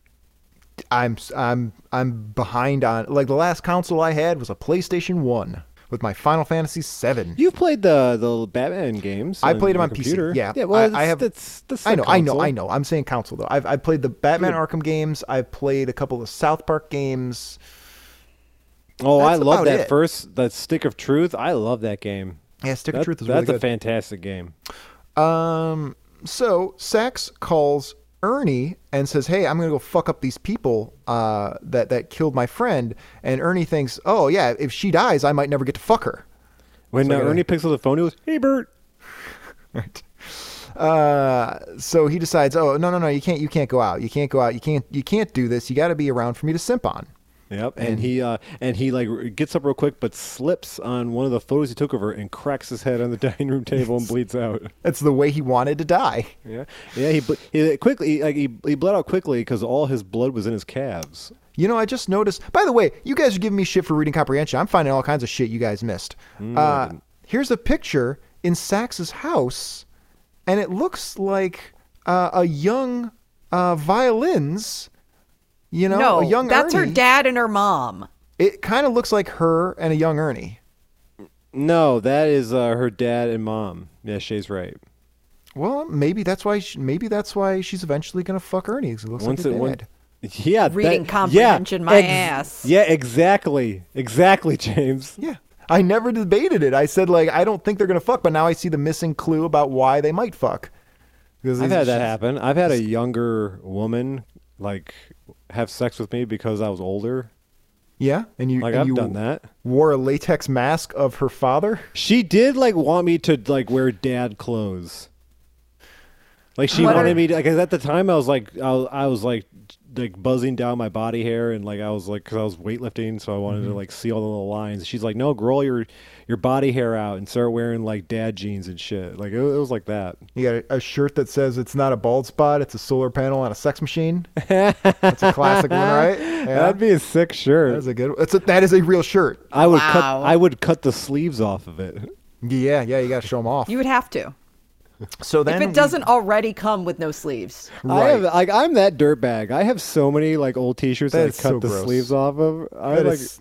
I'm s- I'm I'm behind on like the last console I had was a PlayStation One with my Final Fantasy Seven. You've played the the Batman games. I played them your on PC, computer. yeah. yeah. I- I Well, I, have- have. That's, that's I know, the I know, console. I know. I'm saying console though. I've I've played the Batman Arkham games. I've played a couple of South Park games. Oh, I That's about love that it. first that Stick of Truth. I love that game. Yeah, Stick That- of Truth is that's really a fantastic game. good. um, so Sax calls Ernie and says, "Hey, I'm gonna go fuck up these people uh, that that killed my friend." And Ernie thinks, "Oh yeah, if she dies, I might never get to fuck her." When uh, like a- Ernie picks up the phone, he goes, "Hey, Bert." Right. Uh, so he decides, "Oh no, no, no, you can't, you can't go out, you can't go out, you can't, you can't do this. You got to be around for me to simp on." Yep, and, he uh, and he like r- gets up real quick, but slips on one of the photos he took of her and cracks his head on the dining room table and bleeds out. That's the way he wanted to die. Yeah, yeah. He, ble- he quickly he, like he, he bled out quickly because all his blood was in his calves. You know, I just noticed. By the way, you guys are giving me shit for reading comprehension. I'm finding all kinds of shit you guys missed. uh, here's a picture in Sax's house, and it looks like uh, a young uh, violins. You know, no, a young that's Ernie. her dad and her mom. It kind of looks like her and a young Ernie. No, that is uh, her dad and mom. Yeah, Shay's right. Well, maybe that's why. She, maybe that's why she's eventually gonna fuck Ernie. 'cause It looks Once like it her went. dad. Yeah, Reading that, comprehension, yeah, my ass. Yeah, exactly, exactly, James. Yeah. I never debated it. I said like I don't think they're gonna fuck, but now I see the missing clue about why they might fuck. Because I've it's had that just- happen. I've had a younger woman like have sex with me because I was older. Yeah, and you Like and I've you done that. Wore a latex mask of her father. She did like want me to like wear dad clothes. Like she What wanted are- me to, like 'cause at the time I was like I was, I was like like buzzing down my body hair and like I was like because I was weightlifting so I wanted to like see all the little lines. She's like, no, grow your your body hair out and start wearing like dad jeans and shit. Like it, it was like that. You got a, a shirt that says it's not a bald spot; it's a solar panel on a sex machine. That's a classic one, right? Yeah. That'd be a sick shirt. That's a good. That's a, that is a real shirt. I would Wow. cut I would cut the sleeves off of it. Yeah, yeah, you got to show them off. You would have to. so then, If it doesn't already come with no sleeves. I Right. have like I'm that dirtbag. I have so many like old T-shirts That that, is I cut so the gross. sleeves off of. I that like is-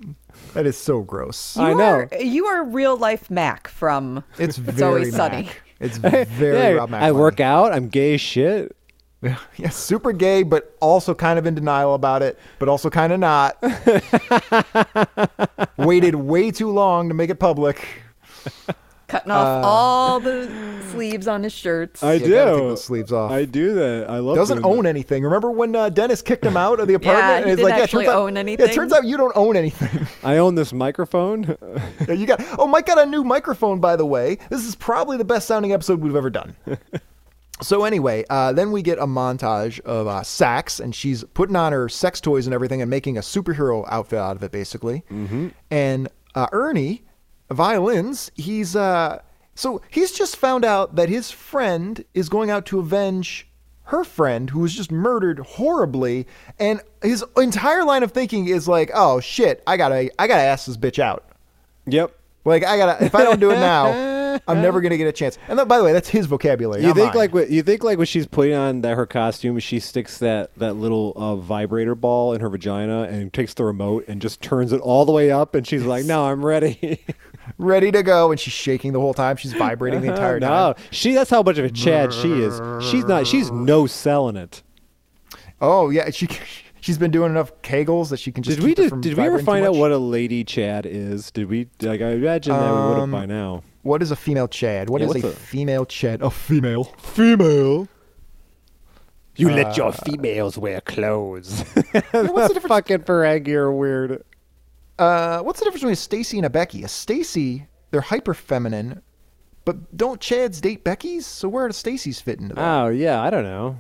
that is so gross. I You know. Are, you are real life Mac from It's very Always Sunny. Mac. It's very Yeah, Rob I work out. I'm gay as shit. Yeah, super gay, but also kind of in denial about it, but also kind of not. Waited way too long to make it public. cutting off uh, all the sleeves on his shirts. I You do. gotta take those sleeves off. I do that. I love. doesn't doing own that. anything. Remember when uh, Dennis kicked him out of the Yeah, apartment? he it's didn't yeah, actually turns out- own yeah, anything. it turns out you don't own anything. I own this microphone. Yeah, you got. Oh, Mike got a new microphone, by the way. This is probably the best sounding episode we've ever done. so anyway, uh, then we get a montage of uh, Sax, and she's putting on her sex toys and everything, and making a superhero outfit out of it, basically. Mm-hmm. And uh, Ernie, violins. He's uh, so he's just found out that his friend is going out to avenge her friend who was just murdered horribly and his entire line of thinking is like oh shit i gotta i gotta ask this bitch out yep. like I gotta, if I don't do it now, I'm never gonna get a chance. And that, by the way, that's his vocabulary. You not think mine. like what you think like when she's putting on that her costume, she sticks that that little uh, vibrator ball in her vagina and takes the remote and just turns it all the way up, and she's like, "No, I'm ready." ready to go, and she's shaking the whole time. She's vibrating the entire Uh-huh, no, time. she. That's how much of a Chad she is. She's not. She's no selling it. Oh yeah, she she's been doing enough kegels that she can just. Did we keep it do, from did we ever vibrating too find out much. what a lady Chad is? Did we like I imagine that we Um, would have by now. what is a female Chad? What Yeah, is what's a, a- female Chad? A female. Female. You let Uh, your females wear clothes. what's the the difference- fucking Ferengi are weird. Uh, what's the difference between a Stacy and a Becky? A Stacy, they're hyper feminine, but don't Chads date Beckys? So where do Stacy's fit into that? Oh yeah, I don't know.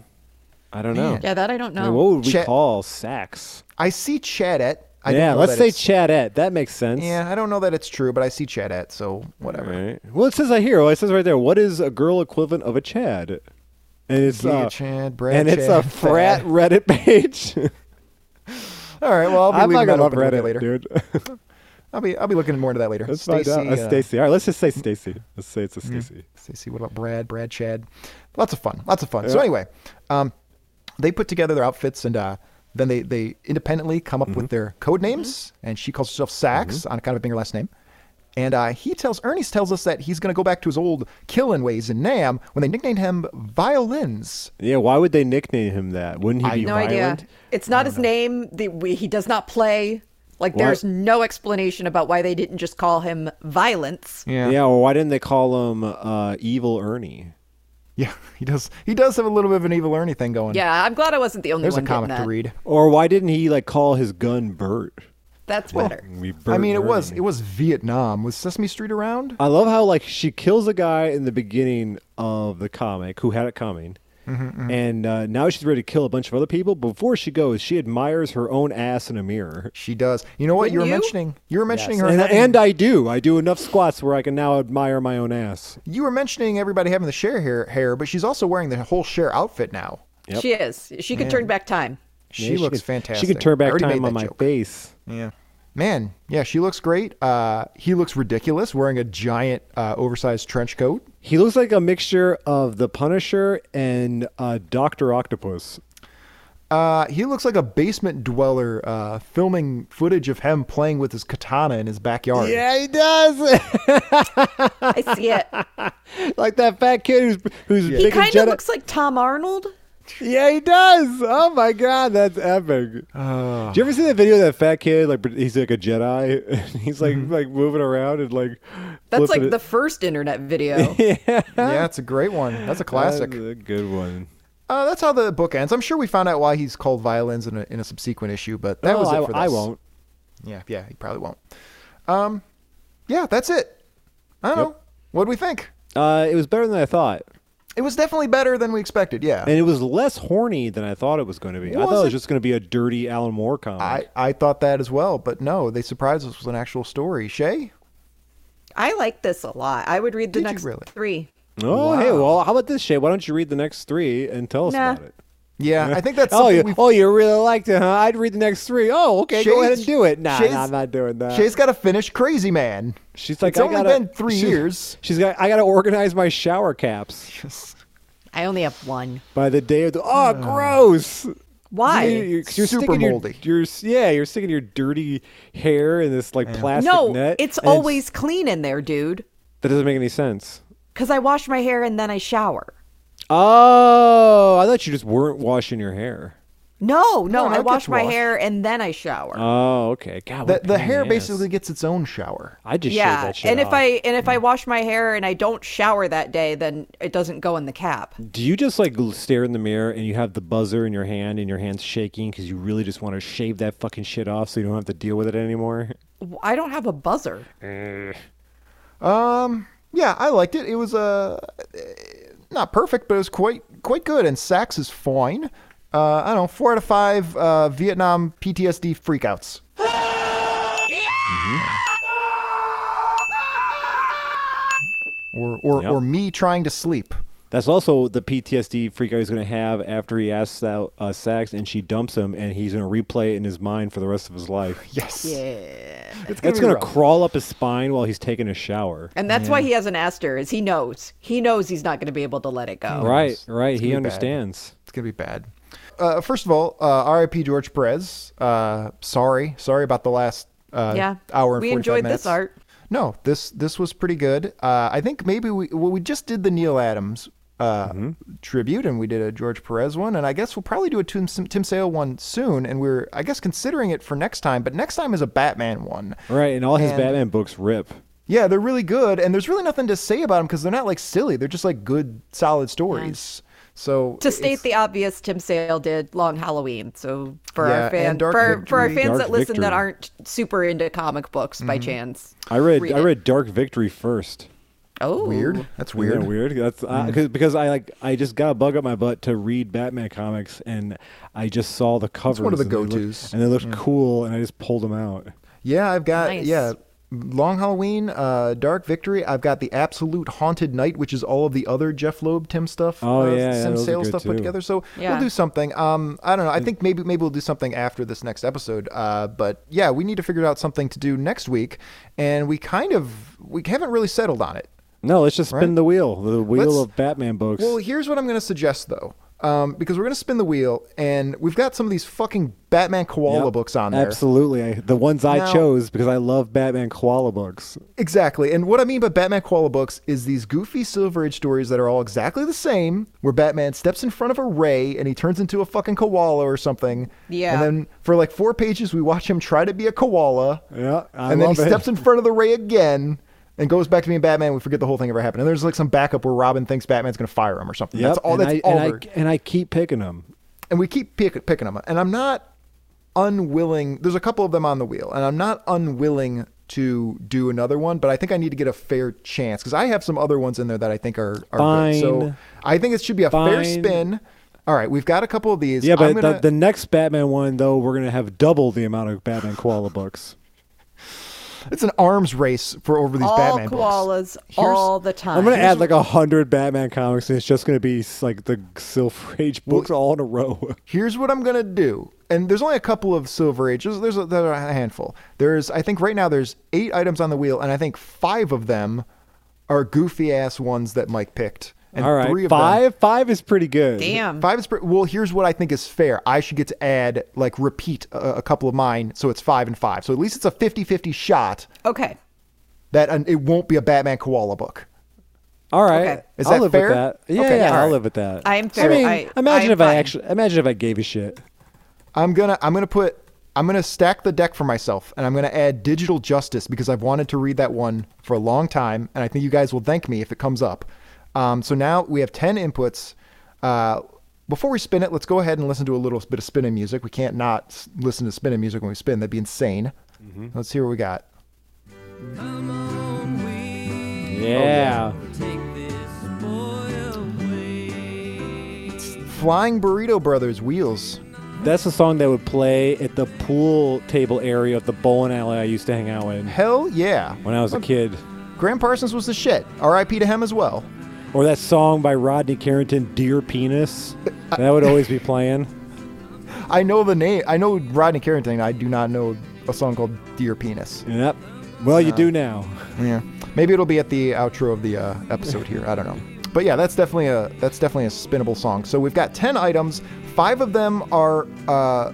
I don't know. yeah, that I don't I know. mean, what would we Chad- call sex? I see Chadette. I don't yeah, know let's that say it's- Chadette. That makes sense. Yeah, I don't know that it's true, but I see Chadette, so whatever. Right. Well, it says I hear. Well, it says right there. What is a girl equivalent of a Chad? And it's Giga uh, Chad, Brad and it's a Chad, frat Reddit page. All right. Well, I'll be I'm not leaving that gonna love open a little Reddit, bit later. dude. I'll be I'll be looking more into that later. Let's find out. uh, Uh, Stacy. All right, let's just say Stacy. Let's say it's a Mm. Stacy. Stacy, what about Brad? Brad, Chad. Lots of fun. Lots of fun. So anyway, um, they put together their outfits and uh, then they they independently come up Mm-hmm. with their code names. And she calls herself Sax on kind of being her last name. And uh, he tells Ernest tells us that he's going to go back to his old killing ways in Nam when they nicknamed him Violins. Yeah, why would they nickname him that? Wouldn't he be no violent? idea. It's not his name. The, we, he does not play. Like, there's no explanation about why they didn't just call him Violence. Yeah, or why didn't they call him uh, Evil Ernie? Yeah, he does. He does have a little bit of an evil Ernie thing going. Yeah, I'm glad I wasn't the only There's a one getting comic that. to read. Or why didn't he like call his gun Bert? That's better. We I Bert mean, it Ernie. was it was Vietnam. Was Sesame Street around? I love how like she kills a guy in the beginning of the comic who had it coming, Mm-hmm, and uh, now she's ready to kill a bunch of other people. Before she goes, she admires her own ass in a mirror. She does. You know what? You were Wouldn't you? mentioning. You were mentioning her. And, having- and uh, I do. I do enough squats where I can now admire my own ass. you were mentioning everybody having the share hair, hair, but she's also wearing the whole share outfit now. Yep. She is. She could turn back time. She Yeah, looks can- fantastic. She can turn I back already time made on that my joke. face. Yeah. Man, yeah, she looks great. Uh, he looks ridiculous wearing a giant, uh, oversized trench coat. He looks like a mixture of the Punisher and uh, Doctor Octopus. Uh, he looks like a basement dweller uh, filming footage of him playing with his katana in his backyard. he does. I see it. like that fat kid who's who's he big and kind of jet- looks like Tom Arnold. Yeah, he does. Oh my god, that's epic. Ah. Do you ever see that video of that fat kid? Like he's like a Jedi, and he's like Mm-hmm. like moving around and like. That's flipping like the it. first internet video. yeah, it's a great one. That's a classic. That's a good one. Uh, that's how the book ends. I'm sure we found out why he's called violins in a, in a subsequent issue, but that Oh, was it I, for this. I won't. Yeah, yeah, he probably won't. Um, yeah, that's it. I don't know. What'd we think? Uh, it was better than I thought, It was definitely better than we expected. Yeah. and it was less horny than I thought it was going to be. I Was thought it was it? just going to be a dirty Alan Moore comic. I, I thought that as well, but no, they surprised us with an actual story. Shay? I like this a lot. I would read the Did you next really? three. oh, hey, well, how about this, Shay? Why don't you read the next three and tell us Nah. about it? Yeah, I think that's oh, something you, we've... oh, you really liked it, huh? I'd read the next three. Oh, okay, go ahead Shay's- and do it. Nah, Shay's- nah, I'm not doing that. Shay's got to finish Crazy Man. She's like, It's I only gotta- been three she- years. She's got. I gotta organize my shower caps I only have one. by the day of the. Oh, gross! Why? You- you- 'cause you're Super sticking your- moldy. Your, s- yeah, you're sticking your dirty hair in this like plastic No, net. it's and it's- always clean in there, dude. that doesn't make any sense. Because I wash my hair and then I shower. Oh, I thought you just weren't washing your hair. No, no, No, no, I it wash gets my washed. hair and then I shower. Oh, okay. God, The, what a the pain in hair ass. basically gets its own shower. I just shaved yeah, that shit and if off. Mm. I and if I wash my hair and I don't shower that day, then it doesn't go in the cap. Do you just like l- stare in the mirror and you have the buzzer in your hand and your hand's shaking because you really just want to shave that fucking shit off so you don't have to deal with it anymore? I don't have a buzzer. Um, Yeah, I liked it. It was uh, eh, not perfect, but it was quite quite good. And Sax is fine. Uh, I don't know, four out of five uh, Vietnam PTSD freakouts. Mm-hmm. Or or, Yep. or me trying to sleep. That's also the PTSD freak out he's going to have after he asks out uh, Sax and she dumps him, and he's going to replay it in his mind for the rest of his life. Yes. Yeah. It's That's be going to rough. crawl up his spine while he's taking a shower. And that's why he hasn't asked her, is he knows. He knows he's not going to be able to let it go. Right, right. He bad. understands. It's gonna be bad. Uh, first of all, uh, R.I.P. George Perez. Uh, sorry, sorry about the last uh, Yeah. hour. And We 45 enjoyed minutes. this art. No, this this was pretty good. Uh, I think maybe we well we just did the Neil Adams uh, tribute, and we did a George Perez one, and I guess we'll probably do a Tim, Tim Sale one soon. And we're I guess considering it for next time, but next time is a Batman one. Right, and all his And- Batman books rip. Yeah, they're really good, and there's really nothing to say about them because they're not like silly. They're just like good, solid stories. So To state it's- the obvious, Tim Sale did Long Halloween. So for Yeah, our and fans, Dark for, our- for our Victory. fans Dark that listen that Victory. Mm-hmm. aren't super into comic books by chance. I read, Read I it. read Dark Victory first. Oh, weird. That's Isn't weird. Mm. that weird. That's uh, cause, because I like I just got a bug up my butt to read Batman comics, and I just saw the covers. one of the and they looked- go-tos. Mm. and they looked cool, and I just pulled them out. Yeah, I've got Nice. yeah, Long Halloween, uh, Dark Victory. I've got the Absolute Haunted Night, which is all of the other Jeff Loeb Tim stuff, Oh, uh, yeah, yeah, Sim those are Sale good stuff too. put together. So Yeah. we'll do something. Um, I don't know. I think maybe maybe we'll do something after this next episode. Uh, but yeah, we need to figure out something to do next week, and we kind of we haven't really settled on it. No, let's just spin Right? the wheel. The wheel Let's- of Batman books. Well, here's what I'm going to suggest though. Um, because we're gonna spin the wheel, and we've got some of these fucking Batman koala Yep, books on there. Absolutely. I, the ones I Now- chose because I love Batman koala books. Exactly. And what I mean by Batman koala books is these goofy Silver Age stories that are all exactly the same, where Batman steps in front of a ray and he turns into a fucking koala or something. Yeah. And then for like four pages, we watch him try to be a koala. Yeah, I and then love he it. steps in front of the ray again. and goes back to being Batman. We forget the whole thing ever happened. And there's like some backup where Robin thinks Batman's going to fire him or something. Yep. That's all. and That's I, all. And there- I, and I keep picking them. and we keep pick, picking them. And I'm not unwilling. There's a couple of them on the wheel, and I'm not unwilling to do another one. But I think I need to get a fair chance because I have some other ones in there that I think are, are good. So Fine. I think it should be a fair Fine. spin. All right, we've got a couple of these. Yeah, I'm but gonna- the, the next Batman one though, we're gonna have double the amount of Batman koala books. it's an arms race for over these all Batman books. koalas Here's- all the time. I'm gonna add like a hundred Batman comics, and it's just gonna be s- like the Silver Age books all in a row. here's what I'm gonna do. And there's only a couple of Silver Age. There's, there's a, there are a handful. There's I think right now there's eight items on the wheel, and I think five of them are goofy ass ones that Mike picked. And all right, three of them- five five is pretty good. damn. Five is pre- well. Here's what I think is fair. I should get to add like repeat a, a couple of mine, so it's five and five. So at least it's a 50-50 shot Okay. that an, it won't be a Batman koala book. All right, Okay. Is I'll that live fair? with that. Yeah, Okay, yeah, all I'll right. live with that. I am fair. I mean, I- imagine if I'm I fine. actually imagine if I gave a shit. I'm gonna I'm gonna put I'm gonna stack the deck for myself, and I'm gonna add Digital Justice because I've wanted to read that one for a long time, and I think you guys will thank me if it comes up. Um, so now we have ten inputs. Uh, before we spin it, let's go ahead and listen to a little bit of spinning music. We can't not s- listen to spinning music when we spin; that'd be insane. Let's hear what we got. Come on, Oh, we Yeah. take this boy away. Flying Burrito Brothers Wheels. That's the song that would play at the pool table area of the bowling alley I used to hang out in Hell yeah! when I was a kid. Graham Parsons was the shit. R.I.P. to him as well. Or that song by Rodney Carrington, Dear Penis. That would always be playing. I know the name. I know Rodney Carrington. I do not know a song called Dear Penis. Yep. Well, you do now. Yeah. Maybe it'll be at the outro of the uh, episode here. I don't know. But yeah, that's definitely a that's definitely a spinnable song. So we've got ten items. Five of them are uh,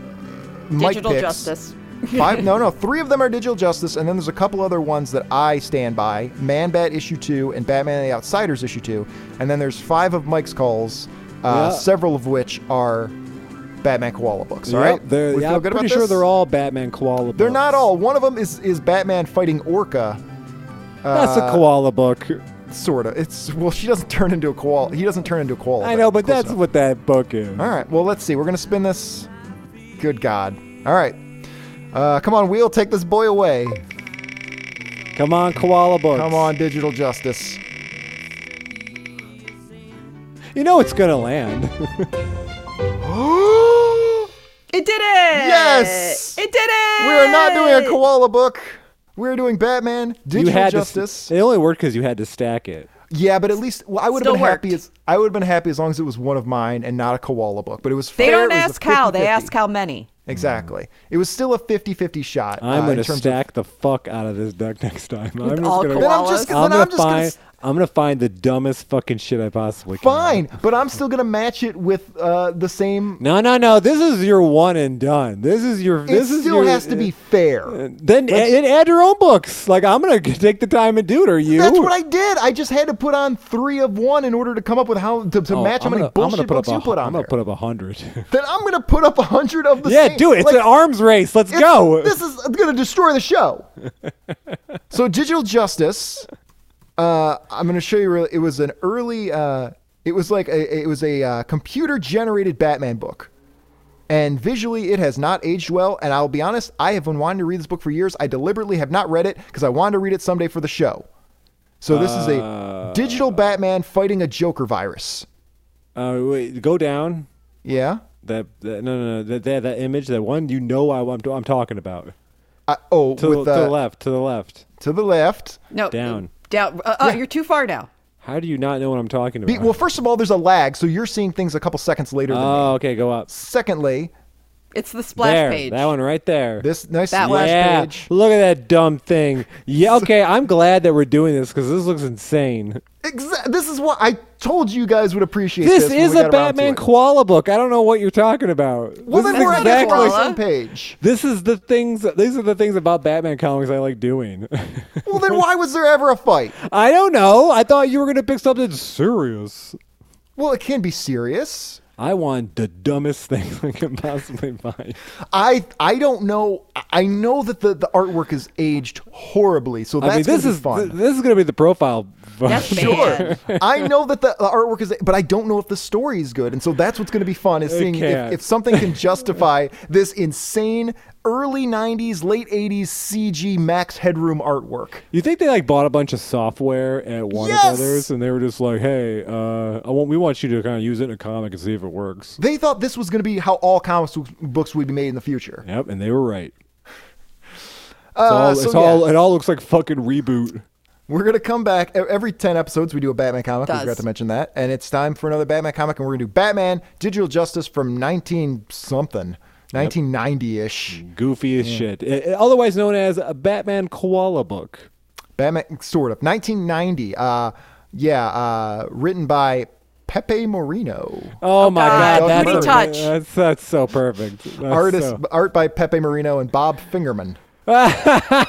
Mike Digital picks. justice. Five, no, no, three of them are digital justice, and then there's a couple other ones that I stand by: Man Bat issue two and Batman and the Outsiders issue two. And then there's five of Mike's calls, uh, Yeah. several of which are Batman Koala books. All right, Yep, they're- we yeah, feel I'm good pretty about sure this? they're all Batman koala They're books. not all. One of them is is Batman fighting Orca. That's a Uh, koala book. Sort of. It's well, she doesn't turn into a koala. He doesn't turn into a koala. I know, but close that's enough. what that book is. All right. Well, let's see. We're gonna spin this. Good God. All right. Uh, come on, wheel. Take this boy away. Come on, koala books. Come on, digital justice. You know it's going to land. It did it. Yes! It did it. We are not doing a koala book. We're doing Batman you Digital had Justice. To, it only worked because you had to stack it. yeah, but at least well, I would have Still been happy. worked. As, I would have been happy as long as it was one of mine and not a koala book. But it was. They fair. don't It was a ask how. They 50-50. ask how many. Exactly. It was still a 50-50 shot. I'm uh, in going to terms of- stack the fuck out of this deck next time. I'm just all going to. koala- Then I'm just, Koalas. then I'm I'm gonna just gonna find. I'm gonna find the dumbest fucking shit I possibly can. fine, but I'm still gonna match it with uh, the same. No, no, no. This is your one and done. This is your. This it is still your, uh, has to be fair. Then a- then add your own books. Like I'm gonna g- take the time and do it. Are you? That's what I did. I just had to put on three of one in order to come up with how to, to Oh, match how I'm many gonna, bullshit I'm gonna put books up a, you put on I'm there. gonna put up a hundred. then I'm gonna put up a hundred of the yeah, same. do it. It's Like, an arms race. Let's it's- go. This is gonna destroy the show. so digital justice. Uh, I'm gonna show you. Really, it was an early. Uh, it was like a, it was a uh, computer generated Batman book, and visually it has not aged well. And I'll be honest, I have been wanting to read this book for years. I deliberately have not read it because I wanted to read it someday for the show. So this is a digital Batman fighting a Joker virus. Uh, wait, go down. Yeah. That, that no, no, no. That, that that image, that one. You know, I, I'm I'm talking about. I, oh, To, with the, to uh, the left. To the left. To the left. No. Down. Down. Uh, uh, You're too far now. How do you not know what I'm talking about? Be, well, first of all, there's a lag, so you're seeing things a couple seconds later than me. oh, okay. Go up. Secondly, It's the splash there, page. That one right there. this nice That one. splash yeah, page. look at that dumb thing. Yeah, okay, I'm glad that we're doing this because this looks insane. Exa- this is what I told you guys would appreciate. This, This, when is we a got around to Batman it. koala book. I don't know what you're talking about. Well, this then is we're exactly- exactly on the Koala. same page. This is the things. These are the things about Batman comics I like doing. Well, then why was there ever a fight? I don't know. I thought you were gonna pick something serious. Well, it can be serious. I want the dumbest things I can possibly find. I I don't know. I know that the, the artwork is aged horribly, so that's I mean, this gonna is be fun. th- this is going to be the profile. photo. That's Sure. bad. I know that the, the artwork is, but I don't know if the story is good, and so that's what's going to be fun is It seeing if, can't. if something can justify this insane early '90s, late '80s CG Max Headroom artwork. You think they like bought a bunch of software at Warner Yes! Brothers, and they were just like, "Hey, uh, I want we want you to kind of use it in a comic and see if it works." They thought this was going to be how all comics books would be made in the future. Yep, and they were right. It's Uh, all, so it's all yeah. it all looks like fucking reboot. We're gonna come back e- every ten episodes. We do a Batman comic. We Does. forgot to mention that, and it's time for another Batman comic, and we're gonna do Batman Digital Justice from nineteen something, nineteen ninety ish. Goofy as shit. I- I- otherwise known as a Batman koala book. Batman, sort of nineteen ninety. Uh, yeah, uh, written by Pepe Moreno. Oh, my God, god, that's that's perfect. That's, that's so perfect. That's Artist so- art by Pepe Moreno and Bob Fingerman. We're gonna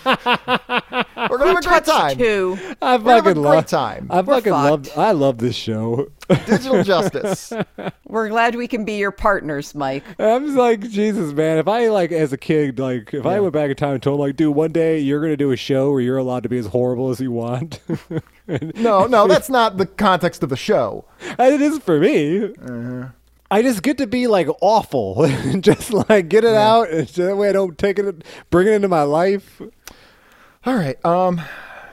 have a great Touch time. two. I We're having a fucking great love time. I We're fucking fucked. love. I love this show. Digital justice. We're glad we can be your partners, Mike. I'm just like Jesus, man. If I like as a kid, like if I went back in time and told like, dude, one day you're gonna do a show where you're allowed to be as horrible as you want. No, no, that's not the context of the show. And it is for me. Uh-huh. I just get to be like awful, and just like get it out, and so that way I don't take it, bring it into my life. All right, um,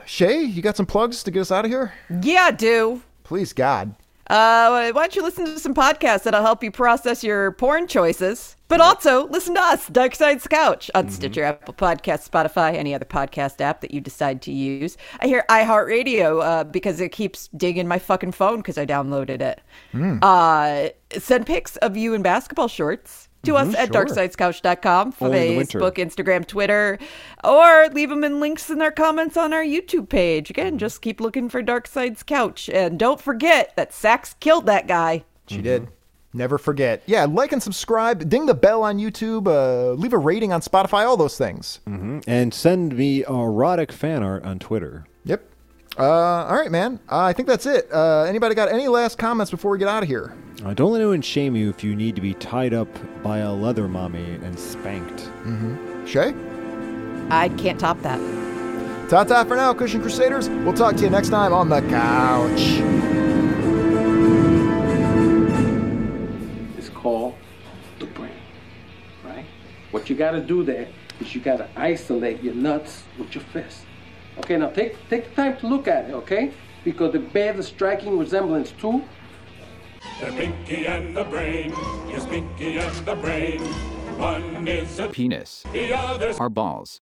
Shay, you got some plugs to get us out of here? Yeah, do. Please, God. Uh, why don't you listen to some podcasts that'll help you process your porn choices? But also listen to us, Dark Side's Couch, Mm-hmm. on Stitcher, Apple Podcasts, Spotify, any other podcast app that you decide to use. I hear iHeartRadio uh, because it keeps dinging my fucking phone because I downloaded it. Hmm. Uh, send pics of you in basketball shorts to us at sure. darksidescouch.com, Mm-hmm, Only in the winter. Facebook, Instagram, Twitter, or leave them in links in their comments on our YouTube page. Again, just keep looking for Dark Side's Couch. And don't forget that Sax killed that guy. She did. Mm-hmm. Never forget. Yeah, like and subscribe. Ding the bell on YouTube. Uh, leave a rating on Spotify. All those things. Mm-hmm. And send me erotic fan art on Twitter. Yep. Uh, all right, man. Uh, I think that's it. Uh, anybody got any last comments before we get out of here? Uh, don't let anyone shame you if you need to be tied up by a leather mommy and spanked. Shay? I can't top that. Ta ta for now, Cushion Crusaders. We'll talk to you next time on the couch. is called the brain, right? What you got to do there is you got to isolate your nuts with your fist. Okay, now take take the time to look at it, okay? Because it bears a striking resemblance to The Pinky and the Brain. Yes, Pinky and the Brain. One is a penis the other's are balls.